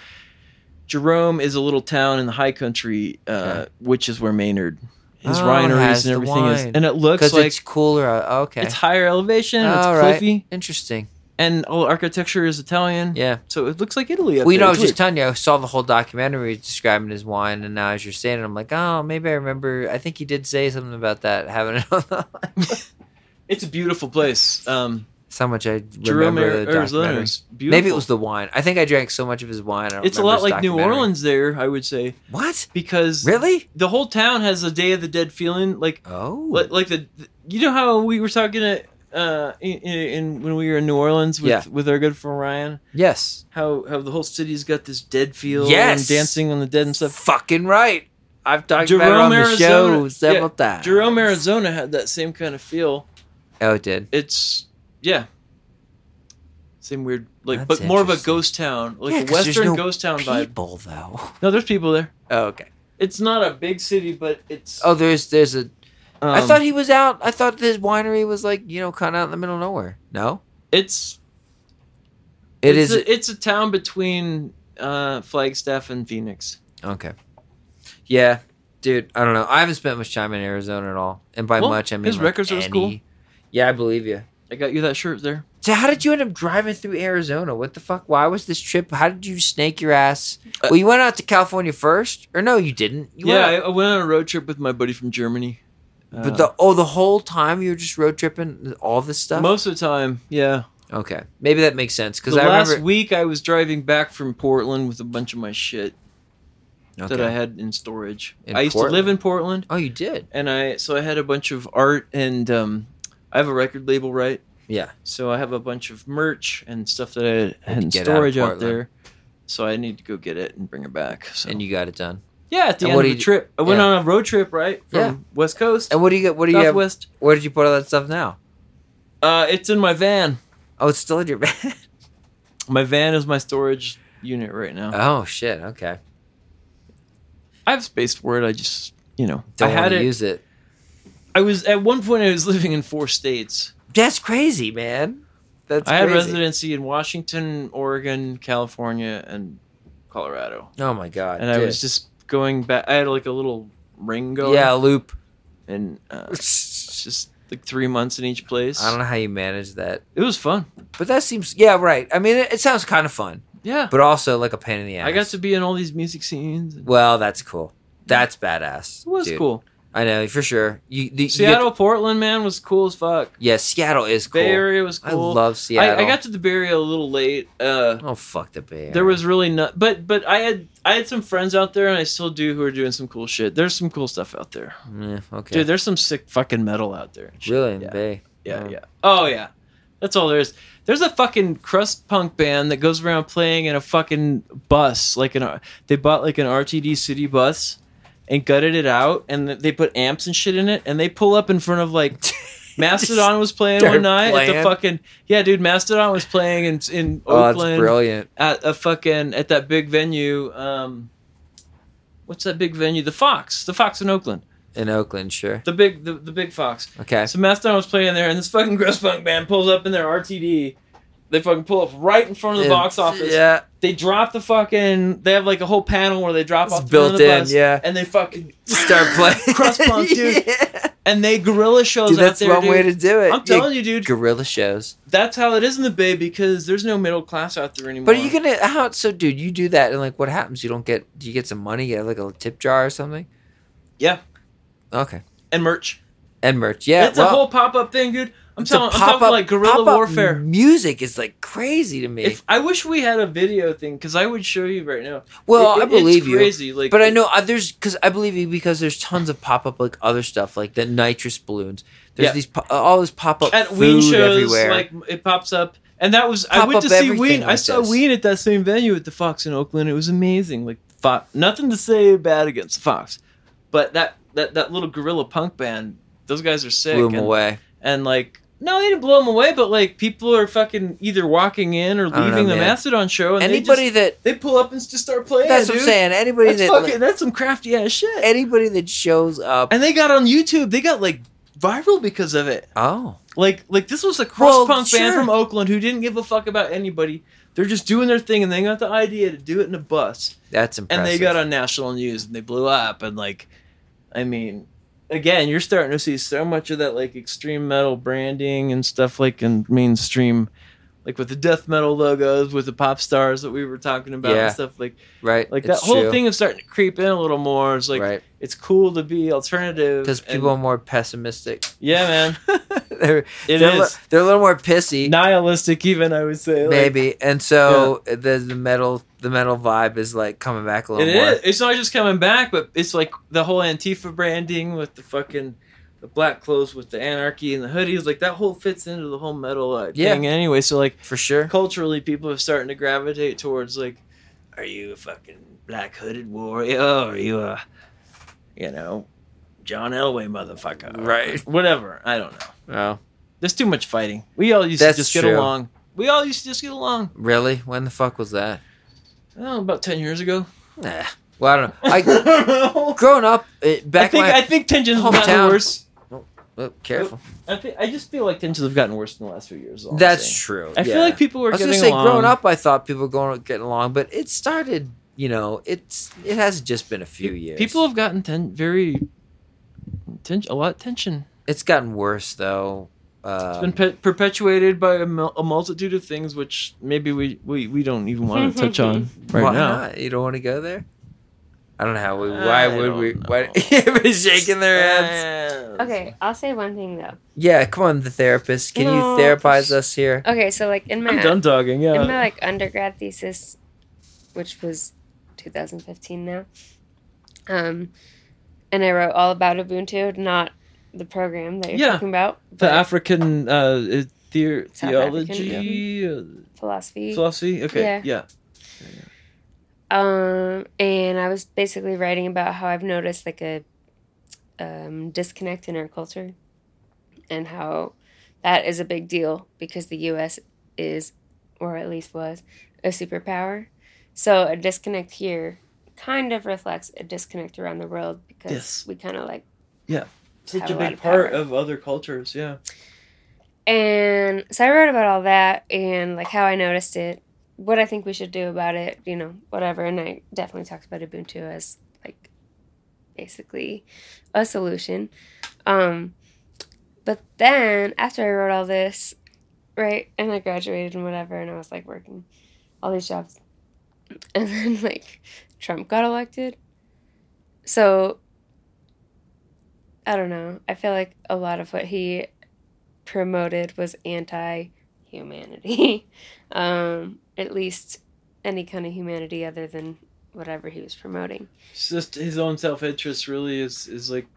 B: Jerome is a little town in the high country, uh,
A: Okay.
B: which is where Maynard, his
A: Oh, it
B: wineries
A: has
B: and
A: the
B: everything is.
A: wine.
B: And it looks
A: Because
B: like
A: it's
B: it's,
A: cooler. uh, Okay.
B: higher elevation, it's
A: All right.
B: cliffy,
A: Interesting.
B: and all architecture is Italian.
A: Yeah.
B: So it looks like Italy. Up
A: Well, you
B: there.
A: know, I
B: It's
A: was just
B: weird.
A: telling you, I saw the whole documentary describing his wine, and now as you're saying it, I'm like, oh, maybe I remember. I think he did say something about that having it on the
B: it's a beautiful place. Um,
A: That's how much I
B: Jerome,
A: remember the
B: Arizona.
A: documentary.
B: is Beautiful.
A: Maybe it was the wine. I think I drank so much of his wine. I don't
B: It's a lot
A: remember his
B: like New
A: documentary.
B: Orleans there, I would say,
A: What?
B: because
A: Really?
B: the whole town has a Day of the Dead feeling. Like
A: Oh.
B: like, like the you know how we were talking to, uh in, in when we were in New Orleans with
A: Yeah.
B: with our good friend Ryan
A: Yes.
B: how how the whole city's got this dead feel
A: Yes.
B: and dancing on the dead and stuff.
A: Fucking right. I've talked about it
B: Jerome,
A: on the
B: Arizona-
A: show
B: yeah,
A: several times.
B: Jerome, Arizona had that same kind of feel.
A: Oh, it did.
B: It's yeah. Same weird, like,
A: That's
B: but more of a
A: interesting.
B: ghost town, like
A: Yeah,
B: a
A: 'cause there's
B: western
A: no
B: ghost town vibe.
A: People though.
B: No, there's people there.
A: Oh, okay.
B: It's not a big city, but it's.
A: Oh, there's there's a. I
B: um,
A: thought he was out. I thought his winery was like you know kind of out in the middle of nowhere. No,
B: it's
A: it
B: it's
A: is
B: A, it's a town between uh, Flagstaff and Phoenix.
A: okay. Yeah, dude. I don't know. I haven't spent much time in Arizona at all, and by
B: Well,
A: much I mean
B: his
A: like,
B: records are
A: any.
B: cool.
A: Yeah, I believe you.
B: I got you that shirt there.
A: So how did you end up driving through Arizona? What the fuck? Why was this trip? How did you snake your ass?
B: Uh,
A: well, you went out to California first, or no, you didn't. You
B: yeah,
A: went
B: I,
A: out-
B: I went on a road trip with my buddy from Germany. Uh,
A: but the oh, the whole time you were just road tripping all this stuff.
B: most of the time, yeah.
A: okay, maybe that makes sense
B: The
A: because I
B: last
A: remember.
B: week I was driving back from Portland with a bunch of my shit that I had in storage.
A: In
B: I used to live
A: Portland?
B: in Portland,
A: oh, you did.
B: and I so I had a bunch of art and um, I have a record label, right?
A: Yeah.
B: So I have a bunch of merch and stuff that I had in
A: get out of
B: storage out,
A: Portland.
B: there. So I need to go get it and bring it back. So.
A: And you got it done.
B: Yeah, at the
A: And
B: end
A: what
B: of
A: do
B: the
A: you-
B: trip. I went
A: yeah.
B: on a road trip, right? From
A: Yeah.
B: West Coast,
A: And what do you get? What do you have?
B: Southwest.
A: Where did you put all that stuff now?
B: Uh, it's in my van.
A: Oh, it's still in your bag.
B: My van is my storage unit right now.
A: oh shit. Okay.
B: I have space for it. I just, you know,
A: Don't
B: I had
A: want to
B: it.
A: use it.
B: I was at one point. I was living in four states.
A: That's crazy, man. That's
B: I had
A: crazy.
B: residency in Washington, Oregon, California, and Colorado.
A: Oh my god.
B: And I
A: dude.
B: was just going back. I had like a little ring going.
A: yeah loop.
B: and uh,
A: I
B: it's just like three months in each place.
A: don't know how you manage that.
B: It was fun.
A: But that seems yeah, right. I mean, it, it sounds kind of fun,
B: Yeah,
A: but also like a pain in the ass.
B: I got to be in all these music scenes. And
A: Well, that's cool. That's badass.
B: it was
A: dude.
B: cool.
A: I know for sure. You, the,
B: Seattle, Portland, man, was cool as fuck.
A: yeah, Seattle is cool.
B: Bay Area was
A: I
B: cool.
A: love Seattle.
B: I, I got to the Bay Area a little late. Uh,
A: oh fuck the Bay Area.
B: there was really not, but but I had I had some friends out there, and I still do who are doing some cool shit. There's some cool stuff out there,
A: Yeah, okay.
B: dude. There's some sick fucking metal out there. and shit.
A: really in
B: Yeah,
A: Bay.
B: yeah,
A: yeah.
B: yeah. Oh yeah, that's all there is. There's a fucking crust punk band that goes around playing in a fucking bus, like an R- they bought like an RTD city bus, and gutted it out, and th- they put amps and shit in it, and they pull up in front of like Mastodon was playing
A: They're
B: one night at the
A: playing?
B: fucking yeah, dude. Mastodon was playing in in
A: Oh, that's
B: Oakland
A: brilliant.
B: at a fucking at that big venue. Um, what's that big venue? The Fox, the Fox in Oakland,
A: In Oakland, sure.
B: the big the, the big Fox.
A: Okay.
B: So Mastodon was playing there, and this fucking gross punk band pulls up in their RTD. They fucking pull up right in front of the
A: Yeah,
B: box office.
A: Yeah.
B: They drop the fucking. They have like a whole panel where they drop
A: It's
B: off the front of
A: built
B: the
A: in,
B: bus,
A: yeah.
B: And they fucking
A: Start playing.
B: crust punk, dude.
A: Yeah.
B: And they gorilla shows
A: Dude,
B: out
A: that's
B: there.
A: one
B: dude.
A: way to do it.
B: I'm telling you, dude.
A: Gorilla shows.
B: That's how it is in the Bay because there's no middle class out there anymore.
A: But are you gonna how so dude, you do that and like what happens? You don't get do you get some money, you get like a tip jar or something?
B: Yeah.
A: Okay.
B: and merch.
A: And merch. Yeah.
B: it's
A: well,
B: a whole pop up thing, dude. I'm
A: it's a
B: telling. I'm talking
A: pop-up-
B: like guerrilla
A: pop-up
B: warfare.
A: Music is like crazy to me.
B: If I wish we had a video thing, because I would show you right now.
A: well,
B: It-
A: I
B: it-
A: believe
B: it's
A: you.
B: Crazy, like,
A: But I know uh, there's because I believe you because there's tons of pop up like other stuff like the nitrous balloons. There's
B: Yeah.
A: these po- uh, all this pop up
B: at
A: food
B: Ween shows,
A: everywhere.
B: like it pops up. And that was I
A: Pop
B: went
A: up
B: to see
A: everything
B: Ween. I
A: like
B: saw
A: this.
B: Ween at that same venue at the Fox in Oakland. It was amazing. Like fo- nothing to say bad against the Fox, but that that that little gorilla punk band, those guys are sick.
A: blew 'em
B: and,
A: away.
B: and like. No, they didn't blow them away, but like people are fucking either walking in or
A: don't
B: leaving
A: know,
B: the
A: man.
B: Mastodon show, and
A: Anybody
B: they,
A: that
B: just, they pull up and just start playing.
A: that's what
B: dude.
A: I'm saying. Anybody
B: That's,
A: that
B: fucking,
A: like,
B: that's some crafty ass shit.
A: anybody that shows up
B: and they got on YouTube. They got like viral because of it.
A: Oh,
B: Like like this was a cross
A: Well,
B: punk
A: sure.
B: band from Oakland who didn't give a fuck about anybody. They're just doing their thing and they got the idea to do it in a bus.
A: that's impressive.
B: And they got on national news and they blew up and like I mean again, you're starting to see so much of that like extreme metal branding and stuff like in mainstream like with the death metal logos, with the pop stars that we were talking about
A: Yeah.
B: and stuff like
A: right.
B: like
A: it's
B: that whole
A: true.
B: thing is starting to creep in a little more. It's like
A: right?
B: it's cool to be alternative.
A: Because
B: and-
A: people are more pessimistic.
B: Yeah, man.
A: they're
B: It
A: they're, a li-
B: is.
A: they're a little more pissy,
B: Nihilistic even I would say. like-
A: maybe, and so the the metal the metal vibe is like coming back a
B: It
A: little more.
B: is. It's not just coming back, but it's like the whole Antifa branding with the fucking the black clothes with the anarchy and the hoodies. Like that whole fits into the whole metal uh,
A: Yeah.
B: thing anyway. So like
A: for sure.
B: culturally, people are starting to gravitate towards like, are you a fucking black hooded warrior? Or are you a, you know, John Elway motherfucker?
A: Right.
B: Whatever. I don't know.
A: Oh,
B: There's too much fighting. We all used
A: That's
B: to just get
A: true.
B: along. We all used to just get along.
A: really? When the fuck was that?
B: Oh, about ten years ago.
A: Nah. Well, I don't know. I
B: don't know.
A: growing up it, back
B: I think
A: when I,
B: I think tensions have
A: hometown.
B: gotten worse.
A: oh, careful.
B: I, think, I just feel like tensions have gotten worse in the last few years. is all I'm
A: That's
B: saying.
A: true.
B: Oh, I
A: yeah.
B: feel like people were
A: I was
B: getting
A: gonna say,
B: along.
A: growing up, I thought people were going getting along, but it started. You know, it's it has just been a few years.
B: People have gotten ten, very ten, a lot of tension.
A: it's gotten worse though.
B: It's
A: Um,
B: been pe- perpetuated by a, mul- a multitude of things, which maybe we, we, we don't even want to touch on right
A: why
B: now.
A: not? You don't want to go there. I don't know how we.
B: I
A: Why would
B: don't
A: we?
B: know.
A: Why everybody's shaking their heads?
C: Okay, I'll say one thing though.
A: Yeah, come on, the therapist. Can
C: No.
A: you therapize us here?
C: Okay, so like in my
B: I'm done dogging. Yeah,
C: in my like undergrad thesis, which was 2015 now, um, and I wrote all about Ubuntu, not the program that you're
B: Yeah.
C: talking about, but
B: the African uh, it- theor-
C: South
B: theology uh,
C: philosophy.
B: philosophy. Okay,
C: Yeah.
B: yeah.
C: um, and I was basically writing about how I've noticed like a um, disconnect in our culture, and how that is a big deal because the U.S. is, or at least was, a superpower. So a disconnect here kind of reflects a disconnect around the world because
B: Yes.
C: we kind of like
B: Such
C: Have
B: a
C: a lot
B: big
C: of
B: part
C: power.
B: of other cultures. Yeah.
C: And so I wrote about all that and like how I noticed it, what I think we should do about it, you know, whatever. And I definitely talked about Ubuntu as like basically a solution. Um, but then after I wrote all this, right, and I graduated and whatever, and I was like working all these jobs, and then like Trump got elected. So I don't know. I feel like a lot of what he promoted was anti humanity. um, at least any kind of humanity other than whatever he was promoting.
B: It's just his own self interest really is is like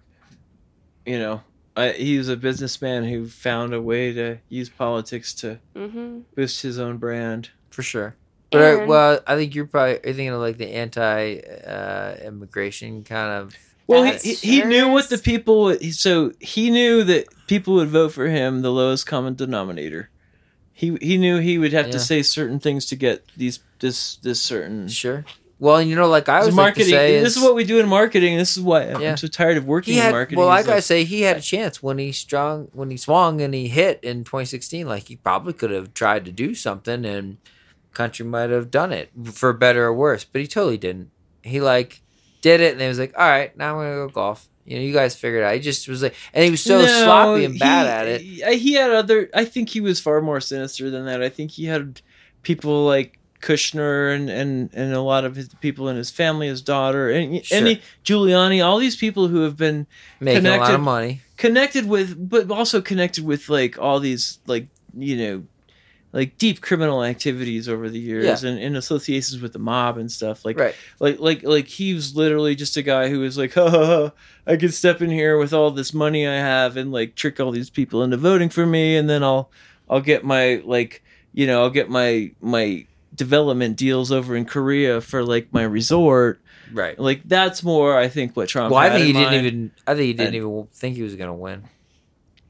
B: you know I, he was a businessman who found a way to use politics to
C: Mm-hmm.
B: boost his own brand.
A: For sure. But I,
C: And-
A: well, I think you're probably are you thinking of like the anti uh, immigration kind of.
B: Well,
C: That's
B: he, he he knew what the
C: serious.
B: people would- he- so he knew that people would vote for him the lowest common denominator. He he knew he would have
A: Yeah.
B: to say certain things to get these this this certain
A: Sure. Well, and you know, like I was like to
B: marketing.
A: say,
B: this is what we do in marketing. This is why I'm
A: Yeah.
B: so tired of working
A: he
B: in
A: had.
B: marketing.
A: Well,
B: It's
A: like I
B: like,
A: say, he had a chance when he strong when he swung and he hit in 2016. Like he probably could have tried to do something, and country might have done it for better or worse. But he totally didn't. He like did it, and he was like, "All right, now I'm gonna go golf." You know, you guys figured it out. He just was like, and he was so
B: No,
A: sloppy and bad
B: he-
A: at it.
B: He, he had other. I think he was far more sinister than that. I think he had people like Kushner and and and a lot of his people in his family, his daughter, and
A: Sure.
B: and he, Giuliani, all these people who have been
A: making a lot
B: connected-
A: of money.
B: connected with, but also connected with like all these like you know. Like deep criminal activities over the years, and, and associations with the mob and stuff. Like,
A: right.
B: like like like he was literally just a guy who was like ha, ha, ha i could step in here with all this money i have and like trick all these people into voting for me and then i'll i'll get my like you know i'll get my my development deals over in korea for like my resort
A: Right.
B: like that's more i think what trump
A: Well, I
B: had
A: think
B: in
A: he didn't
B: mind.
A: even. I think he didn't
B: And-
A: even think he was gonna win.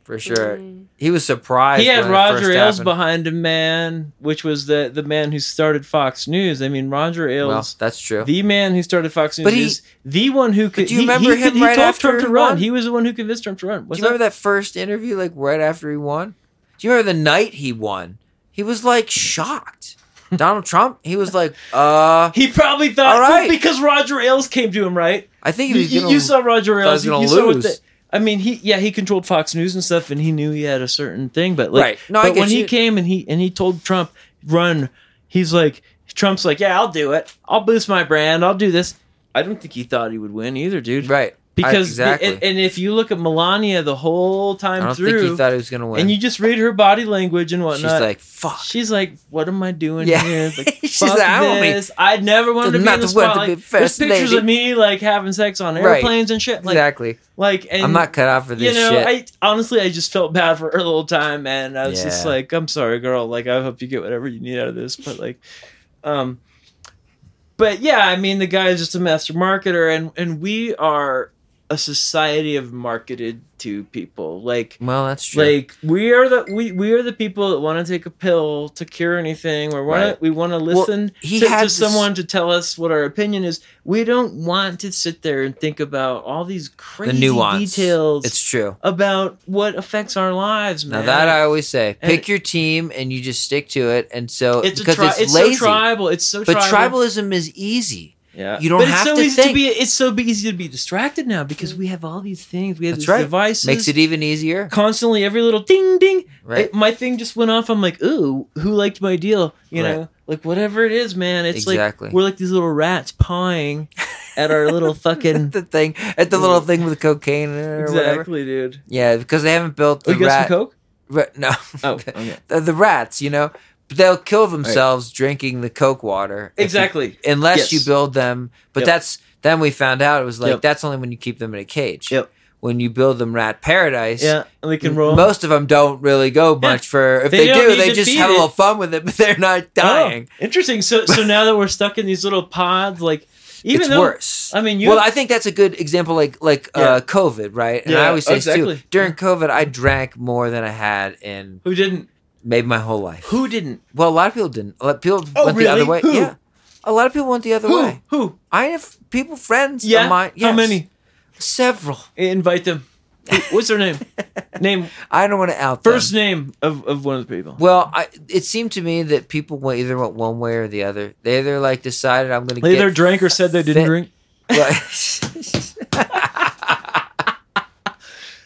A: for sure.
C: Mm.
A: He was surprised.
B: He had
A: when it first
B: Roger Ailes
A: happened.
B: behind him, man, which was the the man who started Fox News. I mean, Roger
A: Well,
B: Ailes,
A: that's true.
B: the man who started Fox News,
A: But he-
B: is the one who could.
A: do you
B: he-
A: remember
B: he,
A: him
B: he
A: right
B: told
A: after
B: Trump to
A: he
B: run?
A: won?
B: He was the one who convinced Trump to run.
A: Do
B: What's
A: you remember that first interview, like right after he won? Do you remember the night he won? He was like shocked. Donald Trump. He was like, uh,
B: He probably thought
A: All right.
B: well, because Roger Ailes came to him, right?
A: I think
B: You,
A: he was
B: you-
A: gonna.
B: you saw Roger
A: thought he
B: Ailes.
A: was
B: You,
A: gonna
B: you saw what the,
A: lose.
B: I mean, he yeah, he controlled Fox News and stuff, and he knew he had a certain thing. But like,
A: Right. No, I
B: but
A: get
B: when he
A: you.
B: came and he and he told Trump, "Run," he's like, Trump's like, "Yeah, I'll do it. I'll boost my brand. I'll do this." I don't think he thought he would win either, dude.
A: right. I-
B: Because the-
A: exactly.
B: and, and if you look at Melania the whole
A: I
B: time
A: don't
B: through,
A: think he thought he was gonna win.
B: and you just read her body language and
A: She's
B: whatnot.
A: like, fuck.
B: She's like, what am I doing
A: Yeah.
B: here? Like,
A: She's
B: fuck
A: like, I won't be-
B: this. I never wanted to
A: Did
B: be
A: not
B: in the
A: want to
B: spotlight.
A: be
B: There's
A: first
B: pictures
A: lady.
B: of me like having sex on
A: Right.
B: airplanes and shit. Like,
A: exactly.
B: like, and
A: I'm not cut out for
B: you
A: this
B: know,
A: shit.
B: I honestly, I just felt bad for her the whole time, and I was just
A: Yeah.
B: like, I'm sorry, girl. Like, I hope you get whatever you need out of this, but like, um, but yeah, I mean, the guy is just a master marketer, and and we are a society of marketed to people, like.
A: well, that's true.
B: Like we are the we, we are the people that want to take a pill to cure anything. We want to
A: Right.
B: we want to listen
A: he
B: to,
A: had
B: to
A: this-
B: someone to tell us what our opinion is. We don't want to sit there and think about all these crazy
A: the nuance.
B: details
A: It's true.
B: about what affects our lives,
A: Now
B: man.
A: that I always say,
B: And-
A: pick your team and you just stick to it. And so
B: it's
A: because
B: a tri-
A: it's,
B: it's,
A: lazy,
B: so tribal. It's so
A: but
B: tribal.
A: tribalism is easy.
B: Yeah.
A: You don't
B: but
A: have
B: it's so
A: to
B: easy to
A: think.
B: be it's so be- easy to be distracted now because we have all these things. We have
A: That's
B: these
A: right.
B: devices.
A: Makes it even easier,
B: constantly every little ding ding
A: right?
B: It- my thing just went off. I'm like, ooh, who liked my deal? You
A: Right.
B: know, like whatever it is, man. It's
A: Exactly.
B: like we're like these little rats pawing at our little fucking.
A: the thing at the little thing with the cocaine in it or whatever.
B: exactly, dude.
A: Yeah, because they haven't built
B: Oh,
A: the
B: you got
A: rat.
B: some coke?
A: ra- no,
B: Oh, okay.
A: the, the rats. You know, but they'll kill themselves drinking the coke water. if you-
B: exactly.
A: unless
B: Yes.
A: you build them. But
B: Yep.
A: that's then we found out it was like
B: Yep.
A: that's only when you keep them in a cage.
B: Yep.
A: When you build them rat paradise,
B: Yeah, and we can
A: m-
B: roll.
A: most of them don't really go much for. If
B: They
A: they,
B: don't
A: do,
B: need
A: they
B: to
A: just
B: feed
A: have a
B: it.
A: little fun with it, but they're not
B: Oh,
A: dying.
B: interesting. So, so now that we're stuck in these little pods, like even
A: it's
B: though
A: worse.
B: I mean, you
A: well, I think that's a good example, like like uh,
B: Yeah.
A: COVID, right? And I
B: Yeah,
A: always say this too
B: exactly.
A: during COVID, I drank more than I had in
B: who didn't?
A: maybe my whole life.
B: Who didn't?
A: Well, a lot of people didn't. A lot of people
B: Oh,
A: went the other
B: really?
A: way.
B: Who?
A: Yeah, a lot of people went the other
B: Who?
A: way.
B: Who?
A: I have people, friends
B: Yeah.
A: of mine.
B: How
A: yes.
B: many?
A: Several.
B: Invite them. What's their name? name
A: I don't want to out them.
B: first name of of one of the people.
A: Well, I, it seemed to me that people went either went one way or the other. They either like decided I'm going to
B: They either
A: get
B: drank or said they didn't
A: fit.
B: drink.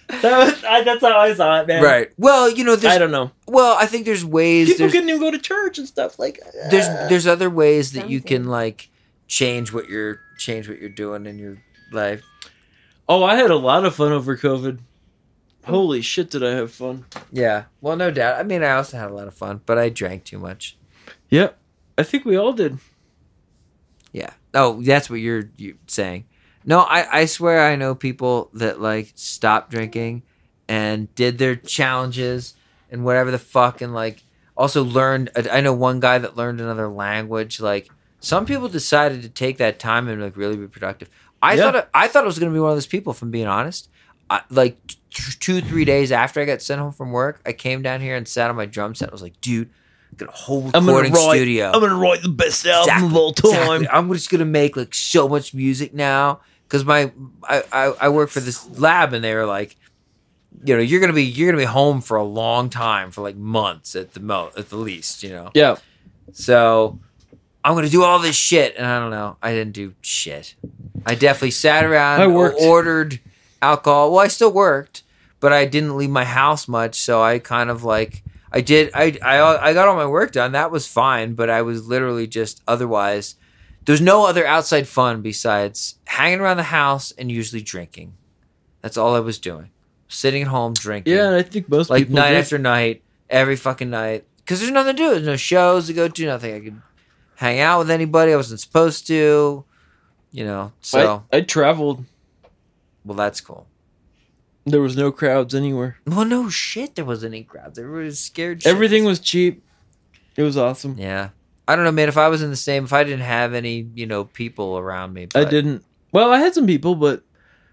B: That was, I, that's how I saw it, man.
A: right. Well, you know,
B: I
A: there's,
B: don't know.
A: well, I think there's ways.
B: People
A: there's,
B: couldn't even go to church and stuff. Like, uh,
A: there's there's other ways that you
C: Something.
A: can like change what you're change what you're doing in your life.
B: oh, I had a lot of fun over COVID. Holy shit, did I have fun?
A: Yeah. Well, no doubt. I mean, I also had a lot of fun, but I drank too much.
B: Yep, I think we all did.
A: Yeah. Oh, that's what you're you saying. No, I, I swear I know people that like stopped drinking and did their challenges and whatever the fuck and like also learned I I know one guy that learned another language like some people decided to take that time and like really be productive. I
B: Yeah.
A: thought it- I thought I was going to be one of those people if I'm being honest. I, like t- t- 2 3 days after I got sent home from work, I came down here and sat on my drum set. I was like, dude, I got a whole
B: I'm gonna
A: recording
B: write-
A: studio.
B: I'm gonna write the best album of all time.
A: Exactly. I'm just gonna make like so much music now because my I, I I work for this lab and they were like, you know, you're gonna be you're gonna be home for a long time for like months at the mo at the least, you know.
B: Yeah,
A: So I'm gonna do all this shit, and I don't know. I didn't do shit. I definitely sat around.
B: I worked.
A: Ordered alcohol. Well, I still worked, but I didn't leave my house much. So I kind of like I did. I I I got all my work done. That was fine. But I was literally just otherwise. There's no other outside fun besides hanging around the house and usually drinking. That's all I was doing. Sitting at home drinking
B: yeah. and I think most
A: like
B: people
A: night
B: did.
A: after night, every fucking night. Because there's nothing to do. There's no shows to go to. Nothing I could hang out with anybody. I wasn't supposed to. You know. So
B: I, I traveled.
A: well, that's cool.
B: There was no crowds anywhere.
A: Well, no shit. There wasn't any crowds. Everybody was scared. shitless.
B: Everything was cheap. It was awesome.
A: Yeah. I don't know, man. If I was in the same, if I didn't have any, you know, people around me,
B: I
A: but-
B: didn't. Well, I had some people, but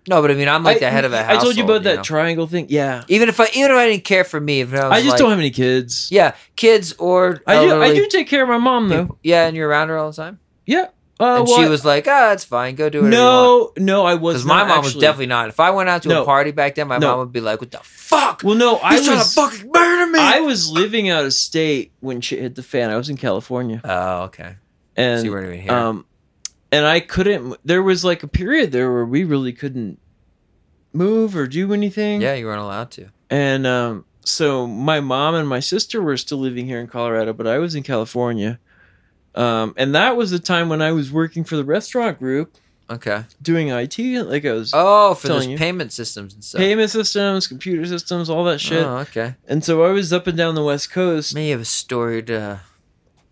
A: No, but I mean, I'm like the head of a
B: I
A: household.
B: told you about that
A: know?
B: triangle thing. Yeah.
A: even if I even if I didn't care for me, if I, was
B: I just
A: like-
B: don't have any kids.
A: Yeah, kids or
B: I do. I
A: elderly
B: do take care of my mom though.
A: people. Yeah, and you're around her all the time.
B: Yeah. Uh,
A: and
B: well,
A: she
B: I-
A: was like, "Ah, it's fine. Go do whatever you want."
B: no, no, I was
A: Because my
B: not
A: mom was
B: actually.
A: definitely not. If I went out to
B: No.
A: a party back then, my
B: No.
A: mom would be like, "What the fuck?
B: Well, no, I
A: He's trying to
B: was.
A: fucking murder me."
B: I was living out of state when shit hit the fan. I was in California,
A: oh, okay.
B: and
A: so you weren't even here.
B: um, and I couldn't. There was like a period there where we really couldn't move or do anything.
A: yeah, you weren't allowed to.
B: And um, so my mom and my sister were still living here in Colorado, but I was in California. Um, and that was the time when I was working for the restaurant group
A: Okay.
B: doing IT. Like I was
A: Oh, for those
B: telling you.
A: payment systems and stuff.
B: payment systems, computer systems, all that shit.
A: Oh, okay.
B: And so I was up and down the West Coast.
A: May have a storied uh,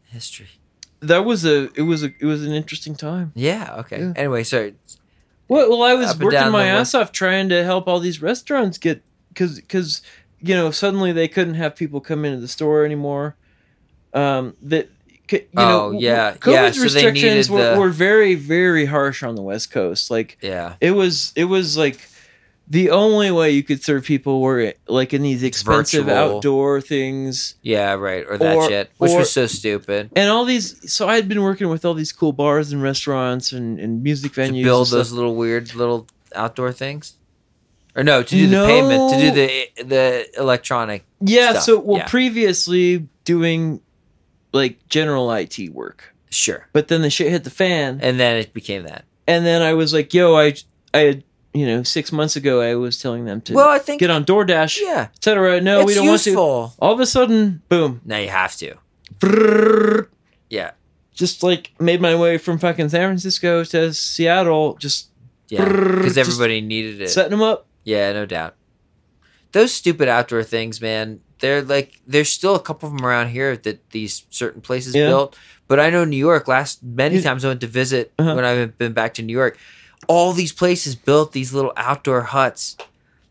A: history.
B: That was a it was a it was an interesting time.
A: Yeah. Okay.
B: Yeah.
A: Anyway, sorry.
B: Well, well I was
A: Up and
B: working
A: down
B: my
A: the
B: ass off trying to help all these restaurants get cuz cuz you know, suddenly they couldn't have people come into the store anymore. Um that c- you
A: Oh,
B: know, w-
A: yeah,
B: w-
A: yeah,
B: COVID's
A: so they
B: restrictions
A: needed
B: were,
A: the-
B: were very very harsh on the West Coast. Like
A: Yeah.
B: it was it was like the only way you could serve people were like in these expensive
A: Virtual.
B: outdoor things.
A: Yeah. Right. Or that
B: Or-
A: shit, which
B: or-
A: was so stupid.
B: and all these so i had been working with all these cool bars and restaurants and, and music venues
A: to
B: and
A: build
B: stuff.
A: those little weird little outdoor things, or no, to do
B: No.
A: the payment, to do the the electronic.
B: yeah
A: stuff,
B: so well
A: yeah.
B: previously doing like general it work
A: Sure.
B: but then the shit hit the fan
A: And then it became that.
B: and then i was like yo i i had you know six months ago i was telling them to
A: well, I think
B: get on doordash
A: yeah,
B: etc no
A: it's
B: we don't want
A: useful.
B: to all of a sudden boom
A: Now you have to.
B: brrrr,
A: Yeah.
B: just like made my way from fucking san francisco to seattle just
A: Yeah.
B: Brrr,
A: Because
B: just
A: everybody needed it.
B: setting them up
A: Yeah, no doubt. Those stupid outdoor things, man. They're like there's still a couple of them around here that these certain places
B: Yeah.
A: built. But I know New York. Last many
B: You-
A: times I went to visit
B: Uh-huh.
A: when I've been back to New York, all these places built these little outdoor huts.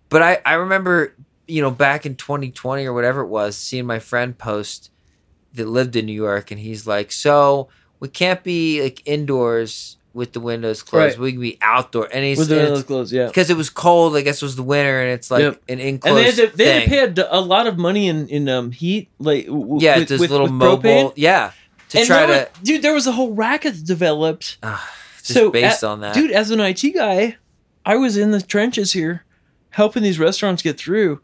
A: But I I remember you know back in 2020 or whatever it was, seeing my friend post that lived in New York, and he's like, so we can't be like indoors with the windows closed.
B: Right.
A: We can be outdoor, and he's
B: with
A: and
B: their
A: it's-
B: eyes closed yeah
A: because it was cold. I guess it was the winter, and it's like
B: Yep.
A: an
B: and they had,
A: enclosed
B: to, they had to
A: thing.
B: pay a, d- a lot of money in in um, heat, like w- w-
A: yeah,
B: with,
A: this
B: with-
A: little
B: with
A: mobile.
B: propane.
A: Yeah, to
B: and
A: try
B: there
A: to
B: was- dude, there was a whole racket developed
A: Ah, just
B: so
A: based
B: a-
A: on that.
B: Dude, as an IT guy, I was in the trenches here, helping these restaurants get through,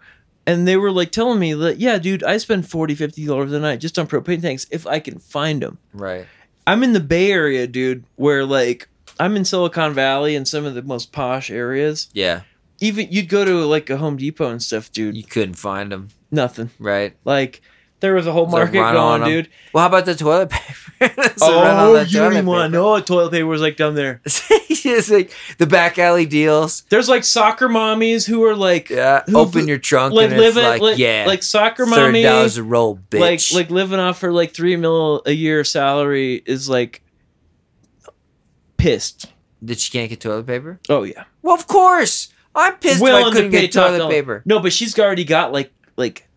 B: and they were like telling me that, yeah, dude, I spend 40 dollars a night just on propane tanks if I can find them.
A: right?
B: I'm in the Bay Area, dude, where like I'm in Silicon Valley and some of the most posh areas.
A: Yeah,
B: Even you'd go to like a Home Depot and stuff, dude,
A: you couldn't find them,
B: nothing.
A: right?
B: Like there was a whole
A: It's a
B: market
A: run on
B: going,
A: 'em.
B: dude.
A: Well, how about the toilet paper? There's a run on
B: Oh,
A: that
B: you don't
A: toilet
B: even want to
A: paper.
B: know what toilet paper was like down there.
A: It's like the back alley deals.
B: There's like soccer mommies who are like
A: Yeah,
B: Who-
A: open your trunk
B: like
A: and it's
B: living
A: like,
B: like,
A: yeah,
B: like soccer
A: thirty
B: mommy
A: dollars a roll,
B: like
A: bitch.
B: like living off her like three mil a year salary is like pissed.
A: that she can't get toilet paper.
B: Oh yeah,
A: Well, of course, I'm pissed. if I
B: Willing to
A: couldn't
B: pay
A: get
B: top
A: toilet
B: dollar.
A: paper.
B: no, but she's already got like like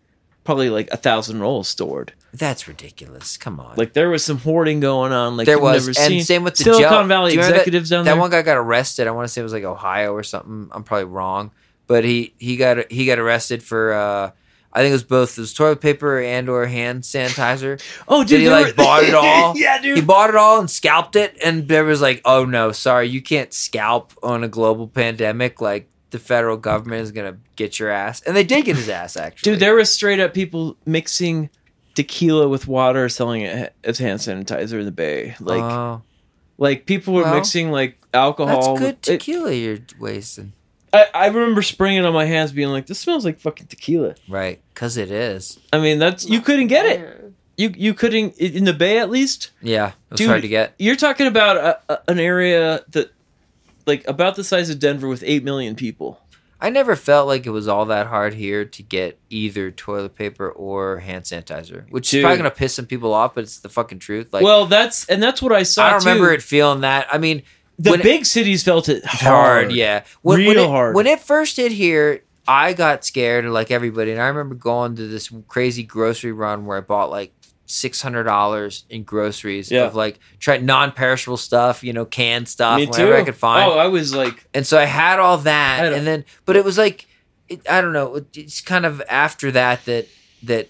B: probably like a thousand rolls stored.
A: That's ridiculous. Come on.
B: Like there was some hoarding going on. Like
A: there
B: you've
A: was,
B: never
A: and
B: seen.
A: same with the
B: Silicon
A: gel-
B: Valley
A: Do you remember that-
B: executives down
A: that
B: there.
A: one guy got arrested. I want to say it was like Ohio or something. I'm probably wrong, but he he got he got arrested for uh, I think it was both it was toilet paper and or hand sanitizer.
B: oh, dude,
A: he,
B: there
A: like,
B: were-
A: bought it all?
B: yeah, dude.
A: he bought it all and scalped it, and there was like, oh no, sorry, you can't scalp on a global pandemic. Like the federal government is gonna get your ass, and they did get his ass actually.
B: Dude, there was straight up people mixing tequila with water, selling it as hand sanitizer in the Bay. Like,
A: Oh,
B: like people were
A: well,
B: mixing like
A: that's
B: alcohol.
A: good
B: with- it-
A: tequila you're wasting,
B: I, I remember spraying it on my hands, being like, "This smells like fucking tequila."
A: right? Because it is.
B: I mean, that's you couldn't get it. You you couldn't i- in the Bay at least.
A: Yeah, it was
B: Dude,
A: hard to get.
B: You're talking about a, a, an area that, like, about the size of Denver with eight million people.
A: I never felt like it was all that hard here to get either toilet paper or hand sanitizer, which is probably
B: Dude.
A: gonna piss some people off, but it's the fucking truth. Like,
B: well, that's and that's what I saw.
A: I don't
B: too.
A: remember it feeling that. I mean,
B: The
A: when it-
B: big cities felt it hard.
A: hard, yeah, when, when
B: Real
A: it,
B: hard.
A: When it first hit here, I got scared like everybody, and I remember going to this crazy grocery run where I bought like six hundred dollars in groceries
B: Yeah.
A: of like try non-perishable stuff, you know, canned stuff,
B: Me
A: whatever I could find.
B: Oh, I was like,
A: And so I had all that,
B: I had a-
A: and then but it was like it, I don't know. it- It's kind of after that that that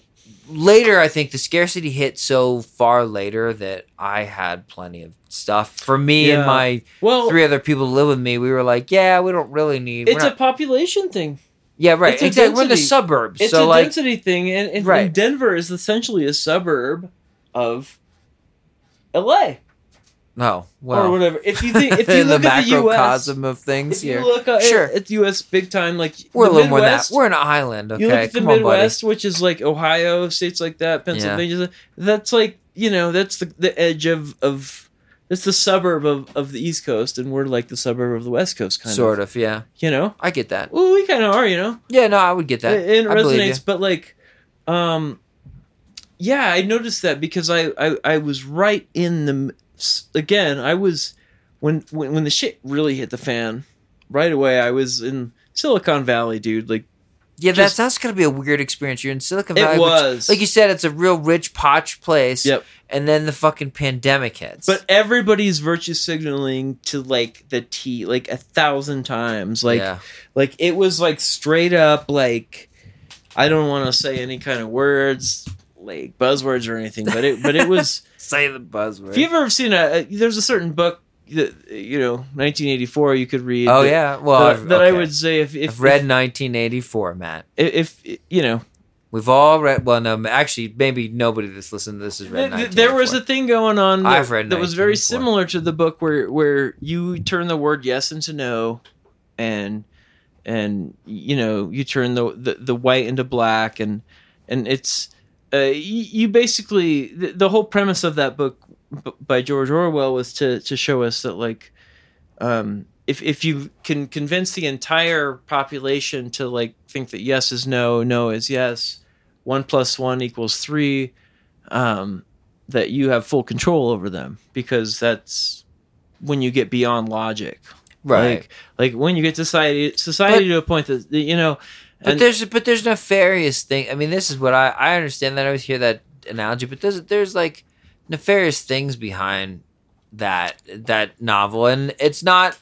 A: later I think the scarcity hit so far later that I had plenty of stuff for me and
B: Yeah.
A: my
B: well,
A: three other people who live with me. We were like, yeah, we don't really need. we're
B: it's
A: not-
B: a population thing.
A: yeah, right.
B: it's a
A: exactly. We're in the
B: density.
A: suburbs,
B: It's
A: so
B: a
A: like
B: density thing, and, and
A: Right.
B: Denver is essentially a suburb of L.A.
A: no, oh, well,
B: or whatever. If you think, if you
A: in the
B: look at the U.S.,
A: macrocosm of things
B: if you
A: here,
B: look at,
A: Sure.
B: at the U.S. big time, like
A: we're a
B: the
A: little more than that.
B: Midwest,
A: We're an island. Okay,
B: you look at the
A: come on, buddy.
B: Midwest, which is like Ohio, states like that, Pennsylvania. That's like you know, that's the the edge of of that's the suburb of of the East Coast, and we're like the suburb of the West Coast, kind
A: Sort of, yeah.
B: You know,
A: I get that.
B: well, we kind of are, you know.
A: Yeah, no, I would get that.
B: it, it
A: I believe you.
B: resonates but like um yeah i noticed that because i i, I was right in the m- s- again i was when, when when the shit really hit the fan right away i was in silicon valley dude like
A: Yeah,
B: Just-
A: that's that's gonna be a weird experience. You're in Silicon
B: It
A: Valley. which,
B: was.
A: like you said, it's a real rich potch place.
B: Yep.
A: And then the fucking pandemic hits.
B: but everybody's virtue signaling to like the t like a thousand times like
A: yeah,
B: like it was like straight up like i don't want to say any kind of words like buzzwords or anything but it but it was
A: say the buzzword.
B: If you've ever seen a, a- there's a certain book that you know, 1984, you could read.
A: oh
B: that-
A: yeah, well
B: that,
A: I've,
B: that I
A: okay.
B: would say if if
A: I've read 1984, Matt.
B: if, if you know,
A: We've all read. Well, no, actually, maybe nobody that's listened to this has read.
B: th- th- there was a
A: 1984.
B: thing going on. That,
A: I've read oh
B: that was very
A: 1984.
B: similar to the book where where you turn the word yes into no, and and you know you turn the the, the white into black and and it's uh, y- you basically the, the whole premise of that book b- by George Orwell was to to show us that like um if if you can convince the entire population to like think that yes is no no is yes one plus one equals three um that you have full control over them because that's when you get beyond logic
A: right.
B: like, like when you get to society society
A: But-
B: to a point that that, you know
A: But
B: and-
A: there's but there's nefarious thing. I mean, this is what I I understand that I always hear that analogy, but there's there's like nefarious things behind that that novel, and it's not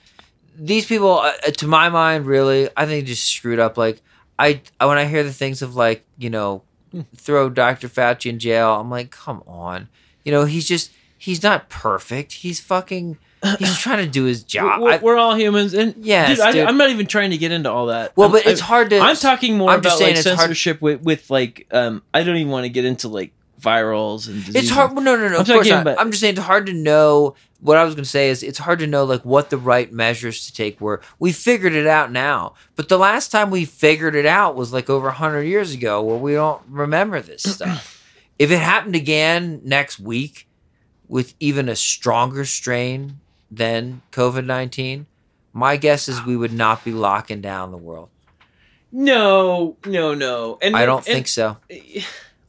A: these people. Uh, uh, to my mind, really, I think just screwed up. Like I I- when I hear the things of like you know
B: Hmm.
A: throw Dr. Fauci in jail, I'm like, come on, you know, he's just he's not perfect. He's fucking he's trying to do his job.
B: we're,
A: I-
B: we're all humans and
A: Yes,
B: dude,
A: dude.
B: I, i'm not even trying to get into all that
A: well,
B: I'm-
A: but it's
B: I-
A: hard to.
B: i'm talking more
A: I'm just
B: about
A: saying
B: like
A: it's hard-
B: censorship with, with like um i don't even want to get into like virals and
A: It's
B: diseases.
A: hard. No, no, no.
B: I'm
A: of course
B: talking
A: not.
B: about-
A: I'm just saying it's hard to know. What I was going to say is it's hard to know like what the right measures to take were. We figured it out now, but the last time we figured it out was like over hundred years ago, where we don't remember this stuff. if it happened again next week with even a stronger strain than COVID nineteen, my guess is we would not be locking down the world.
B: no no no and
A: I don't
B: and-
A: think so.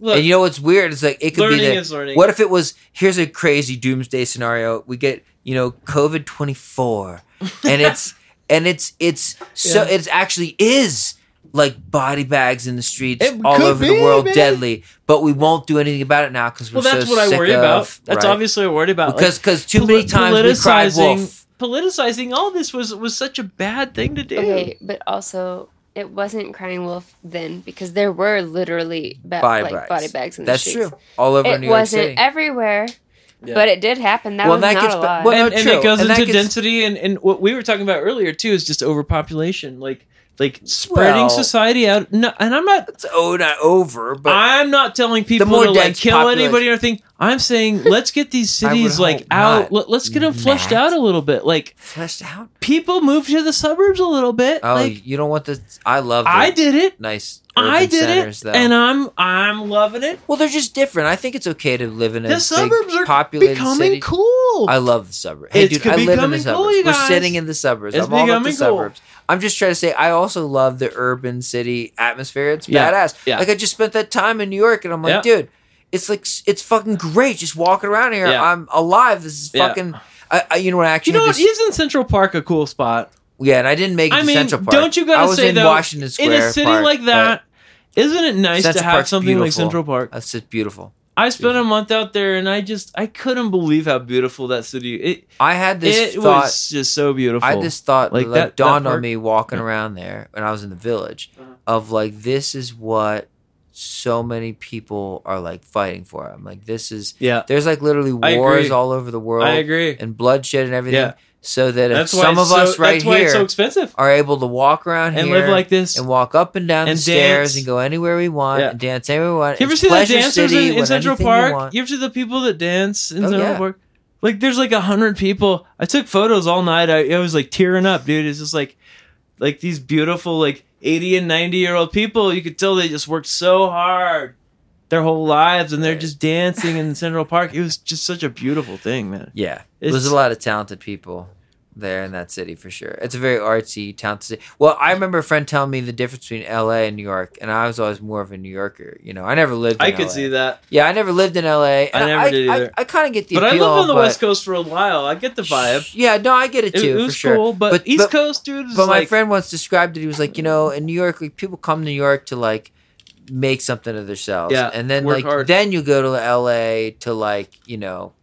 B: look,
A: and you know what's weird is like it could
B: learning
A: be that
B: is learning
A: What if it was here's a crazy doomsday scenario? We get you know COVID twenty four, and it's and it's it's so
B: Yeah.
A: it's actually is like body bags in the streets
B: It
A: all
B: could
A: over
B: be,
A: the world,
B: man.
A: deadly. But we won't do anything about it now because we're
B: well that's
A: so
B: what i
A: sick
B: worry
A: of-
B: about that's
A: right?
B: obviously what i worry about Like,
A: because because too many
B: poli-
A: times we cry
B: politicizing-
A: wolf.
B: Politicizing all this was was such a bad thing to do.
C: Okay, but also it wasn't crying wolf then because there were literally ba-
A: Body
C: like
A: bags.
C: body bags in the
A: That's
C: streets.
A: true. All over
C: It
A: New York
C: wasn't
A: City.
C: everywhere,
B: Yeah.
C: but it did happen. That
A: Well,
C: was
A: that
C: not
A: gets
C: a
A: ba-
C: lot.
A: well, Oh, no,
B: and, and
A: true.
B: it goes
A: And that
B: into
A: gets-
B: density and, and what we were talking about earlier too is just overpopulation, like like spreading
A: Well-
B: society out. No, and I'm not
A: it's oh not over, but
B: I'm not telling people
A: more
B: to like
A: dense
B: kill
A: population-
B: anybody or anything. I'm saying let's get these
A: I would
B: cities like
A: hope
B: out.
A: not,
B: Let, let's get them flushed
A: Matt.
B: out a little bit. Like
A: fleshed out.
B: people move to the suburbs a little bit.
A: Oh,
B: like
A: you don't want the. I love. The
B: I did it.
A: Nice.
B: I
A: urban
B: did
A: centers,
B: it,
A: though.
B: and I'm I'm loving it.
A: Well, they're just different. I think it's okay to live in a
B: The
A: big,
B: suburbs are
A: populated
B: Becoming
A: city.
B: cool.
A: I love the suburbs. Hey,
B: It's
A: dude, I live in the
B: becoming cool,
A: suburbs.
B: you
A: We're
B: guys.
A: sitting in the suburbs.
B: It's
A: I'm all about the
B: becoming cool.
A: suburbs. I'm just trying to say, I also love the urban city atmosphere. It's
B: Yeah,
A: badass.
B: yeah.
A: Like I just spent that time in New York, and I'm like, dude, it's like it's fucking great. Just walking around here,
B: Yeah.
A: I'm alive. This is
B: Yeah.
A: fucking. I, I, you know what? I Actually,
B: you know what?
A: just-
B: Isn't Central Park a cool spot?
A: yeah, and I didn't make it
B: I
A: to
B: mean,
A: Central Park.
B: don't you gotta
A: I was
B: say,
A: in
B: though,
A: Washington Square
B: in a city
A: Park,
B: like that, not it nice
A: Central
B: to have
A: Park's
B: something like
A: beautiful.
B: Central Park?
A: but That's just beautiful.
B: I spent a month out there, and I just I couldn't believe how beautiful that city. It
A: I had this
B: it
A: thought.
B: was just so beautiful.
A: I had this thought
B: Like,
A: like,
B: that- that
A: dawned
B: park-
A: on me walking
B: Yeah.
A: around there when I was in the village
B: Uh-huh.
A: of like this is what so many people are like fighting for. I'm like this is
B: yeah,
A: there's like literally
B: I
A: wars
B: agree.
A: all over the world
B: I agree.
A: and bloodshed and everything.
B: Yeah.
A: So that if
B: that's why
A: some
B: it's
A: of
B: so-
A: us right
B: that's why
A: here
B: it's so expensive
A: are able to walk around
B: and
A: here
B: live like this.
A: and walk up and down
B: and
A: the stairs
B: dance.
A: and go anywhere we want
B: Yeah.
A: and dance anywhere we want.
B: you ever
A: It's
B: see the
A: Pleasure
B: dancers
A: City
B: in, in
A: with
B: Central
A: anything you
B: Park?
A: want.
B: You, ever see the people that dance in
A: Oh,
B: Central
A: yeah.
B: Park? Like there's like a hundred people. I took photos all night. I, I was like tearing up, dude. It's just like like these beautiful like eighty and ninety year old people. You could tell they just worked so hard their whole lives and they're just dancing in Central Park. It was just such a beautiful thing, man.
A: Yeah,
B: It's-
A: there's a lot of talented people there in that city for sure. It's a very artsy, talented city. Well, I remember a friend telling me the difference between L.A. and New York, and I was always more of a New Yorker. You know, I never lived. In
B: I could see that.
A: Yeah, I never lived in L.A. and
B: never did either.
A: I, kind of get the
B: But I lived
A: appeal,
B: on the
A: but-
B: West Coast for a while. I get the vibe.
A: Yeah, no, I get it
B: It,
A: too
B: it
A: for
B: was
A: sure.
B: cool, but,
A: But-
B: East
A: but-
B: Coast, dude. is
A: But my
B: like-
A: friend once described it. He was like, you know, in New York, like people come to New York to like make something of themselves.
B: Yeah,
A: and then
B: work
A: like
B: hard.
A: then you go to L.A. to like you know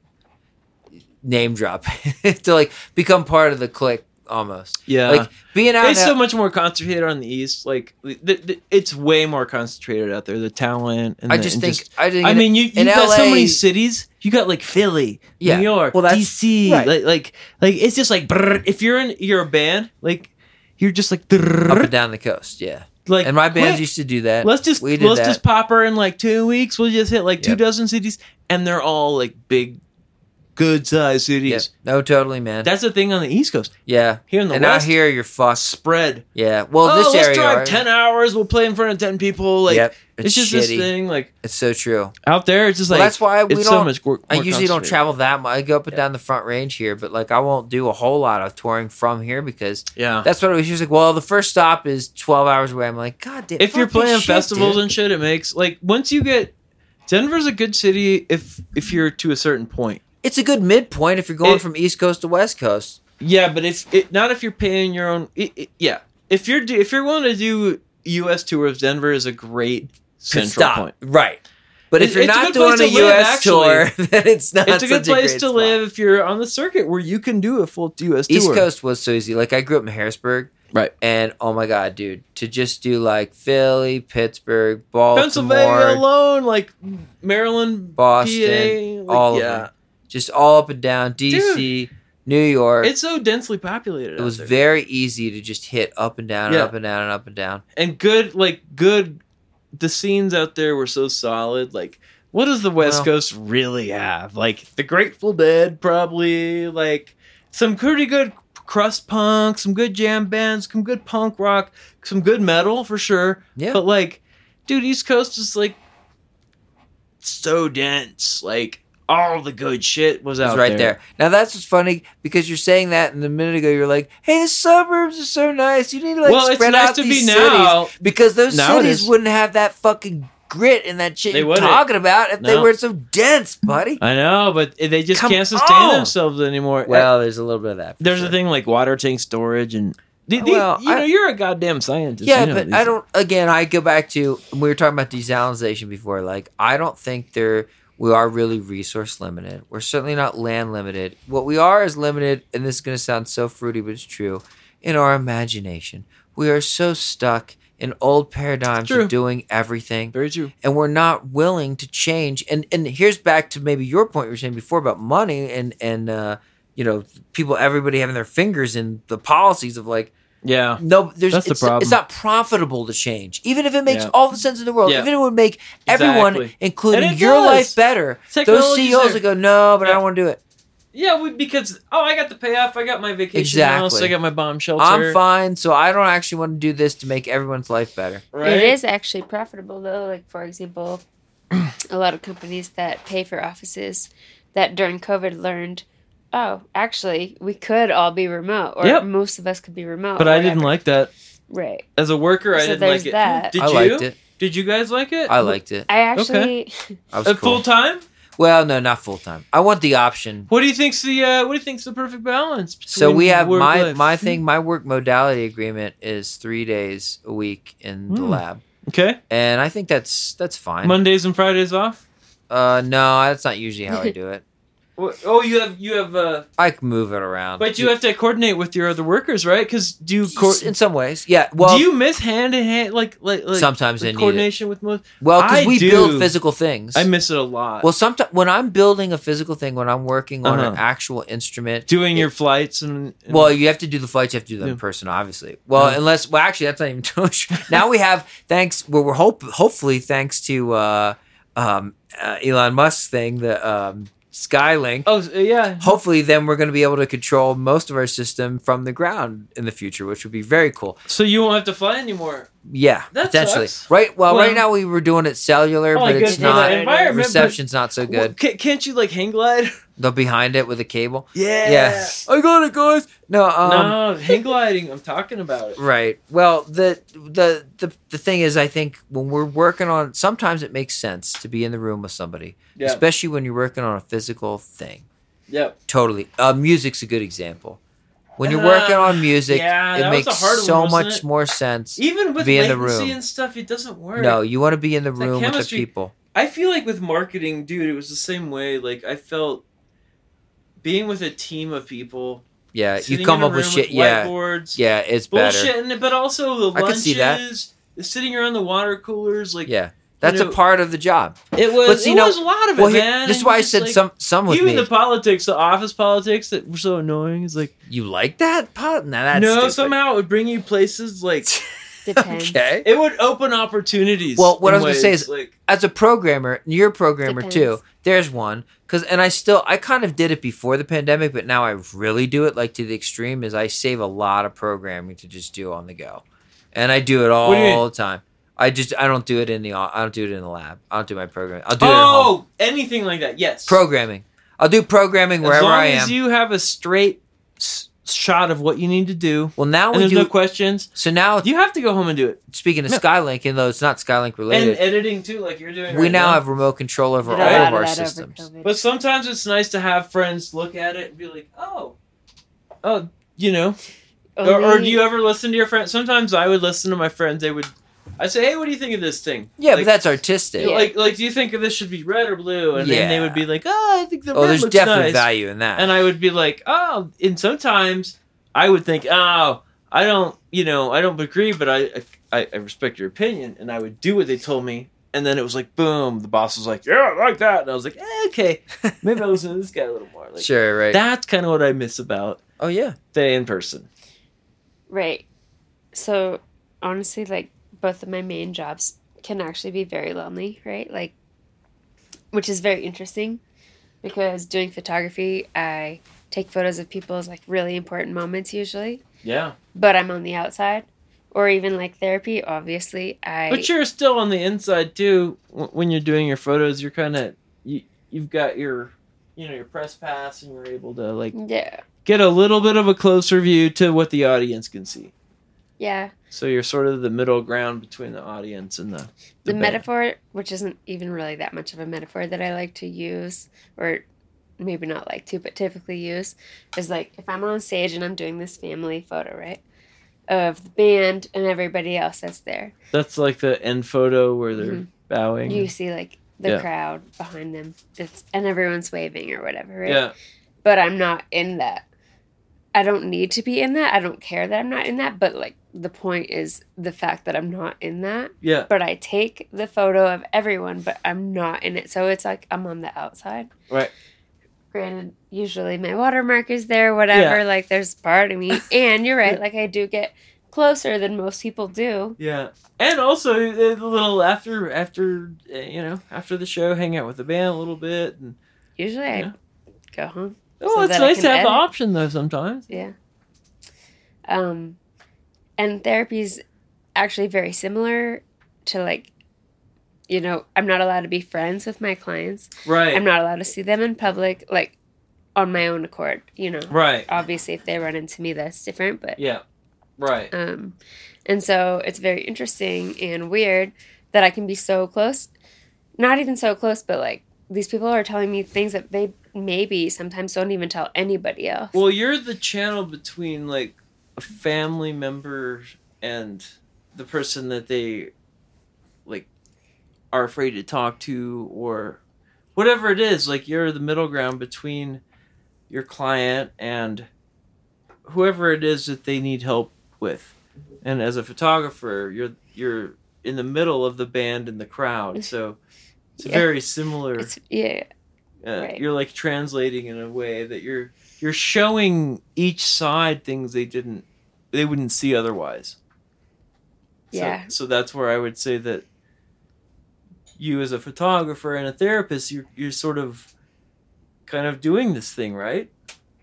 A: name drop to like become part of the clique almost.
B: yeah.
A: Like being out.
B: It's
A: in
B: so
A: L-
B: much more concentrated on the East. Like th- th- it's way more concentrated out there. The talent. And
A: I
B: the-
A: just
B: and
A: think. I think.
B: I mean, you you
A: in
B: got so many
A: LA
B: cities. You got like Philly,
A: Yeah.
B: New York,
A: Well, that's-
B: DC.
A: right.
B: Like, like like it's just like brrr. if you're in you're a band, like you're just like
A: up and
B: brrr,
A: down the coast. Yeah,
B: like
A: and my bands
B: quick.
A: used to do that.
B: Let's just
A: we did
B: let's
A: that.
B: just pop her in like two weeks. We'll just hit like two
A: Yep.
B: dozen cities, and they're all like big, good sized
A: Yeah.
B: cities.
A: No, totally, man.
B: That's the thing on the East Coast.
A: yeah,
B: Here in the
A: and out
B: West,
A: here you're fucked.
B: spread.
A: Yeah. Well,
B: oh,
A: this
B: let's
A: area.
B: drive
A: right?
B: ten hours. We'll play in front of ten people. Like
A: Yep,
B: it's, just this
A: shitty.
B: thing. Like
A: It's so true.
B: out there, it's just
A: Well,
B: like
A: that's why we
B: it's so
A: don't-
B: much. More,
A: I
B: more
A: usually don't
B: concentrated.
A: travel that much. I go up and
B: Yeah.
A: down the front range here, but like I won't do a whole lot of touring from here because
B: Yeah.
A: that's what it was. She was like, "Well, the first stop is twelve hours away." I'm like, "God damn!"
B: if you're
A: fucking
B: playing
A: shit,
B: festivals
A: dude."
B: and shit, it makes like once you get Denver's a good city if if you're to a certain point.
A: it's a good midpoint if you're going
B: It-
A: from East Coast to West Coast.
B: Yeah, but if it not if you're paying your own. It, it- yeah, if you're do, if you're willing to do U.S. tours, Denver is a great central
A: stop.
B: point.
A: right? But
B: It-
A: if you're
B: it's a
A: not
B: good place
A: doing a
B: to live,
A: U.S. tour, then it's not.
B: It's a good
A: such
B: place
A: great
B: to
A: spot.
B: live if you're on the circuit where you can do a full U.S.
A: East
B: tour.
A: Coast was so easy. Like I grew up in Harrisburg,
B: Right.
A: And oh my god, dude, to just do like Philly, Pittsburgh, Baltimore,
B: Pennsylvania alone, like Maryland,
A: Boston,
B: PA, like,
A: all of
B: yeah.
A: them. just all up and down DC, New York.
B: It's so densely populated.
A: it was
B: out there.
A: very easy to just hit up and down
B: Yeah.
A: and up and down and up and down.
B: and good, like good. The scenes out there were so solid. Like, what does the West
A: Well-
B: Coast really have? Like the Grateful Dead, probably. Like some pretty good crust punk, some good jam bands, some good punk rock, some good metal for sure.
A: Yeah.
B: But like, dude, East Coast is like so dense. Like all the good shit was
A: It
B: out
A: was right there. Now that's what's funny because you're saying that, and a minute ago you're like, "Hey, the suburbs are so nice. You need to like
B: well, it's
A: spread
B: nice
A: out
B: to be
A: these cities
B: now.
A: because those
B: Now it is.
A: cities wouldn't have that fucking grit and that shit
B: They
A: you're
B: wouldn't.
A: talking about if they
B: No. Uh,
A: weren't so dense, buddy."
B: I know, but they just
A: Come
B: can't sustain
A: on.
B: themselves anymore. Uh,
A: Well, there's a little bit of that. for
B: there's
A: sure.
B: a thing like water tank storage and the- the-
A: Well,
B: you know
A: I-
B: you're a goddamn scientist.
A: Yeah,
B: You know
A: but
B: these
A: I
B: things.
A: don't. Again, I go back to we were talking about desalinization before. Like, I don't think there we are really resource limited. We're certainly not land limited. What we are is limited, and this is going to sound so fruity, but it's true. In our imagination, we are so stuck in old paradigms
B: True.
A: of doing everything
B: Very true.
A: and we're not willing to change. And and here's back to maybe your point you were saying before about money and and uh, you know people everybody having their fingers in the policies of like
B: Yeah,
A: no there's
B: That's the
A: it's, it's
B: problem.
A: not profitable to change even if it makes
B: Yeah.
A: all the sense in the world
B: Yeah.
A: even if it would make everyone
B: Exactly. And
A: including
B: it
A: your
B: does.
A: life better those E
B: Technology's
A: CEOs
B: there.
A: would go no but I
B: Yeah.
A: don't want to do it
B: yeah, we, because oh, I got the payoff. I got my vacation house.
A: Exactly.
B: I got my bomb shelter.
A: I'm fine so I don't actually want to do this to make everyone's life better
B: Right?
C: It is actually profitable though. Like for example, a lot of companies that pay for offices that during COVID learned, oh, actually we could all be remote, or
B: Yep.
C: most of us could be remote.
B: But
C: or
B: I didn't
C: whatever.
B: like that
C: Right.
B: as a worker. I
C: So
B: didn't
C: there's
B: like it.
C: that.
B: Did
A: I
B: you?
A: liked it
B: Did you guys like it?
A: I liked it
C: I actually
A: I was
B: Uh,
A: cool
B: Full time.
A: well no not full time I want the option
B: What do you think's the uh, What do you think's the perfect balance?
A: So
B: between
A: we have
B: work
A: my
B: life?
A: my thing. My work modality agreement is three days a week in the
B: Hmm.
A: lab,
B: Okay,
A: and I think that's that's fine.
B: Mondays and Fridays off.
A: Uh, no, that's not usually how I do it.
B: Wh- Oh, you have you have, uh,
A: I can move it around.
B: but you have to coordinate with your other workers, right? Because do you co-
A: in some ways, yeah. Well,
B: do you miss hand in hand like like, like
A: sometimes I
B: like
A: need it.
B: coordination with most?
A: Well, because
B: I
A: we
B: do.
A: build physical things.
B: I miss it a lot.
A: well, sometimes when I'm building a physical thing, when I'm working on an
B: Uh-huh.
A: actual instrument,
B: doing your flights and, and
A: well, you have to do the flights. You have to do them in
B: Yeah.
A: person, obviously. Well,
B: Yeah.
A: unless, well, actually, that's not even true. now we have thanks. Well, we're hope hopefully thanks to uh, um, uh, Elon Musk's thing, the um, Skylink.
B: oh yeah,
A: Hopefully, then we're going to be able to control most of our system from the ground in the future, which would be very cool.
B: so you won't have to fly anymore.
A: Yeah,
B: That
A: potentially.
B: sucks.
A: Right. Well, right
B: Well-
A: now we were doing it cellular,
B: Probably
A: but
B: good
A: it's
B: for the
A: not.
B: Oh environment, but-
A: Reception's not so
B: Well,
A: good.
B: ca- can't you like hang glide?
A: They're behind it with a cable.
B: Yeah.
A: Yeah. I got it, guys. No. Um,
B: no, hang gliding. I'm talking about it.
A: Right. Well, the, the the the thing is, I think when we're working on, sometimes it makes sense to be in the room with somebody,
B: Yeah.
A: especially when you're working on a physical thing.
B: Yep.
A: Totally. Uh, music's a good example. When you're
B: Uh,
A: working on music,
B: yeah,
A: it
B: that was
A: makes
B: a hard one,
A: so
B: wasn't
A: much
B: it?
A: more sense.
B: Even with
A: Be in
B: latency
A: the room.
B: and stuff, it doesn't work.
A: No, you want to be in the
B: like
A: room with the
B: chemistry.
A: people.
B: I feel like with marketing, dude, it was the same way. Like I felt being with a team of people.
A: Yeah,
B: sitting
A: you come
B: in a
A: up with
B: room
A: shit. Yeah,
B: Whiteboards.
A: yeah, it's better.
B: Bullshit, and- but also the
A: I
B: lunches.
A: could see that.
B: The sitting around the water coolers, like
A: Yeah, that's a
B: know-
A: part of the job.
B: it was.
A: But see,
B: it
A: no-
B: was a lot of it,
A: Well, here,
B: man.
A: this is
B: and
A: why
B: you
A: I
B: just,
A: said
B: like,
A: some some with
B: Even
A: me.
B: the politics, the office politics that were so annoying. Is like
A: you like that? Pot? Now that's
B: no,
A: stupid.
B: somehow it would bring you places like
C: Depends.
A: okay.
B: it would open opportunities.
A: Well, what
B: in
A: I was gonna say
B: ways,
A: is-
B: like
A: as a programmer, and you're a programmer
C: Depends.
A: too. There's one because, and I still, I kind of did it before the pandemic, but now I really do it like to the extreme. Is I save a lot of programming to just do on the go, and I do it all
B: do you mean?
A: the time. I just, I don't do it in the, I don't do it in the lab. I don't do my programming. I'll do it at home.
B: oh, anything like that. Yes,
A: Programming. I'll do programming
B: Oh! As
A: wherever
B: long
A: I am.
B: as you have a straight s- shot of what you need to do,
A: well, now
B: and
A: we
B: there's
A: do.
B: no questions,
A: so now,
B: you have to go home and do it.
A: speaking of
B: No.
A: Skylink, and though it's not Skylink
B: And
A: related,
B: editing too, like you're doing.
A: we
B: right
A: now have remote control over
C: Did
A: all
C: a lot
A: of
C: of
A: our
C: that over
A: systems.
C: COVID.
B: But sometimes it's nice to have friends look at it and be like, oh, oh, you know. Or, or do
C: Only-
B: you ever listen to your friends? Sometimes I would listen to my friends. They would, I say, hey, what do you think of this thing?
A: Yeah,
B: Like,
A: but that's artistic.
B: you know, like, like, do you think this should be red or blue? And then they
A: Yeah.
B: would be like, oh, I think the
A: oh,
B: red
A: there's
B: looks
A: definitely
B: nice.
A: value in that.
B: And I would be like, oh, and sometimes I would think, oh, I don't, you know, I don't agree, but I, I, I respect your opinion, and I would do what they told me. And then it was like, boom, the boss was like, yeah, I like that, and I was like, eh, okay, maybe I listen to this guy a little more. Like,
A: sure, right.
B: That's kind of what I miss about
A: oh yeah.
B: the in person.
C: Right. So honestly, like both of my main jobs can actually be very lonely, right? Like, which is very interesting because doing photography, I take photos of people's like really important moments usually,
B: Yeah,
C: but I'm on the outside. Or even like therapy, obviously, I.
B: but you're still on the inside too. W- When you're doing your photos, you're kind of you, you've got your, you know, your press pass, and you're able to like
C: yeah.
B: get a little bit of a closer view to what the audience can see.
C: Yeah.
B: So you're sort of the middle ground between the audience and the
C: the
B: band.
C: metaphor, which isn't even really that much of a metaphor that I like to use, or maybe not like to, but typically use, is like if I'm on stage and I'm doing this family photo, right, of the band and everybody else that's there,
B: That's like the end photo where they're
C: Mhm.
B: bowing.
C: you see like the
B: Yeah.
C: crowd behind them, it's, and everyone's waving or whatever, right?
B: Yeah,
C: But I'm not in that. I don't need to be in that. I don't care that I'm not in that. But like the point is the fact that I'm not in that
B: yeah,
C: but I take the photo of everyone, but I'm not in it. So it's like I'm on the outside.
B: Right.
C: Granted, usually my watermark is there, whatever.
B: Yeah.
C: Like there's part of me. And you're right.
B: Yeah.
C: Like I do get closer than most people do.
B: yeah. And also uh, the little after after uh, you know after the show, hang out with the band a little bit. And
C: Usually
B: Yeah.
C: I go home.
B: oh,
C: So
B: it's
C: that I
B: nice to
C: can
B: have the
C: edit.
B: option though sometimes.
C: Yeah. Um, and therapy is actually very similar to like, you know, I'm not allowed to be friends with my clients.
B: Right,
C: I'm not allowed to see them in public, like on my own accord, you know.
B: right,
C: obviously if they run into me that's different but
B: yeah, right.
C: um and so it's very interesting and weird that i can be so close not even so close but like these people are telling me things that they maybe sometimes don't even tell anybody else
B: Well, you're the channel between like a family member and the person that they like are afraid to talk to or whatever it is, like you're the middle ground between your client and whoever it is that they need help with. And as a photographer, you're you're in the middle of the band and the crowd, so it's
C: Yeah.
B: very similar.
C: It's yeah.
B: uh,
C: right.
B: You're like translating in a way that you're you're showing each side things they didn't they wouldn't see otherwise. So-
C: Yeah.
B: So, that's where I would say that you, as a photographer and a therapist, you're you're sort of kind of doing this thing, right?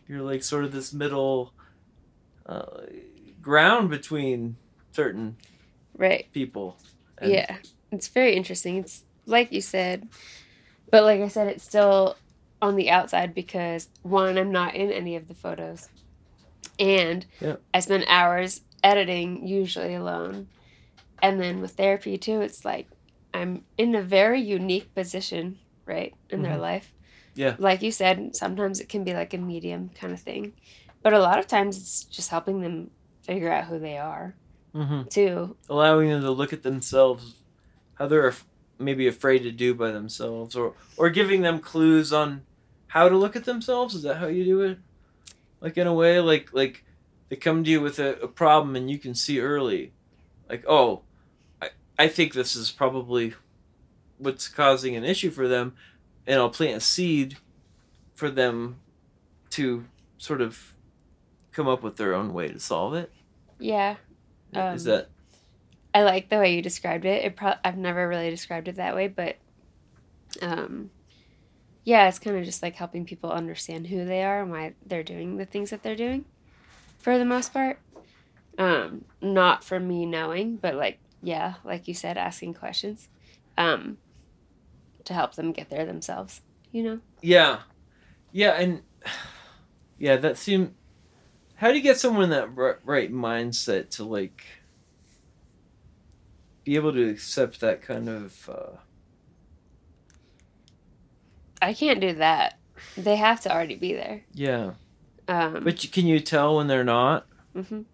B: You're like sort of this middle uh, ground between certain
C: Right.
B: people.
C: yeah. It's very interesting. It's like you said, but like I said, it's still on the outside because one, I'm not in any of the photos, and
B: Yeah.
C: I spend hours editing usually alone, and then with therapy too, it's like I'm in a very unique position, right, in their
B: Mhm.
C: life.
B: Yeah.
C: Like you said, sometimes it can be like a medium kind of thing, but a lot of times it's just helping them figure out who they are
B: hmm
C: too.
B: Allowing them to look at themselves, how they're af- maybe afraid to do by themselves, or or giving them clues on how to look at themselves. Is that how you do it? Like in a way, like like they come to you with a, a problem and you can see early, like oh, I I think this is probably what's causing an issue for them, and I'll plant a seed for them to sort of come up with their own way to solve it.
C: Yeah.
B: Is
C: Um,
B: that
C: I like the way you described it. It pro- I've never really described it that way, but um, yeah, it's kind of just like helping people understand who they are and why they're doing the things that they're doing, for the most part. Um, not from me knowing, but like yeah, like you said, asking questions um, to help them get there themselves. You know,
B: Yeah, yeah, and yeah, that seemed. How do you get someone in that ri- right mindset to like be able to accept that kind of? Uh,
C: I can't do that. They have to already be there.
B: yeah,
C: Um,
B: but you, can you tell when they're not?
C: mhm.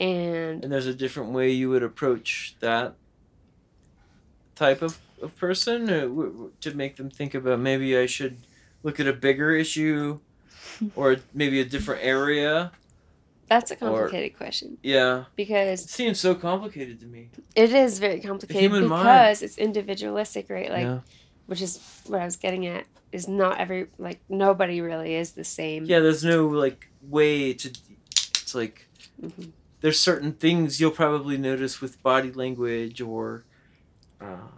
C: And
B: And there's a different way you would approach that type of, of person uh, w- w- to make them think about maybe I should look at a bigger issue or maybe a different area.
C: that's a
B: Or-
C: complicated question
B: Yeah,
C: because
B: it seems so complicated to me.
C: It is very complicated
B: human
C: because
B: mind.
C: it's individualistic, right? Like,
B: yeah.
C: which is what I was getting at. Is not every like nobody really is the same.
B: Yeah, there's no like way to. It's like
C: Mhm.
B: there's certain things you'll probably notice with body language or, uh,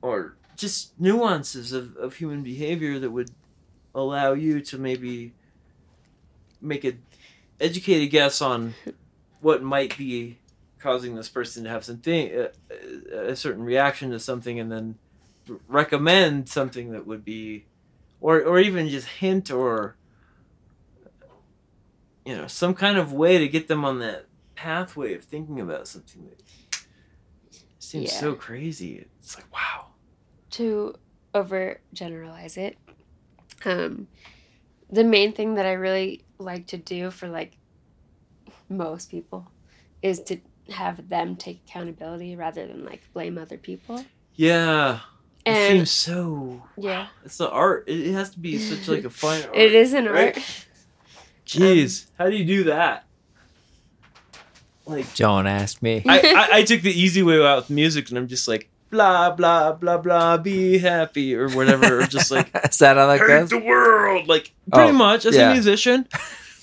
B: or just nuances of, of human behavior that would allow you to maybe make a educated guess on what might be causing this person to have something uh, uh, a certain reaction to something and then r- recommend something that would be or or even just hint or you know some kind of way to get them on that pathway of thinking about something that seems
C: Yeah.
B: so crazy it's like wow
C: To overgeneralize it, um, the main thing that I really like to do for like most people is to have them take accountability rather than like blame other people.
B: yeah it
C: And
B: seems so
C: yeah,
B: it's the art it, it has to be such like a fine art
C: it is an
B: right?
C: art.
B: jeez how do you do that like
A: Don't ask me.
B: I, I, I took the easy way out with music, and I'm just like blah blah blah blah, be happy or whatever, or just like
A: is that how that
B: hate
A: goes?
B: the world, like pretty
A: Oh,
B: much as
A: yeah.
B: a musician,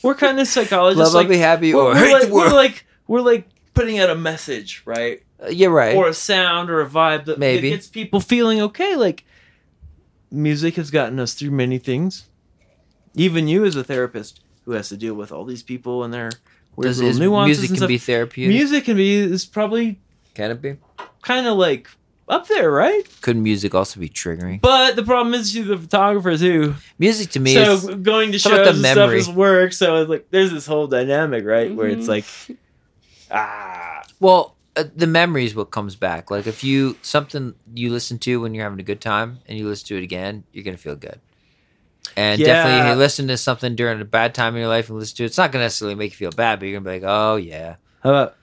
B: we're kind of
A: Love,
B: psychologists,
A: I'll
B: like
A: be happy,
B: we're,
A: or
B: we're
A: hate
B: like,
A: the
B: we're
A: world.
B: like we're like putting out a message, right,
A: Uh, You're right.
B: or a sound or a vibe that, that
A: Maybe.
B: gets people feeling okay. Like music has gotten us through many things, even you as a therapist who has to deal with all these people and their weird
A: Does,
B: little
A: is,
B: nuances
A: music
B: and
A: can
B: stuff.
A: be therapeutic.
B: Music can be is probably
A: Can it be?
B: kind of like up there, right?
A: Could music also be triggering?
B: But the problem is she's a photographer too.
A: Music to me is
B: so going to
A: How about
B: shows
A: the
B: and
A: memory?
B: stuff is work. So it's like there's this whole dynamic, right? Where it's
C: Mhm.
B: like ah
A: Well, uh, the memory is what comes back. Like if you something you listen to when you're having a good time and you listen to it again, you're gonna feel good. And
B: Yeah.
A: definitely, if you listen to something during a bad time in your life and listen to it, it's not gonna necessarily make you feel bad, but you're gonna be like, oh yeah,
B: how about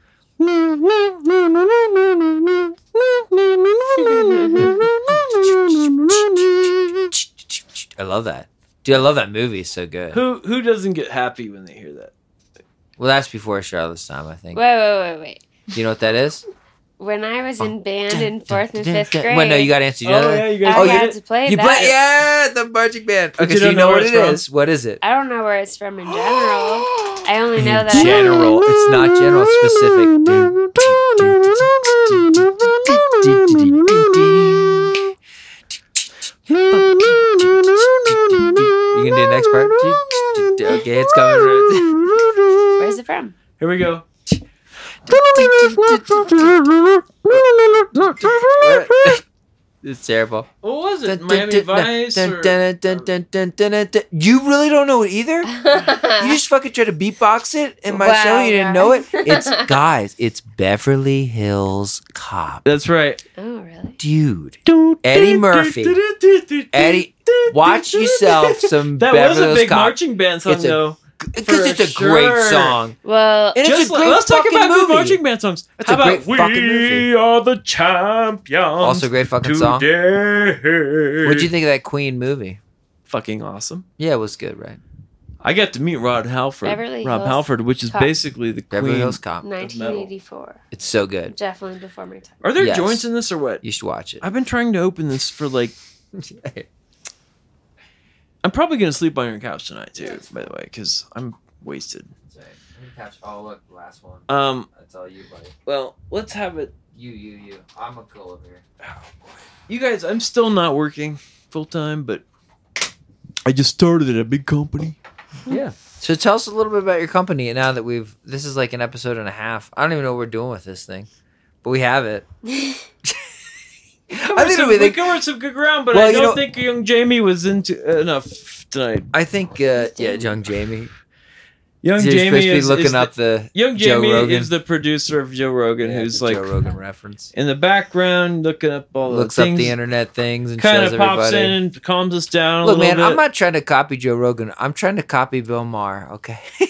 A: I love that. Dude, I love that movie. It's so good.
B: Who who doesn't get happy when they hear that?
A: Well, that's before Charlotte's time, I think.
C: Wait, wait, wait, wait.
A: Do you know what that is?
C: When I was
A: Dun,
C: in band in
A: dun,
C: fourth and
A: dun,
C: fifth
A: dun.
C: grade,
A: Wait, no, you got to answer. You know that?
B: you
C: I
A: Oh, you
C: had
A: did-
C: to play
A: You
C: that.
A: play, yeah, the marching band.
B: But
A: Okay,
B: you
A: so you
B: don't
A: know,
B: know
A: what
B: where
A: it
B: it's from?
A: is. What is it?
C: I don't know where it's from in general. I only know that I
B: General.
A: It's not general, it's specific. You can do the next part. Okay, it's coming.
C: where's it from.
B: Here we go.
A: It's terrible.
B: What was it? Miami Vice? or-
A: You really don't know it either? You just fucking try to beatbox it in my show.
C: Wow,
A: You didn't know it.
C: guys.
A: It's guys. It's Beverly Hills Cop,
B: That's right.
C: oh, really?
A: dude. Eddie Murphy. Eddie, watch yourself some
B: That
A: Beverly
B: was a
A: Hills
B: big
A: Cop
B: marching band song,
A: It's a-
B: though.
A: because it's a
B: for
A: great
B: sure.
A: song.
C: Well,
A: And it's
B: Just
A: a
B: like-
A: great
B: let's talk
A: fucking
B: about
A: movie.
B: good marching band songs.
A: That's
B: How
A: a great
B: about we
A: fucking movie."
B: are the champions?
A: Also, a great fucking song.
B: Today.
A: What'd you think of that Queen movie?
B: Fucking awesome.
A: Yeah, it was good, right?
B: I got to meet Rod Halford.
C: Beverly
B: Rob
C: Hills
B: Halford, which is
C: Cop.
B: basically the
A: Beverly
B: queen.
A: Hills Cop.
C: 1984.
A: It's so good.
C: Definitely before my time.
B: Are there
A: Yes.
B: joints in this or what?
A: You should watch it.
B: I've been trying to open this for like. I'm probably gonna sleep on your couch tonight too. By the way, because I'm wasted.
A: Oh look, last one.
B: Um.
A: That's all you, buddy.
B: Well, let's have it.
A: You, you, you. I'm a cool over here.
B: You guys, I'm still not working full time, but I just started at a big company.
A: So tell us a little bit about your company. Now that we've, this is like an episode and a half. I don't even know what we're doing with this thing, but we have it. I think
B: some,
A: it'll be
B: we
A: the
B: covered some good ground, but
A: Well,
B: I
A: you
B: don't
A: know-
B: think young Jamie was into enough tonight.
A: I think, uh, yeah, young Jamie.
B: Young
A: You're
B: Jamie
A: supposed to be
B: is, is
A: looking
B: the-
A: up the
B: Young
A: Joe
B: Jamie
A: Rogan.
B: is the producer of Joe Rogan,
A: yeah,
B: who's
A: the
B: like
A: Joe Rogan reference.
B: in the background looking up all
A: Looks
B: the
A: up
B: things.
A: the internet things and
B: Kind
A: shows
B: of pops
A: everybody.
B: in and calms us down. a
A: Look,
B: little
A: man,
B: bit.
A: I'm not trying to copy Joe Rogan. I'm trying to copy Bill Maher. Okay.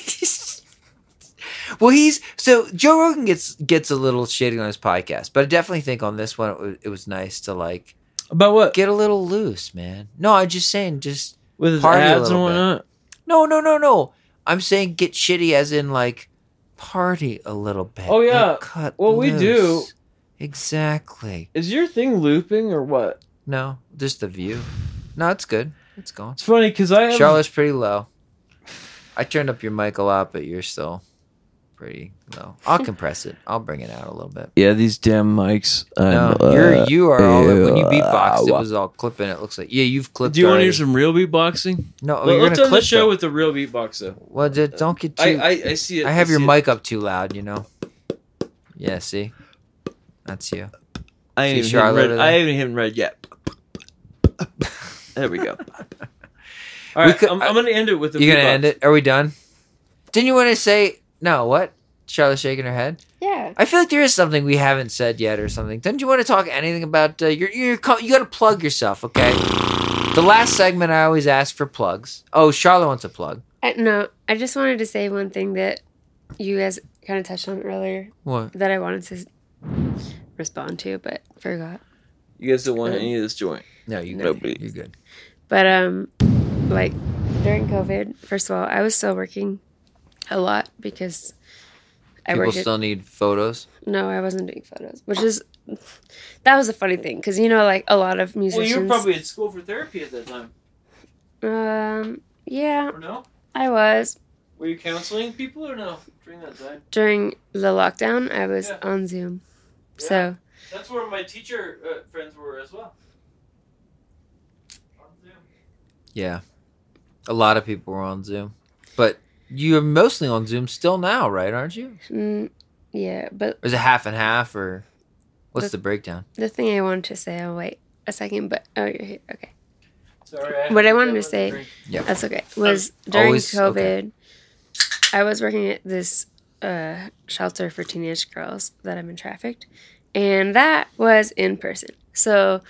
A: well, he's so Joe Rogan gets gets a little shitty on his podcast, but I definitely think on this one it was, it was nice to like
B: about what
A: get a little loose, man. No, I'm just saying, just
B: with his
A: party a
B: ads and
A: little bit.
B: whatnot.
A: no, no, no, no. I'm saying get shitty as in like party a little bit.
B: Oh,
A: Like,
B: yeah.
A: cut.
B: Well, we do.
A: loose. exactly.
B: Is your thing looping or what?
A: No, just the view. No, it's good. It's gone.
B: It's funny because I have
A: Charlotte's pretty low. I turned up your mic a lot, but you're still pretty low. I'll compress it. I'll bring it out a little bit.
B: yeah these damn mics.
A: No,
B: I'm,
A: you're you are all when you
B: uh,
A: beatboxed, it
B: uh,
A: was all clipping. It looks like yeah, you've clipped.
B: do you want to
A: already.
B: hear some real beatboxing?
A: No,
B: Let-
A: Oh, you're gonna
B: let's end the
A: clip
B: show
A: though.
B: with the real beatboxing.
A: Well, d- don't get too.
B: I, I
A: I,
B: I see it.
A: have your
B: see it.
A: mic up too loud. You know. Yeah. See. That's you.
B: I ain't
A: See
B: even hitting
A: Charlotte
B: red.
A: over
B: I
A: there?
B: haven't even read yet. There we go. All
A: We
B: right,
A: could- uh,
B: I'm, I'm gonna end it with the.
A: You
B: beatbox.
A: gonna end it? Are we done? Didn't you want to say no? What? Charlotte's shaking her head.
C: Yeah.
A: I feel like there is something we haven't said yet or something. Didn't you want to talk anything about uh, your your co- you got to plug yourself, okay? The last segment I always ask for plugs. Oh, Charlotte wants a plug.
C: I, no, I just wanted to say one thing that you guys kind of touched on earlier
A: What?
C: that I wanted to respond to, but forgot.
B: You guys don't want any of this joint.
A: No, you
B: No,
A: good.
B: please.
A: You're good.
C: But um, like during COVID, first of all, I was still working a lot because I
A: People
C: worked. at-
A: still need photos.
C: no, I wasn't doing photos, which is that was a funny thing because you know, like a lot of
B: Well,
C: musicians.
B: you were probably at school for therapy at that time,
C: Um. Yeah,
B: or no?
C: I was
B: Were you counseling people or no during that time?
C: during the lockdown. I was
B: Yeah.
C: on Zoom,
B: Yeah.
C: so
B: That's where my teacher uh, friends were as well.
A: Yeah, a lot of people were on Zoom, but you're mostly on Zoom still now, right? Aren't you?
C: mm, yeah. But
A: Or is it half and half, or what's
C: That's-
A: the breakdown?
C: the thing I wanted to say, I'll wait a second. But oh, you're here. Okay,
B: Sorry.
C: What I wanted to say- that's okay. Was during
A: Oh, always-
C: COVID,
A: okay.
C: I was working at this uh, shelter for teenage girls that have been trafficked, and that was in person. So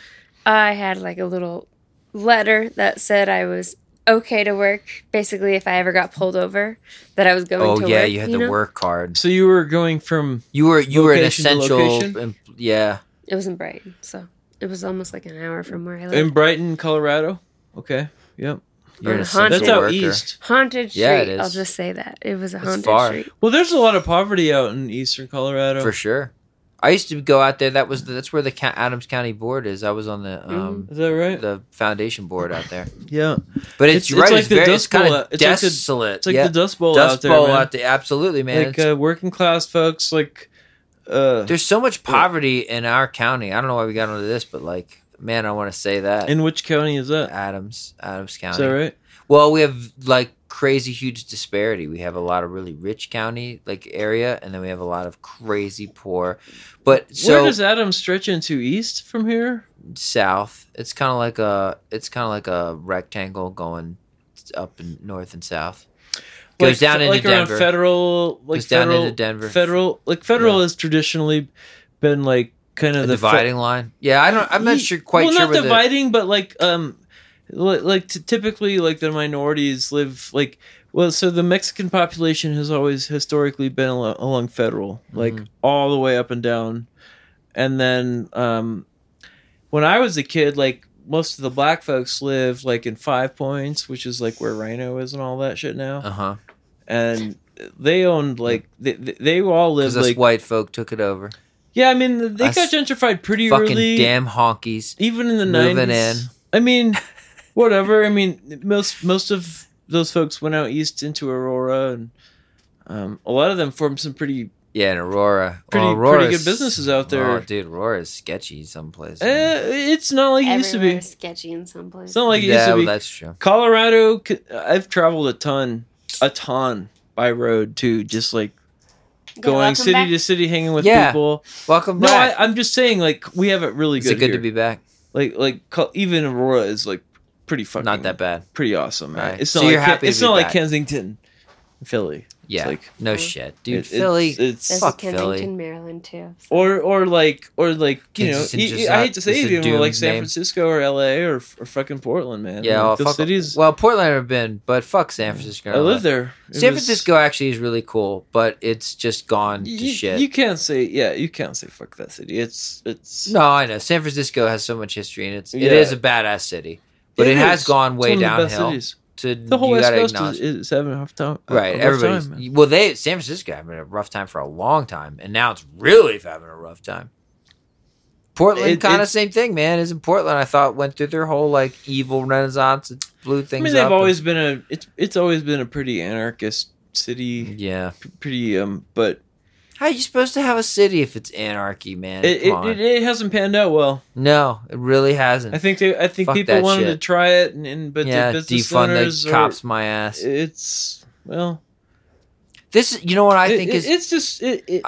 C: I had like a little letter that said I was okay to work. Basically, if I ever got pulled over, that I was going
A: Oh
C: to
A: yeah,
C: work.
A: you had
C: you
A: the
C: know?
A: work card.
B: So you were going from
A: You were you were an
B: Location to
A: essential.
B: location?
A: em- yeah,
C: It was in Brighton, so It was almost like an hour from where I
A: Uh-huh.
B: in
C: live.
B: Brighton, Colorado. Okay, yep,
A: You're an
C: Or
A: essential
C: haunted.
B: that's E out
A: worker.
B: east.
C: haunted street.
A: Yeah, it
C: I'll
A: is.
C: just say that it was a
A: It's
C: haunted
A: far.
C: street.
B: Well, there's a lot of poverty out in eastern Colorado.
A: for sure. I used to go out there. That was the, that's where the Ca- Adams County board is. I was on the um,
B: Is that right?
A: the foundation board out there.
B: yeah,
A: But it's,
B: Mm-hmm.
A: you're
B: It's- it's
A: right.
B: like
A: it's
B: the
A: very,
B: Dust
A: it's kind
B: Bowl, uh,
A: of
B: it's like the-
A: desolate.
B: it's like
A: yeah.
B: the Dust Bowl
A: Dust
B: out there,
A: Bowl
B: man.
A: out there. Absolutely, man.
B: like
A: It's-
B: uh, working class folks, like uh,
A: there's so much poverty in our county. I don't know why we got into this, but like, man, I want to say that
B: in which county is that?
A: Adams, Adams County.
B: Is that right?
A: Well, we have like crazy huge disparity. We have a lot of really rich county like area, and then we have a lot of crazy poor. But
B: Where
A: so
B: does Adams stretch into east from here?
A: south, it's kind of like a it's kind of like a rectangle going up and north and south. Goes
B: like,
A: down into
B: like around
A: Denver.
B: federal, like
A: Goes down
B: federal,
A: into Denver.
B: federal, like federal
A: Yeah.
B: has traditionally been like kind of
A: A
B: the fe-
A: dividing line. Yeah, I don't. I'm not
B: Ye-
A: sure quite
B: well,
A: sure.
B: not
A: where the-
B: dividing, but like um, li- like t- typically like the minorities live like well, so the Mexican population has always historically been al- along federal, like
A: Mhm.
B: all the way up and down, and then um, when I was a kid, like most of the black folks lived like in Five Points, which is like where Rhino is and all that shit now,
A: Uh huh.
B: and they owned like they they, they all lived
A: Because us
B: like
A: white folk took it over.
B: yeah, I mean they
A: us
B: got gentrified pretty
A: Fucking
B: early
A: damn honkies.
B: even in the
A: Moving
B: nineties.
A: in.
B: I mean, whatever. I mean, most most of those folks went out east into Aurora, and um, a lot of them formed some pretty.
A: Yeah, and Aurora.
B: Pretty- pretty
A: Aurora's-
B: good businesses out there.
A: Oh, dude, Aurora is sketchy someplace.
B: Eh, it's not like it used to be.
C: Everywhere sketchy in some places.
B: It's not like it
A: yeah, well,
B: used to be.
A: that's true.
B: Colorado. c- I've traveled a ton, a ton by road too. Just like
C: Yeah,
B: going
C: welcome
B: city
C: back.
B: to city, hanging with
A: Yeah.
B: people.
A: Welcome
B: No,
A: back.
B: I, I'm just saying. Like we have it really
A: Is
B: good.
A: it good
B: here.
A: to be back?
B: like like co- even Aurora is like pretty fucking
A: Not that bad.
B: pretty awesome. Man.
A: Right.
B: It's
A: So
B: not like
A: you're
B: Ken-
A: happy to
B: it's
A: be
B: not like
A: back.
B: Kensington, Philly.
A: Yeah.
B: like-
A: no
C: Mm.
A: shit, dude.
B: It-
A: Philly.
B: It's, it's-
C: There's
A: Fuck
C: a Kensington,
A: Philly.
C: Maryland too.
B: or or like or like you know
A: Kensington
B: y-
A: just
B: y- I
A: not-
B: hate to say
A: it's
B: it,
A: a
B: even but, like
A: doomed
B: San
A: name.
B: Francisco or L.A. or, or fucking Portland, man.
A: Yeah,
B: like,
A: well,
B: those
A: fuck,
B: cities.
A: Well, Portland I've been, but fuck San Francisco.
B: I live there. It
A: San
B: was-
A: Francisco actually is really cool, but it's just gone to
B: You,
A: shit.
B: you can't say yeah. You can't say fuck that city. It's it's
A: no, I know San Francisco has so much history, and it's
B: Yeah.
A: it is a badass city, but it, has
B: is.
A: gone
B: It's
A: way
B: one of the best
A: downhill.
B: cities.
A: To
B: The whole
A: you
B: West
A: gotta
B: Coast
A: acknowledge
B: is, is having a rough time. a
A: Right,
B: rough
A: everybody's
B: time, man.
A: well. They San Francisco having a rough time for a long time, and now it's really having a rough time. Portland,
B: It-
A: kind
B: it-
A: of same thing, man. Isn't Portland? I thought went through their whole like evil renaissance, and blew
B: I
A: things.
B: mean, they've
A: up and-
B: always been a it's it's always been a pretty anarchist city.
A: yeah.
B: p- Pretty um, but
A: How are you supposed to have a city if it's anarchy, man?
B: it,
A: Come
B: it,
A: on.
B: it, it hasn't panned out well.
A: no, it really hasn't.
B: I think they, I think
A: Fuck
B: people
A: that
B: wanted to
A: shit.
B: try it, and, and but
A: yeah,
B: the business
A: defund
B: owners
A: the
B: are-
A: cops, my ass.
B: it's well,
A: this is, you know what I think is.
B: is it's just it, it,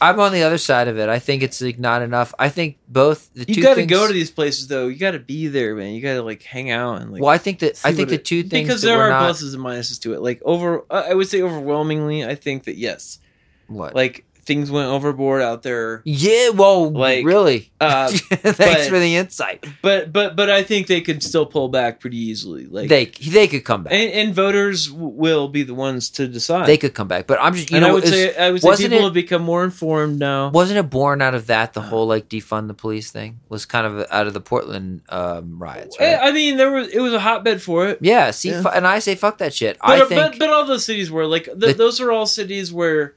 A: I'm on the other side of it. I think it's like not enough. I think both the
B: you
A: two
B: got to
A: things,
B: go to these places though. You got to be there, man. You got to like hang out and like.
A: well, I think that I
B: see
A: think
B: what
A: the
B: it-
A: two things
B: because
A: that
B: there
A: were
B: are
A: not,
B: pluses and minuses to it. Like over, I I would say overwhelmingly, I think that yes,
A: what
B: like things went overboard out there.
A: Yeah, well,
B: Like,
A: really.
B: uh,
A: Thanks
B: but-
A: for the insight.
B: But but but I think they could still pull back pretty easily. Like
A: they they could come back.
B: and, and voters w- will be the ones to decide.
A: they could come back, but I'm just you
B: and
A: know
B: I would
A: it's-
B: say I would say
A: wasn't
B: people
A: it-
B: have become more informed now.
A: wasn't it born out of that the
B: Uh-huh.
A: whole like defund the police thing was kind of out of the Portland um, riots, right?
B: Eh, I mean, there was it was a hotbed for it.
A: yeah. See,
B: Yeah.
A: fu- and I say fuck that shit.
B: But, uh,
A: I think
B: but but all those cities were like th-
A: The-
B: those are all cities where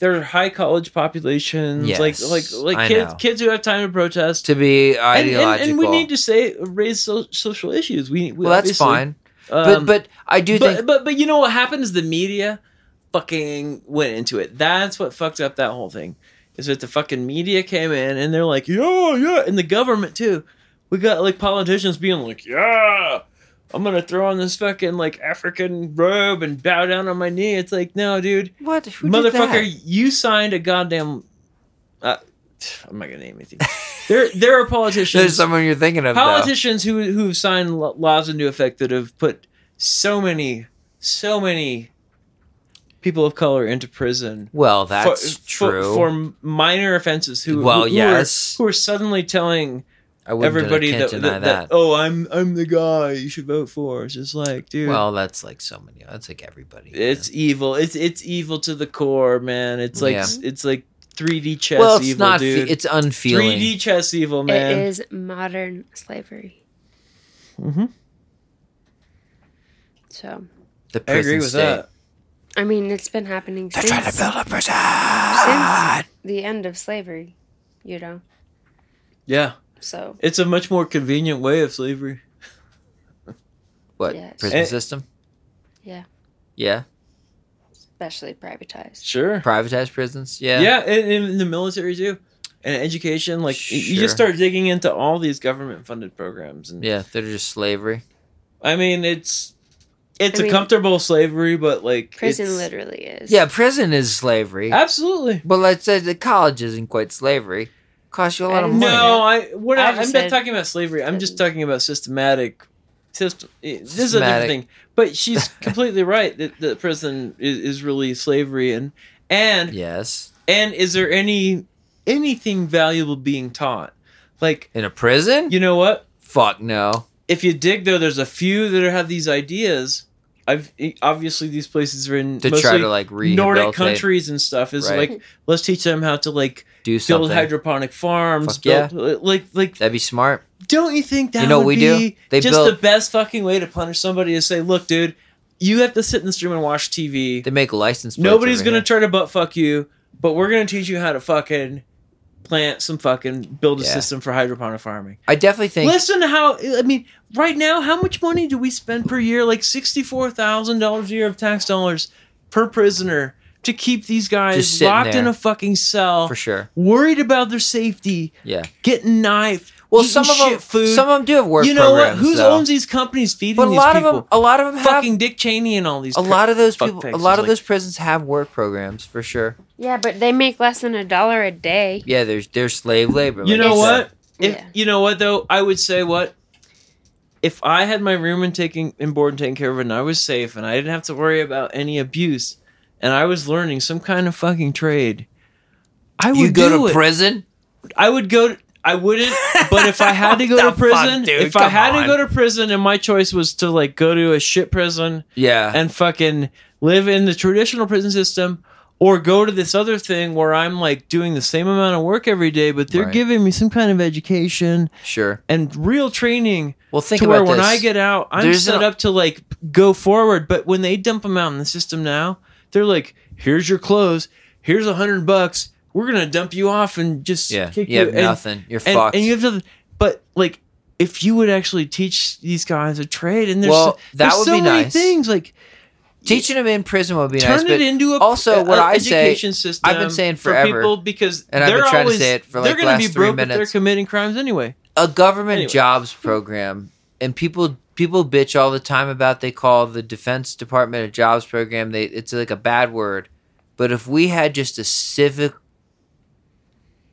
B: there are high college populations, like
A: Yes,
B: like like
A: I
B: kids
A: know.
B: kids who have time to protest.
A: to be
B: And,
A: ideological.
B: and, and we need to say raise so, social issues. We, we
A: well, that's
B: obviously,
A: fine,
B: um,
A: but but I do
B: but,
A: think
B: but but you know what happens? The media fucking went into it. That's what fucked up that whole thing. Is that the fucking media came in and they're like, yeah, yeah, and the government too. We got like politicians being like, yeah, I'm gonna throw on this fucking like African robe and bow down on my knee. It's like, no, dude,
A: what Who did
B: motherfucker,
A: that?
B: you signed a goddamn. Uh, I'm not gonna name anything. there, there are politicians
A: There's someone you're thinking of. though.
B: politicians who who've signed lo- laws into effect that have put so many so many people of color into prison
A: Well, that's
B: for,
A: true.
B: for, for minor offenses who
A: Well,
B: who, who
A: yes.
B: are, who are suddenly telling
A: I wouldn't
B: everybody
A: can't
B: that,
A: deny
B: that, that, oh I'm I'm the guy you should vote for it's just like dude
A: well, that's like so many. That's like everybody. man.
B: it's evil it's it's evil to the core man it's like
A: Yeah.
B: it's like 3D chess
A: well, it's
B: evil,
A: not. fe-
B: dude.
A: it's unfeeling.
B: 3D chess evil,
C: It
B: man.
C: is modern slavery.
B: Mm-hmm.
C: So,
A: The
B: I
A: prison
B: agree with
A: state.
B: that.
C: I mean, it's been happening
A: They're
C: since
A: trying to build a prison.
C: the end of slavery, you know?
B: Yeah,
C: So,
B: it's a much more convenient way of slavery.
A: What
C: Yes.
A: prison
B: Eh.
A: system?
C: Yeah.
A: Yeah.
C: especially privatized.
B: Sure.
A: Privatized prisons. Yeah.
B: Yeah, and, and in the military too, and education. Like y- you just
A: Sure.
B: start digging into all these government-funded programs, and
A: Yeah. They're just slavery.
B: I mean, it's it's
C: I
B: a
C: mean,
B: comfortable slavery, but like
C: Prison
B: it's-
C: literally is.
A: Yeah. Prison is slavery.
B: Absolutely.
A: But let's say the college isn't quite slavery. Costs you a lot of
C: I didn't
A: money.
C: say
B: No, I we're
C: I
B: not, I'm
C: just
B: not
C: said-
B: talking about slavery. I'm just talking about systematic. System. eh, This is a different
A: Systematic.
B: thing. But she's completely right that the prison is, is really slavery, and and
A: Yes.
B: and is there any anything valuable being taught? Like
A: In a prison?
B: you know what?
A: Fuck no.
B: if you dig though, there's a few that are, have these ideas. I've e, obviously these places are in
A: To try
B: mostly
A: to like
B: Nordic
A: rehabilitate,
B: countries and stuff. Is
A: Right.
B: like let's teach them how to like
A: do
B: build
A: something.
B: hydroponic farms.
A: Fuck yeah.
B: build, like like
A: That'd be smart.
B: don't you think that
A: You know
B: would
A: what we
B: be
A: do? They
B: just
A: built-
B: the best fucking way to punish somebody is say, look, dude, you have to sit in this room and watch TV.
A: They make license plates
B: Nobody's
A: over
B: gonna
A: here.
B: try to butt fuck you, but we're gonna teach you how to fucking plant some fucking build a
A: Yeah.
B: system for hydroponic farming.
A: I definitely think
B: Listen to how I mean, right now, how much money do we spend per year? Like sixty-four thousand dollars a year of tax dollars per prisoner to keep these
A: Just
B: guys
A: sitting
B: locked in
A: there.
B: a fucking cell,
A: for sure.
B: worried about their safety,
A: Yeah.
B: getting knifed.
A: Well,
B: eating
A: some of
B: shit
A: them,
B: food.
A: some of them do have work
B: you know what?
A: programs.
B: Who
A: though.
B: owns these companies feeding
A: But a
B: these
A: lot of
B: people?
A: them, a lot of them have
B: fucking Dick Cheney and all these.
A: a lot of those
B: fuck
A: people. A
B: faces,
A: lot of
B: like-
A: those prisons have work programs for sure.
C: Yeah, but they make less than a dollar a day.
A: Yeah, there's there's slave labor.
B: You
A: like
B: know
A: said.
B: what? If,
C: Yeah.
B: You know what though? I would say what if I had my room and taking and board and taken care of, and I was safe, and I didn't have to worry about any abuse, and I was learning some kind of fucking trade. I would
A: You go
B: do
A: to
B: it.
A: prison?
B: I would go. To, I wouldn't. But if I had to go to
A: What the fuck,
B: prison,
A: dude?
B: if I
A: Come
B: had to
A: on.
B: go to prison, and my choice was to like go to a shit prison
A: Yeah.
B: and fucking live in the traditional prison system or go to this other thing where I'm like doing the same amount of work every day, but they're
A: Right.
B: giving me some kind of education
A: sure.
B: and real training
A: Well, think
B: to where
A: about
B: when
A: this.
B: I get out, I'm
A: There's
B: set
A: no-
B: up to like go forward. But when they dump them out in the system now, they're like, here's your clothes, here's a hundred bucks. We're gonna dump you off and just
A: yeah,
B: kick
A: you have
B: and-
A: nothing. You're
B: and,
A: fucked.
B: and you have to, but like if you would actually teach these guys a trade, and there's
A: Well,
B: so-
A: that
B: there's
A: would
B: so
A: be
B: many
A: nice.
B: things like
A: Teaching them in prison would be
B: turn
A: nice.
B: it
A: but
B: into a
A: also what
B: a
A: I say-
B: education system.
A: I've been saying
B: for
A: forever,
B: people because
A: and I've
B: they're
A: been trying to
B: always,
A: say it for,
B: they're
A: like,
B: gonna be
A: last three
B: broke if they're
A: minutes.
B: committing crimes anyway.
A: a government
B: Anyway.
A: jobs program and people people bitch all the time about they call the defense department a jobs program they it's like a bad word but if we had just a civic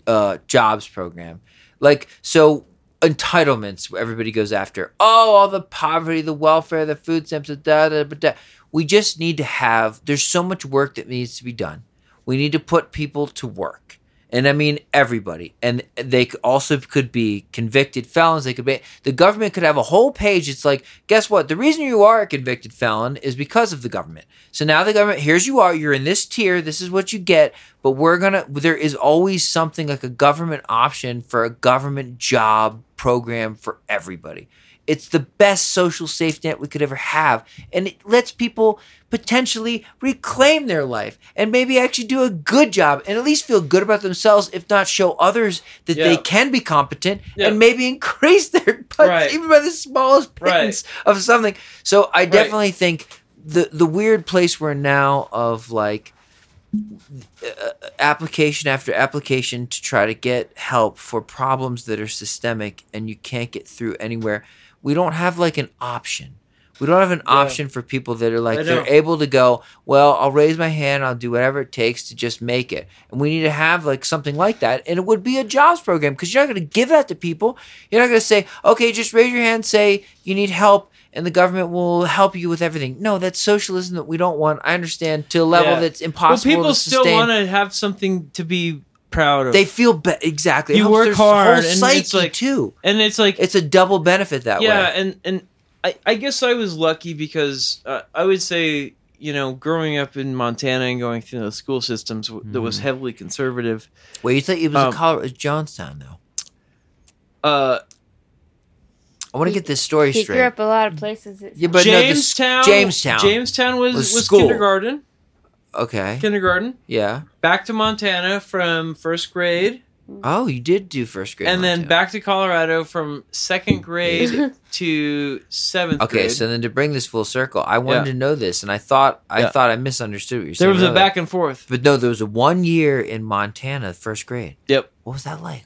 A: uh, jobs program like so entitlements everybody goes after oh all the poverty the welfare the food stamps the da da da da we just need to have there's so much work that needs to be done we need to put people to work and i mean everybody and they c- also could be convicted felons they could be the government could have a whole page it's like guess what the reason you are a convicted felon is because of the government so now the government here's you are you're in this tier this is what you get but we're gonna there is always something like a government option for a government job program for everybody it's the best social safety net we could ever have. And it lets people potentially reclaim their life and maybe actually do a good job and at least feel good about themselves, if not show others that they
B: Yeah.
A: can be competent
B: Yeah.
A: and maybe increase their punch
B: Right.
A: even by the smallest pittance of something. So I definitely think the the weird place we're in now of like uh, application after application to try to get help for problems that are systemic and you can't get through anywhere. We don't have like an option. We don't have an
B: Yeah.
A: option for people that are
B: I
A: like they're
B: know.
A: able to go, well, I'll raise my hand, I'll do whatever it takes to just make it. And we need to have like something like that. And it would be a jobs program because you're not going to give that to people. You're not going to say, okay, just raise your hand, say you need help, and the government will help you with everything. No, that's socialism that we don't want. I understand to a level
B: Yeah.
A: that's impossible.
B: well, people
A: to
B: still
A: sustain.
B: want to have something to be proud of.
A: They feel be- exactly. It
B: You
A: helps
B: work
A: their
B: hard,
A: whole
B: and it's
A: psyche
B: like-
A: too.
B: and it's like
A: It's a double benefit that
B: yeah
A: way.
B: and and I, I guess i was lucky because uh, i would say you know, growing up in Montana and going through those school systems w- that was
A: Mhm.
B: heavily conservative.
A: Wait, you said it was
B: Um,
A: a Colorado, it was Johnstown though.
B: Uh,
A: I want to
C: He-
A: get this story
C: He
A: straight.
C: grew up a lot of places. It
A: Yeah, But no, the s-
B: Jamestown,
A: Jamestown
B: Jamestown was
A: was
B: was,
A: school.
B: kindergarten.
A: okay.
B: Kindergarten.
A: Yeah.
B: Back to Montana from first grade,
A: Oh, you did do first grade.
B: and then
A: Montana.
B: back to Colorado from second grade to seventh
A: Okay,
B: grade.
A: so then to bring this full circle, I wanted
B: Yeah.
A: to know this, and I thought I
B: Yeah.
A: thought I misunderstood what you're saying.
B: there was
A: I
B: a
A: know that.
B: back and forth.
A: but no, there was a one year in Montana, first grade.
B: Yep.
A: What was that like?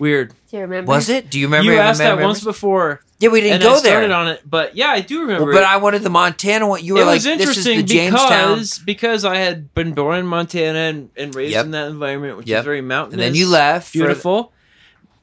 B: Weird.
C: Do you remember?
A: Was it? Do you remember?
B: you
A: if I
B: asked that
A: remember-
B: once before,
A: Yeah, we didn't
B: and
A: go
B: I started
A: there.
B: on it, but yeah, I do remember.
A: Well,
B: it.
A: but I wanted the Montana one. You were
B: it
A: like,
B: was interesting
A: "This is the Jamestown,"
B: because because I had been born in Montana and, and raised
A: Yep.
B: in that environment, which
A: Yep.
B: is very mountainous.
A: and then you left. for-
B: beautiful.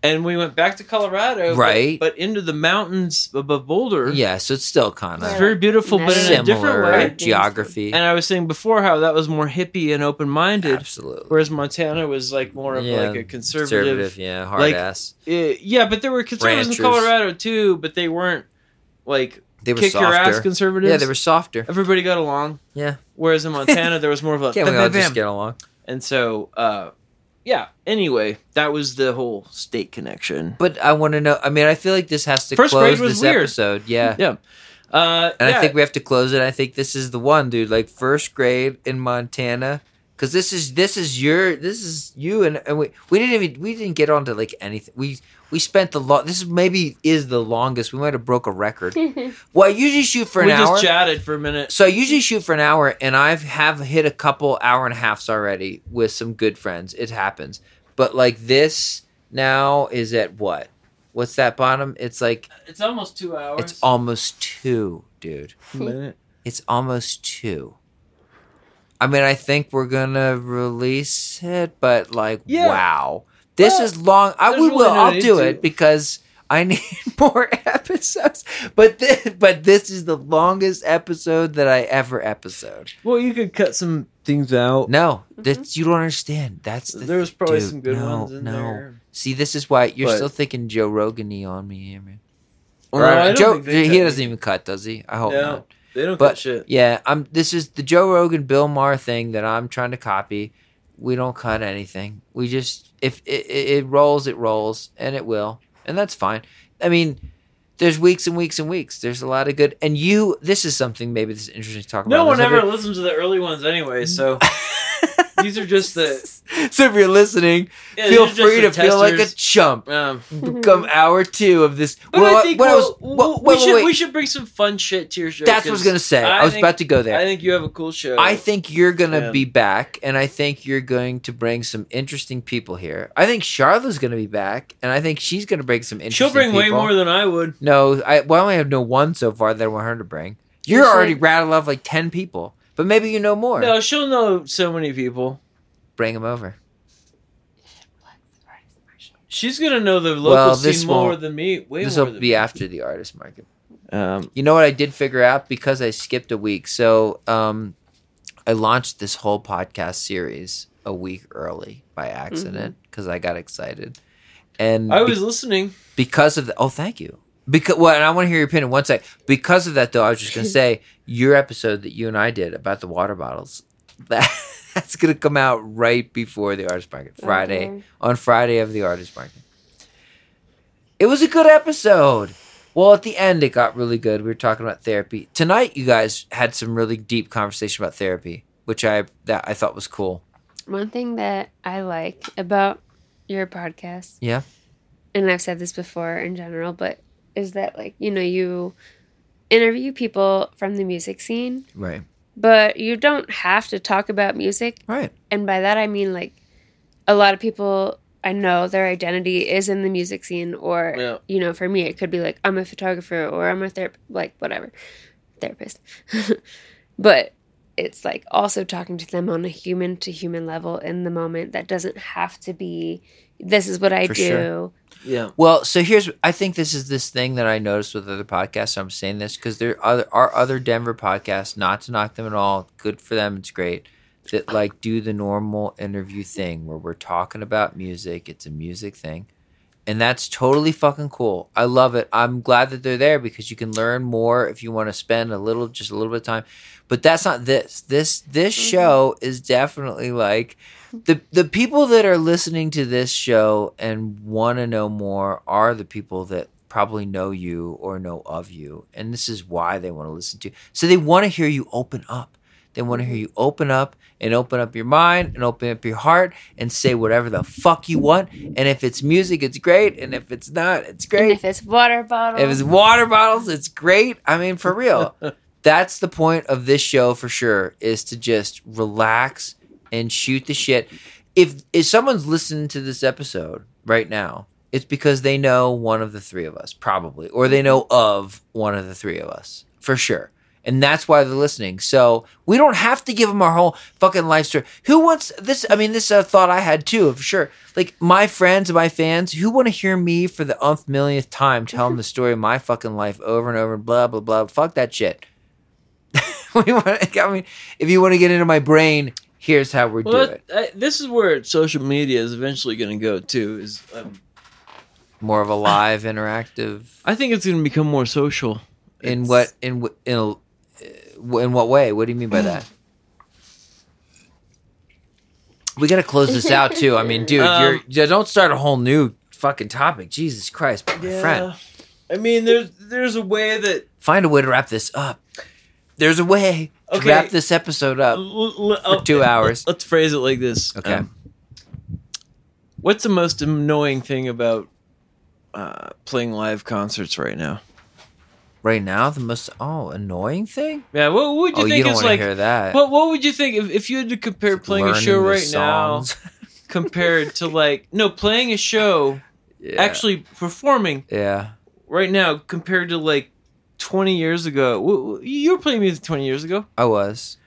B: And we went back to Colorado, but-
A: Right.
B: But, into the mountains above Boulder.
A: yeah, so it's still kind
B: it's
A: of
C: Right.
B: very beautiful, but in a different
A: similar
B: way.
A: geography.
B: And I was saying before how that was more hippie and open minded,
A: Absolutely
B: whereas Montana was like more of
A: Yeah,
B: like a conservative.
A: conservative. Yeah, hard
B: like,
A: ass.
B: Uh, yeah, but there were conservatives
A: Ranchers.
B: in Colorado too, but they weren't like
A: They were
B: kick your ass
A: softer.
B: conservatives. Uh,
A: Yeah, they were softer.
B: everybody got along.
A: Yeah.
B: Whereas in Montana, there was more of a
A: Can't
B: bam,
A: we all
B: bam,
A: just
B: bam.
A: get along?
B: And so, uh, yeah. Anyway, that was the whole state connection.
A: But I want to know. I mean, I feel like this has to
B: First
A: close
B: grade was
A: this
B: weird.
A: episode. Yeah.
B: Uh,
A: And
B: yeah,
A: I think we have to close it. I think this is the one, dude. Like first grade in Montana, because this is this is your this is you and, and we we didn't even we didn't get onto like anything. We we spent the long. This is maybe is the longest. We might have broke a record. well, I usually shoot for an
B: we
A: hour.
B: just chatted for a minute.
A: so I usually shoot for an hour, and I've have hit a couple hour and a halfs already with some good friends. It happens. But like this now is at what? What's that bottom? It's like
B: It's almost two hours.
A: it's almost two, dude.
B: minute.
A: It's almost two. I mean, I think we're gonna release it, but like,
B: Yeah.
A: wow, this
B: Well,
A: is long. I
B: there's
A: we
B: really
A: will.
B: no
A: I'll
B: need
A: do
B: to.
A: it because I need more episodes. But this, but this is the longest episode that I ever episode.
B: Well, you could cut some things out.
A: No, that's you don't understand. That's the
B: there was
A: thi-
B: probably
A: dude,
B: some good
A: no,
B: ones in
A: no.
B: there.
A: See, this is why you're
B: But-
A: still thinking Joe Rogany on me, here, man.
B: Or
A: Or,
B: I don't
A: Joe,
B: think they
A: he
B: cut
A: doesn't
B: me.
A: even cut, does he? I hope
B: No.
A: not.
B: They don't
A: But-
B: cut shit.
A: Yeah, I'm. This is the Joe Rogan Bill Maher thing that I'm trying to copy. We don't cut anything. We just if it, it, it rolls, it rolls, and it will, and that's fine. I mean, there's weeks and weeks and weeks. There's a lot of good, and you. This is something maybe this is interesting to talk about.
B: No one
A: There's
B: ever
A: like a-
B: listens to the early ones anyway, so these are just the.
A: so if you're listening,
B: yeah,
A: feel
B: these are just
A: free
B: the
A: to feel like a
B: testers.
A: chump.
B: Um,
A: Become hour two of this.
B: but
A: Well,
B: I think
A: what I
B: we'll-
A: was-
B: we'll-
A: well, wait,
B: we
A: wait,
B: should
A: wait.
B: we should bring some fun shit to your show.
A: That's what I was
B: 'cause
A: gonna say.
B: I
A: I, was
B: think-
A: about to go there.
B: I think you have a cool show.
A: I think you're gonna
B: Yeah.
A: be back, and I think you're going to bring some interesting people here. I think Charlotte's gonna be back, and I think she's gonna bring some interesting.
B: she'll bring way
A: people.
B: more than I would.
A: No, I well, I only have no one so far that I want her to bring. You're
C: Yes, I-
A: already rattled off like ten people, but maybe you know more.
B: No, she'll know so many people.
A: Bring them over.
B: She's gonna know the local
A: Well, this
B: scene more
A: won't-
B: than me. Way
A: This
B: more
A: will
B: than
A: be after the artist market.
B: me. Um,
A: You know what I did figure out because I skipped a week. So um, I launched this whole podcast series a week early by accident because I got excited. And
B: Mm-hmm. I
A: be-
B: was listening.
A: because of the oh thank you because well and i want to hear your opinion one sec because of that though i was just going to say your episode that you and i did about the water bottles that that's going to come out right before the artist market friday on friday of the artist market it was a good episode well at the end it got really good we were talking about therapy tonight you guys had some really deep conversation about therapy which i that i thought was cool
C: One thing that I like about your podcast,
A: Yeah.
C: and I've said this before in general, but is that like you know you interview people from the music scene,
A: right
C: but you don't have to talk about music,
A: right
C: and by that I mean like a lot of people I know their identity is in the music scene, or
B: Yeah.
C: you know, for me it could be like I'm a photographer or I'm a therapist, like whatever, therapist, but. It's like also talking to them on a human to human level in the moment that doesn't have to be this is what I
A: For
C: do.
A: sure.
B: Yeah,
A: Well, so here's I think this is this thing that I noticed with other podcasts. I'm saying this because there are other, are other Denver podcasts. Not to knock them at all. Good for them. It's great that like do the normal interview thing where we're talking about music. It's a music thing, and that's totally fucking cool. I love it. I'm glad that they're there because you can learn more if you want to spend a little, just a little bit of time. But that's not this. This this
C: Mhm.
A: show is definitely like the the people that are listening to this show and want to know more are the people that probably know you or know of you, and this is why they want to listen to. So they want to hear you open up. They want to hear you open up and open up your mind and open up your heart and say whatever the fuck you want. And if it's music, it's great. And if it's not, it's
C: And
A: great.
C: if it's water bottle,
A: If it's water bottles, it's great. I mean, for real. That's the point of this show for sure is to just relax and shoot the shit. If if someone's listening to this episode right now, it's because they know one of the three of us, probably, or they know of one of the three of us, for sure. And that's why they're listening. So we don't have to give them our whole fucking life story. Who wants this? I mean, this is a thought I had too, for sure. Like my friends, and my fans, who want to hear me for the umph millionth time tell them the story of my fucking life over and over and blah, blah, blah. Fuck that shit. we want, I mean, if you want to get into my brain, here's how we
B: Well,
A: do it.
B: that, I, this is where social media is eventually going to go too. Is um,
A: More of a live, interactive.
B: I think it's going to become more social.
A: In
B: It's-
A: what in wh- in a- uh, in what way? What do you mean by that? We gotta close this out too. I mean, dude,
B: Um,
A: you're yeah, don't start a whole new fucking topic. Jesus Christ, my friend,
B: I mean, there's there's a way that
A: find a way to wrap this up. There's a way to
B: Okay. Um,
A: wrap this episode up
B: l- l-
A: Uh, for two hours.
B: Let's phrase it like this. Um,
A: Okay.
B: what's the most annoying thing about uh, playing live concerts right now?
A: Right now, the most oh annoying thing.
B: Yeah, what would you
A: oh, you
B: think
A: don't
B: is
A: want to
B: like?
A: hear that.
B: What What would you think if, if you had to compare playing a
A: Learning
B: show
A: the
B: right
A: songs.
B: now compared to like no playing a show
A: yeah.
B: actually performing
A: yeah,
B: right now compared to like twenty years ago? Wh- wh- You were playing music twenty years ago.
A: I was.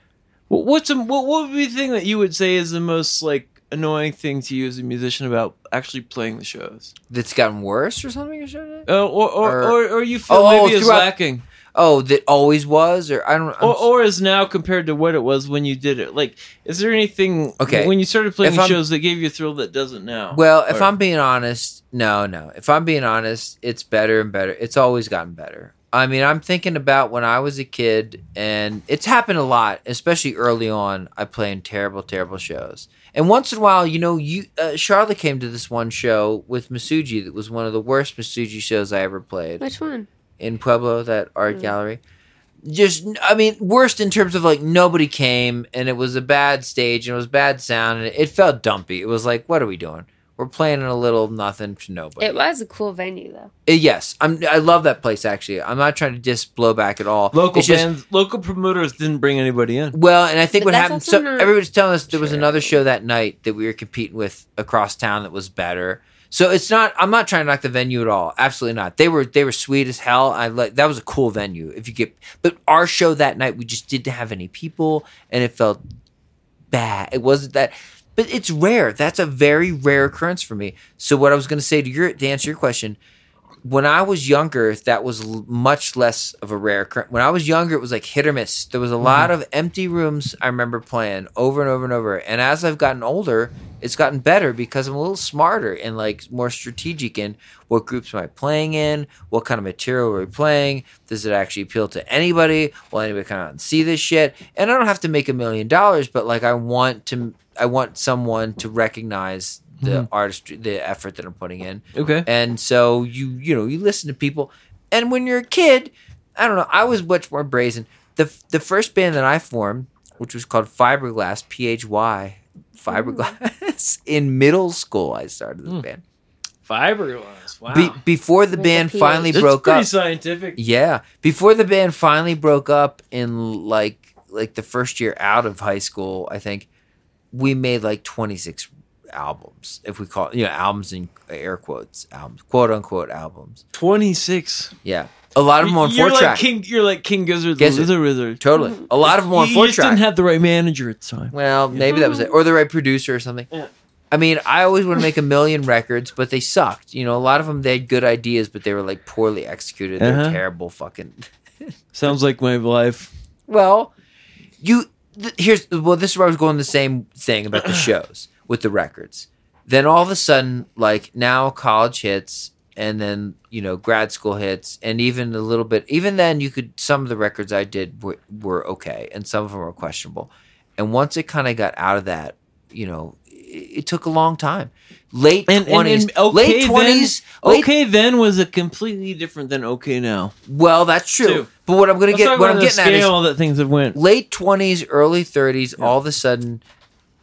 B: Wh- What's a, what what would be the thing that you would say is the most like annoying thing to you as a musician about actually playing the shows?
A: That's gotten worse or something. or something?
B: Uh, or,
A: Or-
B: or, or or you feel
A: Er, Oh,
B: maybe is
A: throughout-
B: lacking.
A: Oh, that always was, or I don't. I'm
B: or, or is now compared to what it was when you did it. Like, is there anything
A: Okay.
B: when you started playing
A: If I'm-
B: shows that gave you a thrill that doesn't now?
A: Well, if
B: Or-
A: I'm being honest, no, no. If I'm being honest, it's better and better. It's always gotten better. I mean, I'm thinking about when I was a kid, and it's happened a lot, especially early on. I played in terrible, terrible shows, and once in a while, you know, you uh, Charlotte came to this one show with Masuji that was one of the worst Masuji shows I ever played
C: which one?
A: in Pueblo, that art
C: Mm.
A: gallery. Just, I mean, worst in terms of like nobody came and it was a bad stage and it was bad sound and it felt dumpy. It was like, what are we doing? We're playing in a little nothing to nobody.
C: It was a cool venue though.
A: Uh, yes, I'm. I love that place. Actually, I'm not trying to diss blowback at all.
B: local
A: It's just-
B: bands, local promoters didn't bring anybody in.
A: well, and I think
C: But
A: what
C: that's
A: happened.
C: also
A: So
C: not-
A: everybody's telling us there was
C: Sure.
A: another show that night that we were competing with across town that was better. So it's not. I'm not trying to knock the venue at all. Absolutely not. They were they were sweet as hell. I like that was a cool venue. If you get, but our show that night we just didn't have any people, and it felt bad. It wasn't that. But it's rare. That's a very rare occurrence for me. So what I was going to say to your to answer your question, when I was younger, that was l- much less of a rare occurrence. When I was younger, it was like hit or miss. There was a lot of empty rooms I remember playing over and over and over. And as I've gotten older, it's gotten better because I'm a little smarter and like more strategic in what groups am I playing in, what kind of material are we playing, does it actually appeal to anybody? Will anybody come out and see this shit? And I don't have to make a million dollars, but like I want to, I want someone to recognize the artistry, the effort that I'm putting in.
B: Okay,
A: And so you you know you listen to people, and when you're a kid, I don't know. I was much more brazen. the The first band that I formed, which was called Fiberglass, P H Y, Fiberglass, in middle school, I started this
B: Mm.
A: band.
B: fiberglass. Wow,
A: Be- before the
C: With a
A: band
C: PH.
A: finally
B: that's
A: broke
B: pretty
A: up,
B: scientific.
A: yeah, before the band finally broke up in like like the first year out of high school, I think we made like 26 albums, if we call you know albums in air quotes, albums, quote unquote albums.
B: Twenty six.
A: Yeah. A lot of them on
B: you're
A: four
B: like
A: track.
B: King. You're like King Gizzard, the
A: Gizzard.
B: Lizard Wizard.
A: totally. A lot of them
B: You,
A: on
B: you
A: four
B: just didn't
A: track.
B: have the right manager at the time.
A: well, maybe that was it. Or the right producer or something.
B: Yeah.
A: I mean, I always want to make a million records, but they sucked. You know, a lot of them they had good ideas, but they were like poorly executed. They're
B: Uh-huh.
A: terrible fucking
B: Sounds like my life.
A: Well, you th- here's well. This is where I was going. The same thing about the shows with the records. Then all of a sudden, like now college hits and then, you know, grad school hits and even a little bit, even then you could, some of the records I did were, were okay and some of them were questionable. And once it kind of got out of that, you know, it, it took a long time. Late
B: And, and,
A: twenties,
B: and okay
A: late twenties,
B: then, okay then was a completely different than okay now.
A: Well, that's true.
B: Two.
A: But what I'm going to
B: Let's
A: get,
B: talk
A: what
B: about
A: I'm
B: the
A: getting at is
B: scale that things have went.
A: late twenties, early thirties, all of a sudden,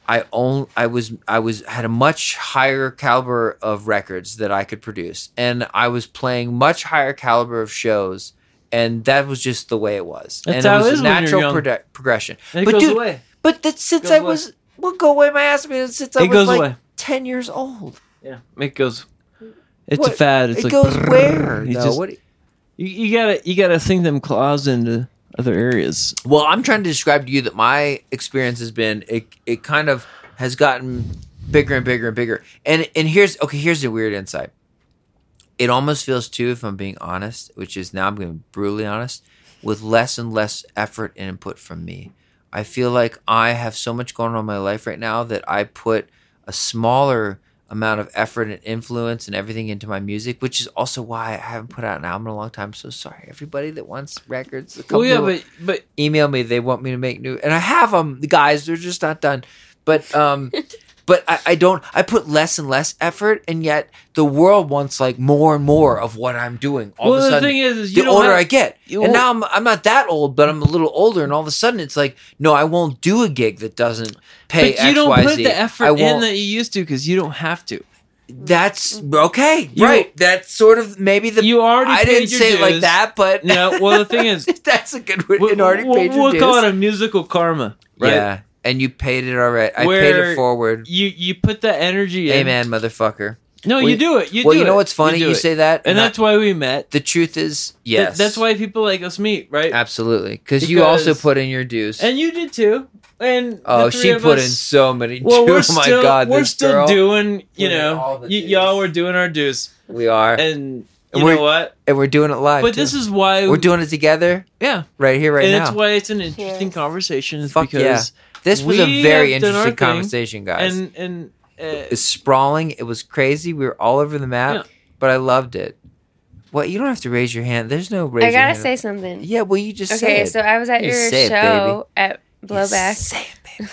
A: I own I was I was had a much higher caliber of records that I could produce, and I was playing much higher caliber of shows, and that was just the way it was.
B: That's
A: and
B: how it
A: was
B: is
A: a
B: when you're
A: natural
B: young.
A: prode- progression.
B: And it
A: but
B: goes
A: dude,
B: away.
A: but that since
B: Goes
A: I
B: away.
A: was well, go away my ass, man. Since I
B: It
A: was
B: goes
A: like
B: away.
A: ten years old,
B: Yeah, it goes. It's a
A: What?
B: fad. It's
A: it
B: like
A: goes where
B: You
A: though?
B: just-
A: What do you-
B: You, you gotta you gotta sink them claws into other areas.
A: Well, I'm trying to describe to you that my experience has been it. It kind of has gotten bigger and bigger and bigger. And and here's okay. Here's a weird insight. It almost feels too, if I'm being honest, which is now I'm going to be brutally honest, with less and less effort and input from me. I feel like I have so much going on in my life right now that I put a smaller amount of effort and influence and everything into my music, which is also why I haven't put out an album in a long time. So sorry, everybody that wants records. a couple
B: Well, yeah,
A: of-
B: but but
A: email me. They want me to make new, and I have them. The guys, they're just not done. But um, but I, I don't. I put less and less effort, and yet the world wants like more and more of what I'm doing. All
B: well,
A: of a
B: the
A: sudden,
B: thing is, is you
A: the
B: don't
A: older
B: have-
A: I get,
B: you
A: and
B: don't-
A: now I'm I'm not that old, but I'm a little older, and all of a sudden it's like, no, I won't do a gig that doesn't pay
B: but you don't
A: XYZ.
B: put the
A: I
B: effort in
A: won't-
B: that you used to because you don't have to.
A: That's okay,
B: You-
A: right? That's sort of maybe the
B: You already.
A: I
B: paid
A: didn't
B: your
A: say it like
B: dues.
A: that, but
B: No, well, the thing is-
A: that's a good word.
B: We,
A: An already
B: we'll
A: paid your
B: we'll
A: dues.
B: call it a musical karma, right?
A: Yeah, and you paid it already. I paid
B: Where-
A: it forward.
B: You you put that energy in.
A: Amen, motherfucker.
B: No,
A: Well,
B: you do it. You
A: well,
B: do
A: you know
B: it.
A: what's funny?
B: do
A: You,
B: it.
A: say that,
B: and
A: I-
B: that's why we met.
A: the truth is
B: Th-
A: yes.
B: that's why people like us meet, right?
A: absolutely because you also
B: Because-
A: put in your dues.
B: And you did too. And
A: oh,
B: the three
A: she
B: of
A: put in
B: us,
A: so many.
B: Well,
A: dues.
B: we're
A: oh my
B: still
A: god,
B: we're
A: this
B: still
A: girl.
B: doing. You
A: We're in all the
B: know, y-
A: dues.
B: y'all were doing our dues,
A: We are, and,
B: and
A: And
B: you
A: we're-
B: know what?
A: we're doing it live.
B: But this is why
A: we're doing it together
B: Yeah,
A: right here, right
B: and
A: now.
B: that's why it's an interesting
C: Yes.
B: conversation. Is
A: Fuck yeah.
B: because
A: this was a
B: we
A: very
B: have done our
A: interesting
B: thing,
A: conversation, guys.
B: and and uh,
A: it's sprawling. It was crazy. We were all over the map, but I loved it. What? You don't have to raise your hand. There's no raise.
C: I
A: your
C: gotta
A: hand.
C: say something.
A: Yeah, well, you just
C: okay,
A: said.
C: so I was at
A: You
C: your
A: say it,
C: show at
A: You
C: Blowback,
A: Say it, baby.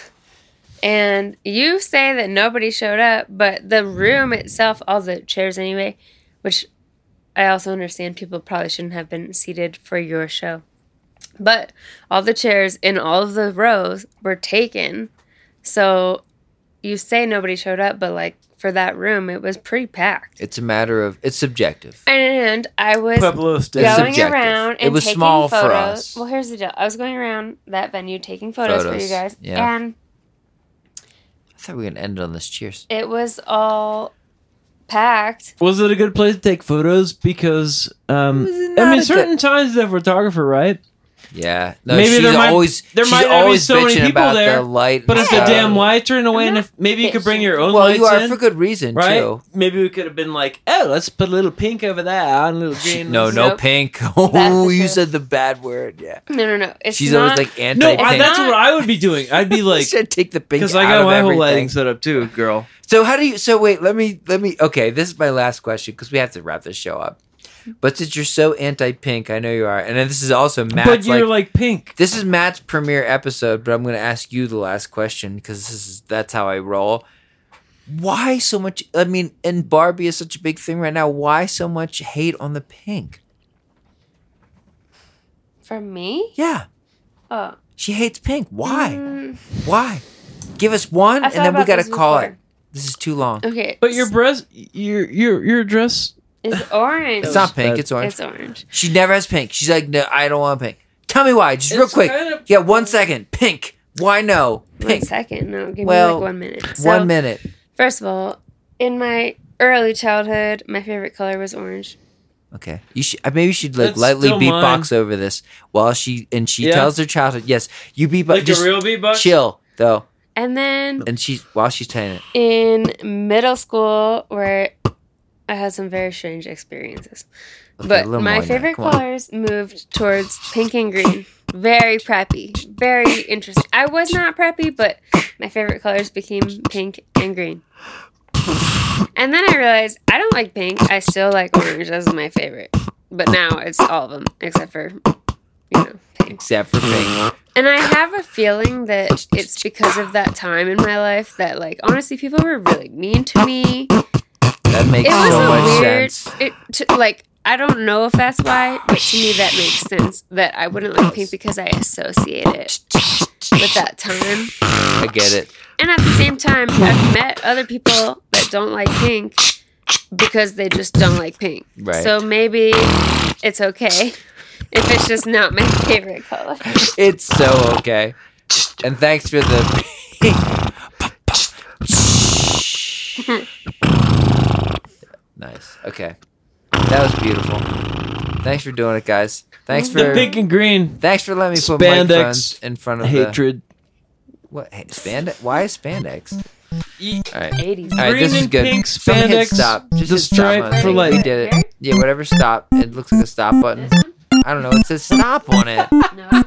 C: and you say that nobody showed up, but the room
A: Hmm.
C: itself, all the chairs anyway, which I also understand people probably shouldn't have been seated for your show, but all the chairs in all of the rows were taken. So you say nobody showed up, but like for that room, it was pretty packed.
A: It's a matter of it's subjective.
C: And I was
B: Pueblo State.
A: Yeah.
C: going
A: subjective.
C: around and
A: It was
C: taking
A: small for
C: photos.
A: us.
C: Well, here's the deal. I was going around that venue taking photos, for
A: Photos,
C: you guys,
A: yeah.
C: and
A: I thought we were gonna end on this. Cheers.
C: it was all packed.
B: Was it a good place to take photos? Because um,
A: It was
B: I
A: not a
B: mean,
A: good-
B: certain times the photographer, right?
A: Yeah. No,
B: Maybe
A: she's
B: there might-
A: always
B: there
A: she's
B: might not be
A: always
B: so many
A: bitching
B: people
A: about
B: there,
A: the light.
B: But
A: and
B: if the
A: stuff.
B: damn lights are in a way, and
C: not
B: if maybe you could bring your own
A: Well,
B: lights
A: you are
B: in,
A: for good reason
B: right?
A: too.
B: Maybe we could have been like, oh, let's put a little pink over there and a little green.
A: No,
B: and-
A: no
C: Nope.
A: pink. Oh,
C: the
A: you
C: truth.
A: said the bad word. Yeah.
C: No, no, no. It's
A: she's
C: not,
A: always like anti.
B: no.
A: pink.
B: I,
C: Anti-pink.
B: that's what I would be doing. I'd be like,
A: said take the pink
B: because
A: out
B: I got
A: of
B: my whole
A: everything.
B: lighting set up too, girl.
A: So how do you? So wait, let me let me. Okay, this is my last question because we have to wrap this show up. But since you're so anti-pink, I know you are, and then this is also Matt's
B: but you're
A: like
B: like, pink.
A: This is Matt's premiere episode, but I'm going to ask you the last question because this is that's how I roll. Why so much? I mean, and Barbie is such a big thing right now. Why so much hate on the pink?
C: for me.
A: Yeah,
C: Oh,
A: she hates pink. Why?
C: Mm,
A: Why? Give us one,
C: I
A: and
C: thought
A: then we
C: about
A: got to
C: this
A: call it.
C: before.
A: This is too long.
C: okay.
B: But your breast, your your your dress.
C: is orange.
A: It's not pink.
B: bad.
A: It's orange.
C: It's orange.
A: she never has pink. She's like, no, I don't want pink. Tell me why, just real
B: It's
A: quick.
B: kind of-
A: yeah, one second. Pink. Why no?
C: One
A: Pink.
C: second. No, give
A: Well,
C: me like one minute. So,
A: One minute.
C: First of all, in my early childhood, my favorite color was orange.
A: Okay, you should uh, maybe she'd like
B: That's
A: lightly
B: still
A: beatbox over this while she and she
B: Yeah.
A: tells her childhood. Yes, you beatbox.
B: Like
A: just
B: a real beatbox.
A: chill though,
C: And then
A: and she while she's playing it.
C: in middle school where I had some very strange experiences.
A: Okay, a
C: but
A: little more
C: my
A: than that.
C: favorite
A: Come on.
C: colors moved towards pink and green. Very preppy. Very interesting. I was not preppy, but my favorite colors became pink and green. And then I realized I don't like pink. I still like orange. That's my favorite. But now it's all of them except for, you know, pink.
A: except for pink.
C: And I have a feeling that it's because of that time in my life that, like, honestly, people were really mean to me.
A: That makes
C: It was
A: so
C: a
A: much
C: weird.
A: sense.
C: It t- like I don't know if that's why, but to me that makes sense that I wouldn't like pink because I associate it with that time.
A: I get it.
C: And at the same time, I've met other people that don't like pink because they just don't like pink.
A: Right.
C: So maybe it's okay if it's just not my favorite color.
A: It's so okay. And thanks for the nice. Okay, that was beautiful. Thanks for doing it, guys. Thanks for
B: The pink and green
A: thanks for letting me put
B: Spandex
A: microphones in front of the
B: hatred.
A: what hey, spandex. Why is spandex? All right.
C: 80s.
A: All right,
B: E- Green
A: this is
B: and
A: good.
B: pink
A: Someone hit
B: spandex,
A: stop. Just
B: the
A: hit stop
B: stripe
A: on it.
B: for life.
A: We did it. Yeah, whatever. Stop. It looks like a stop button. I don't know. It says stop on it.
C: No.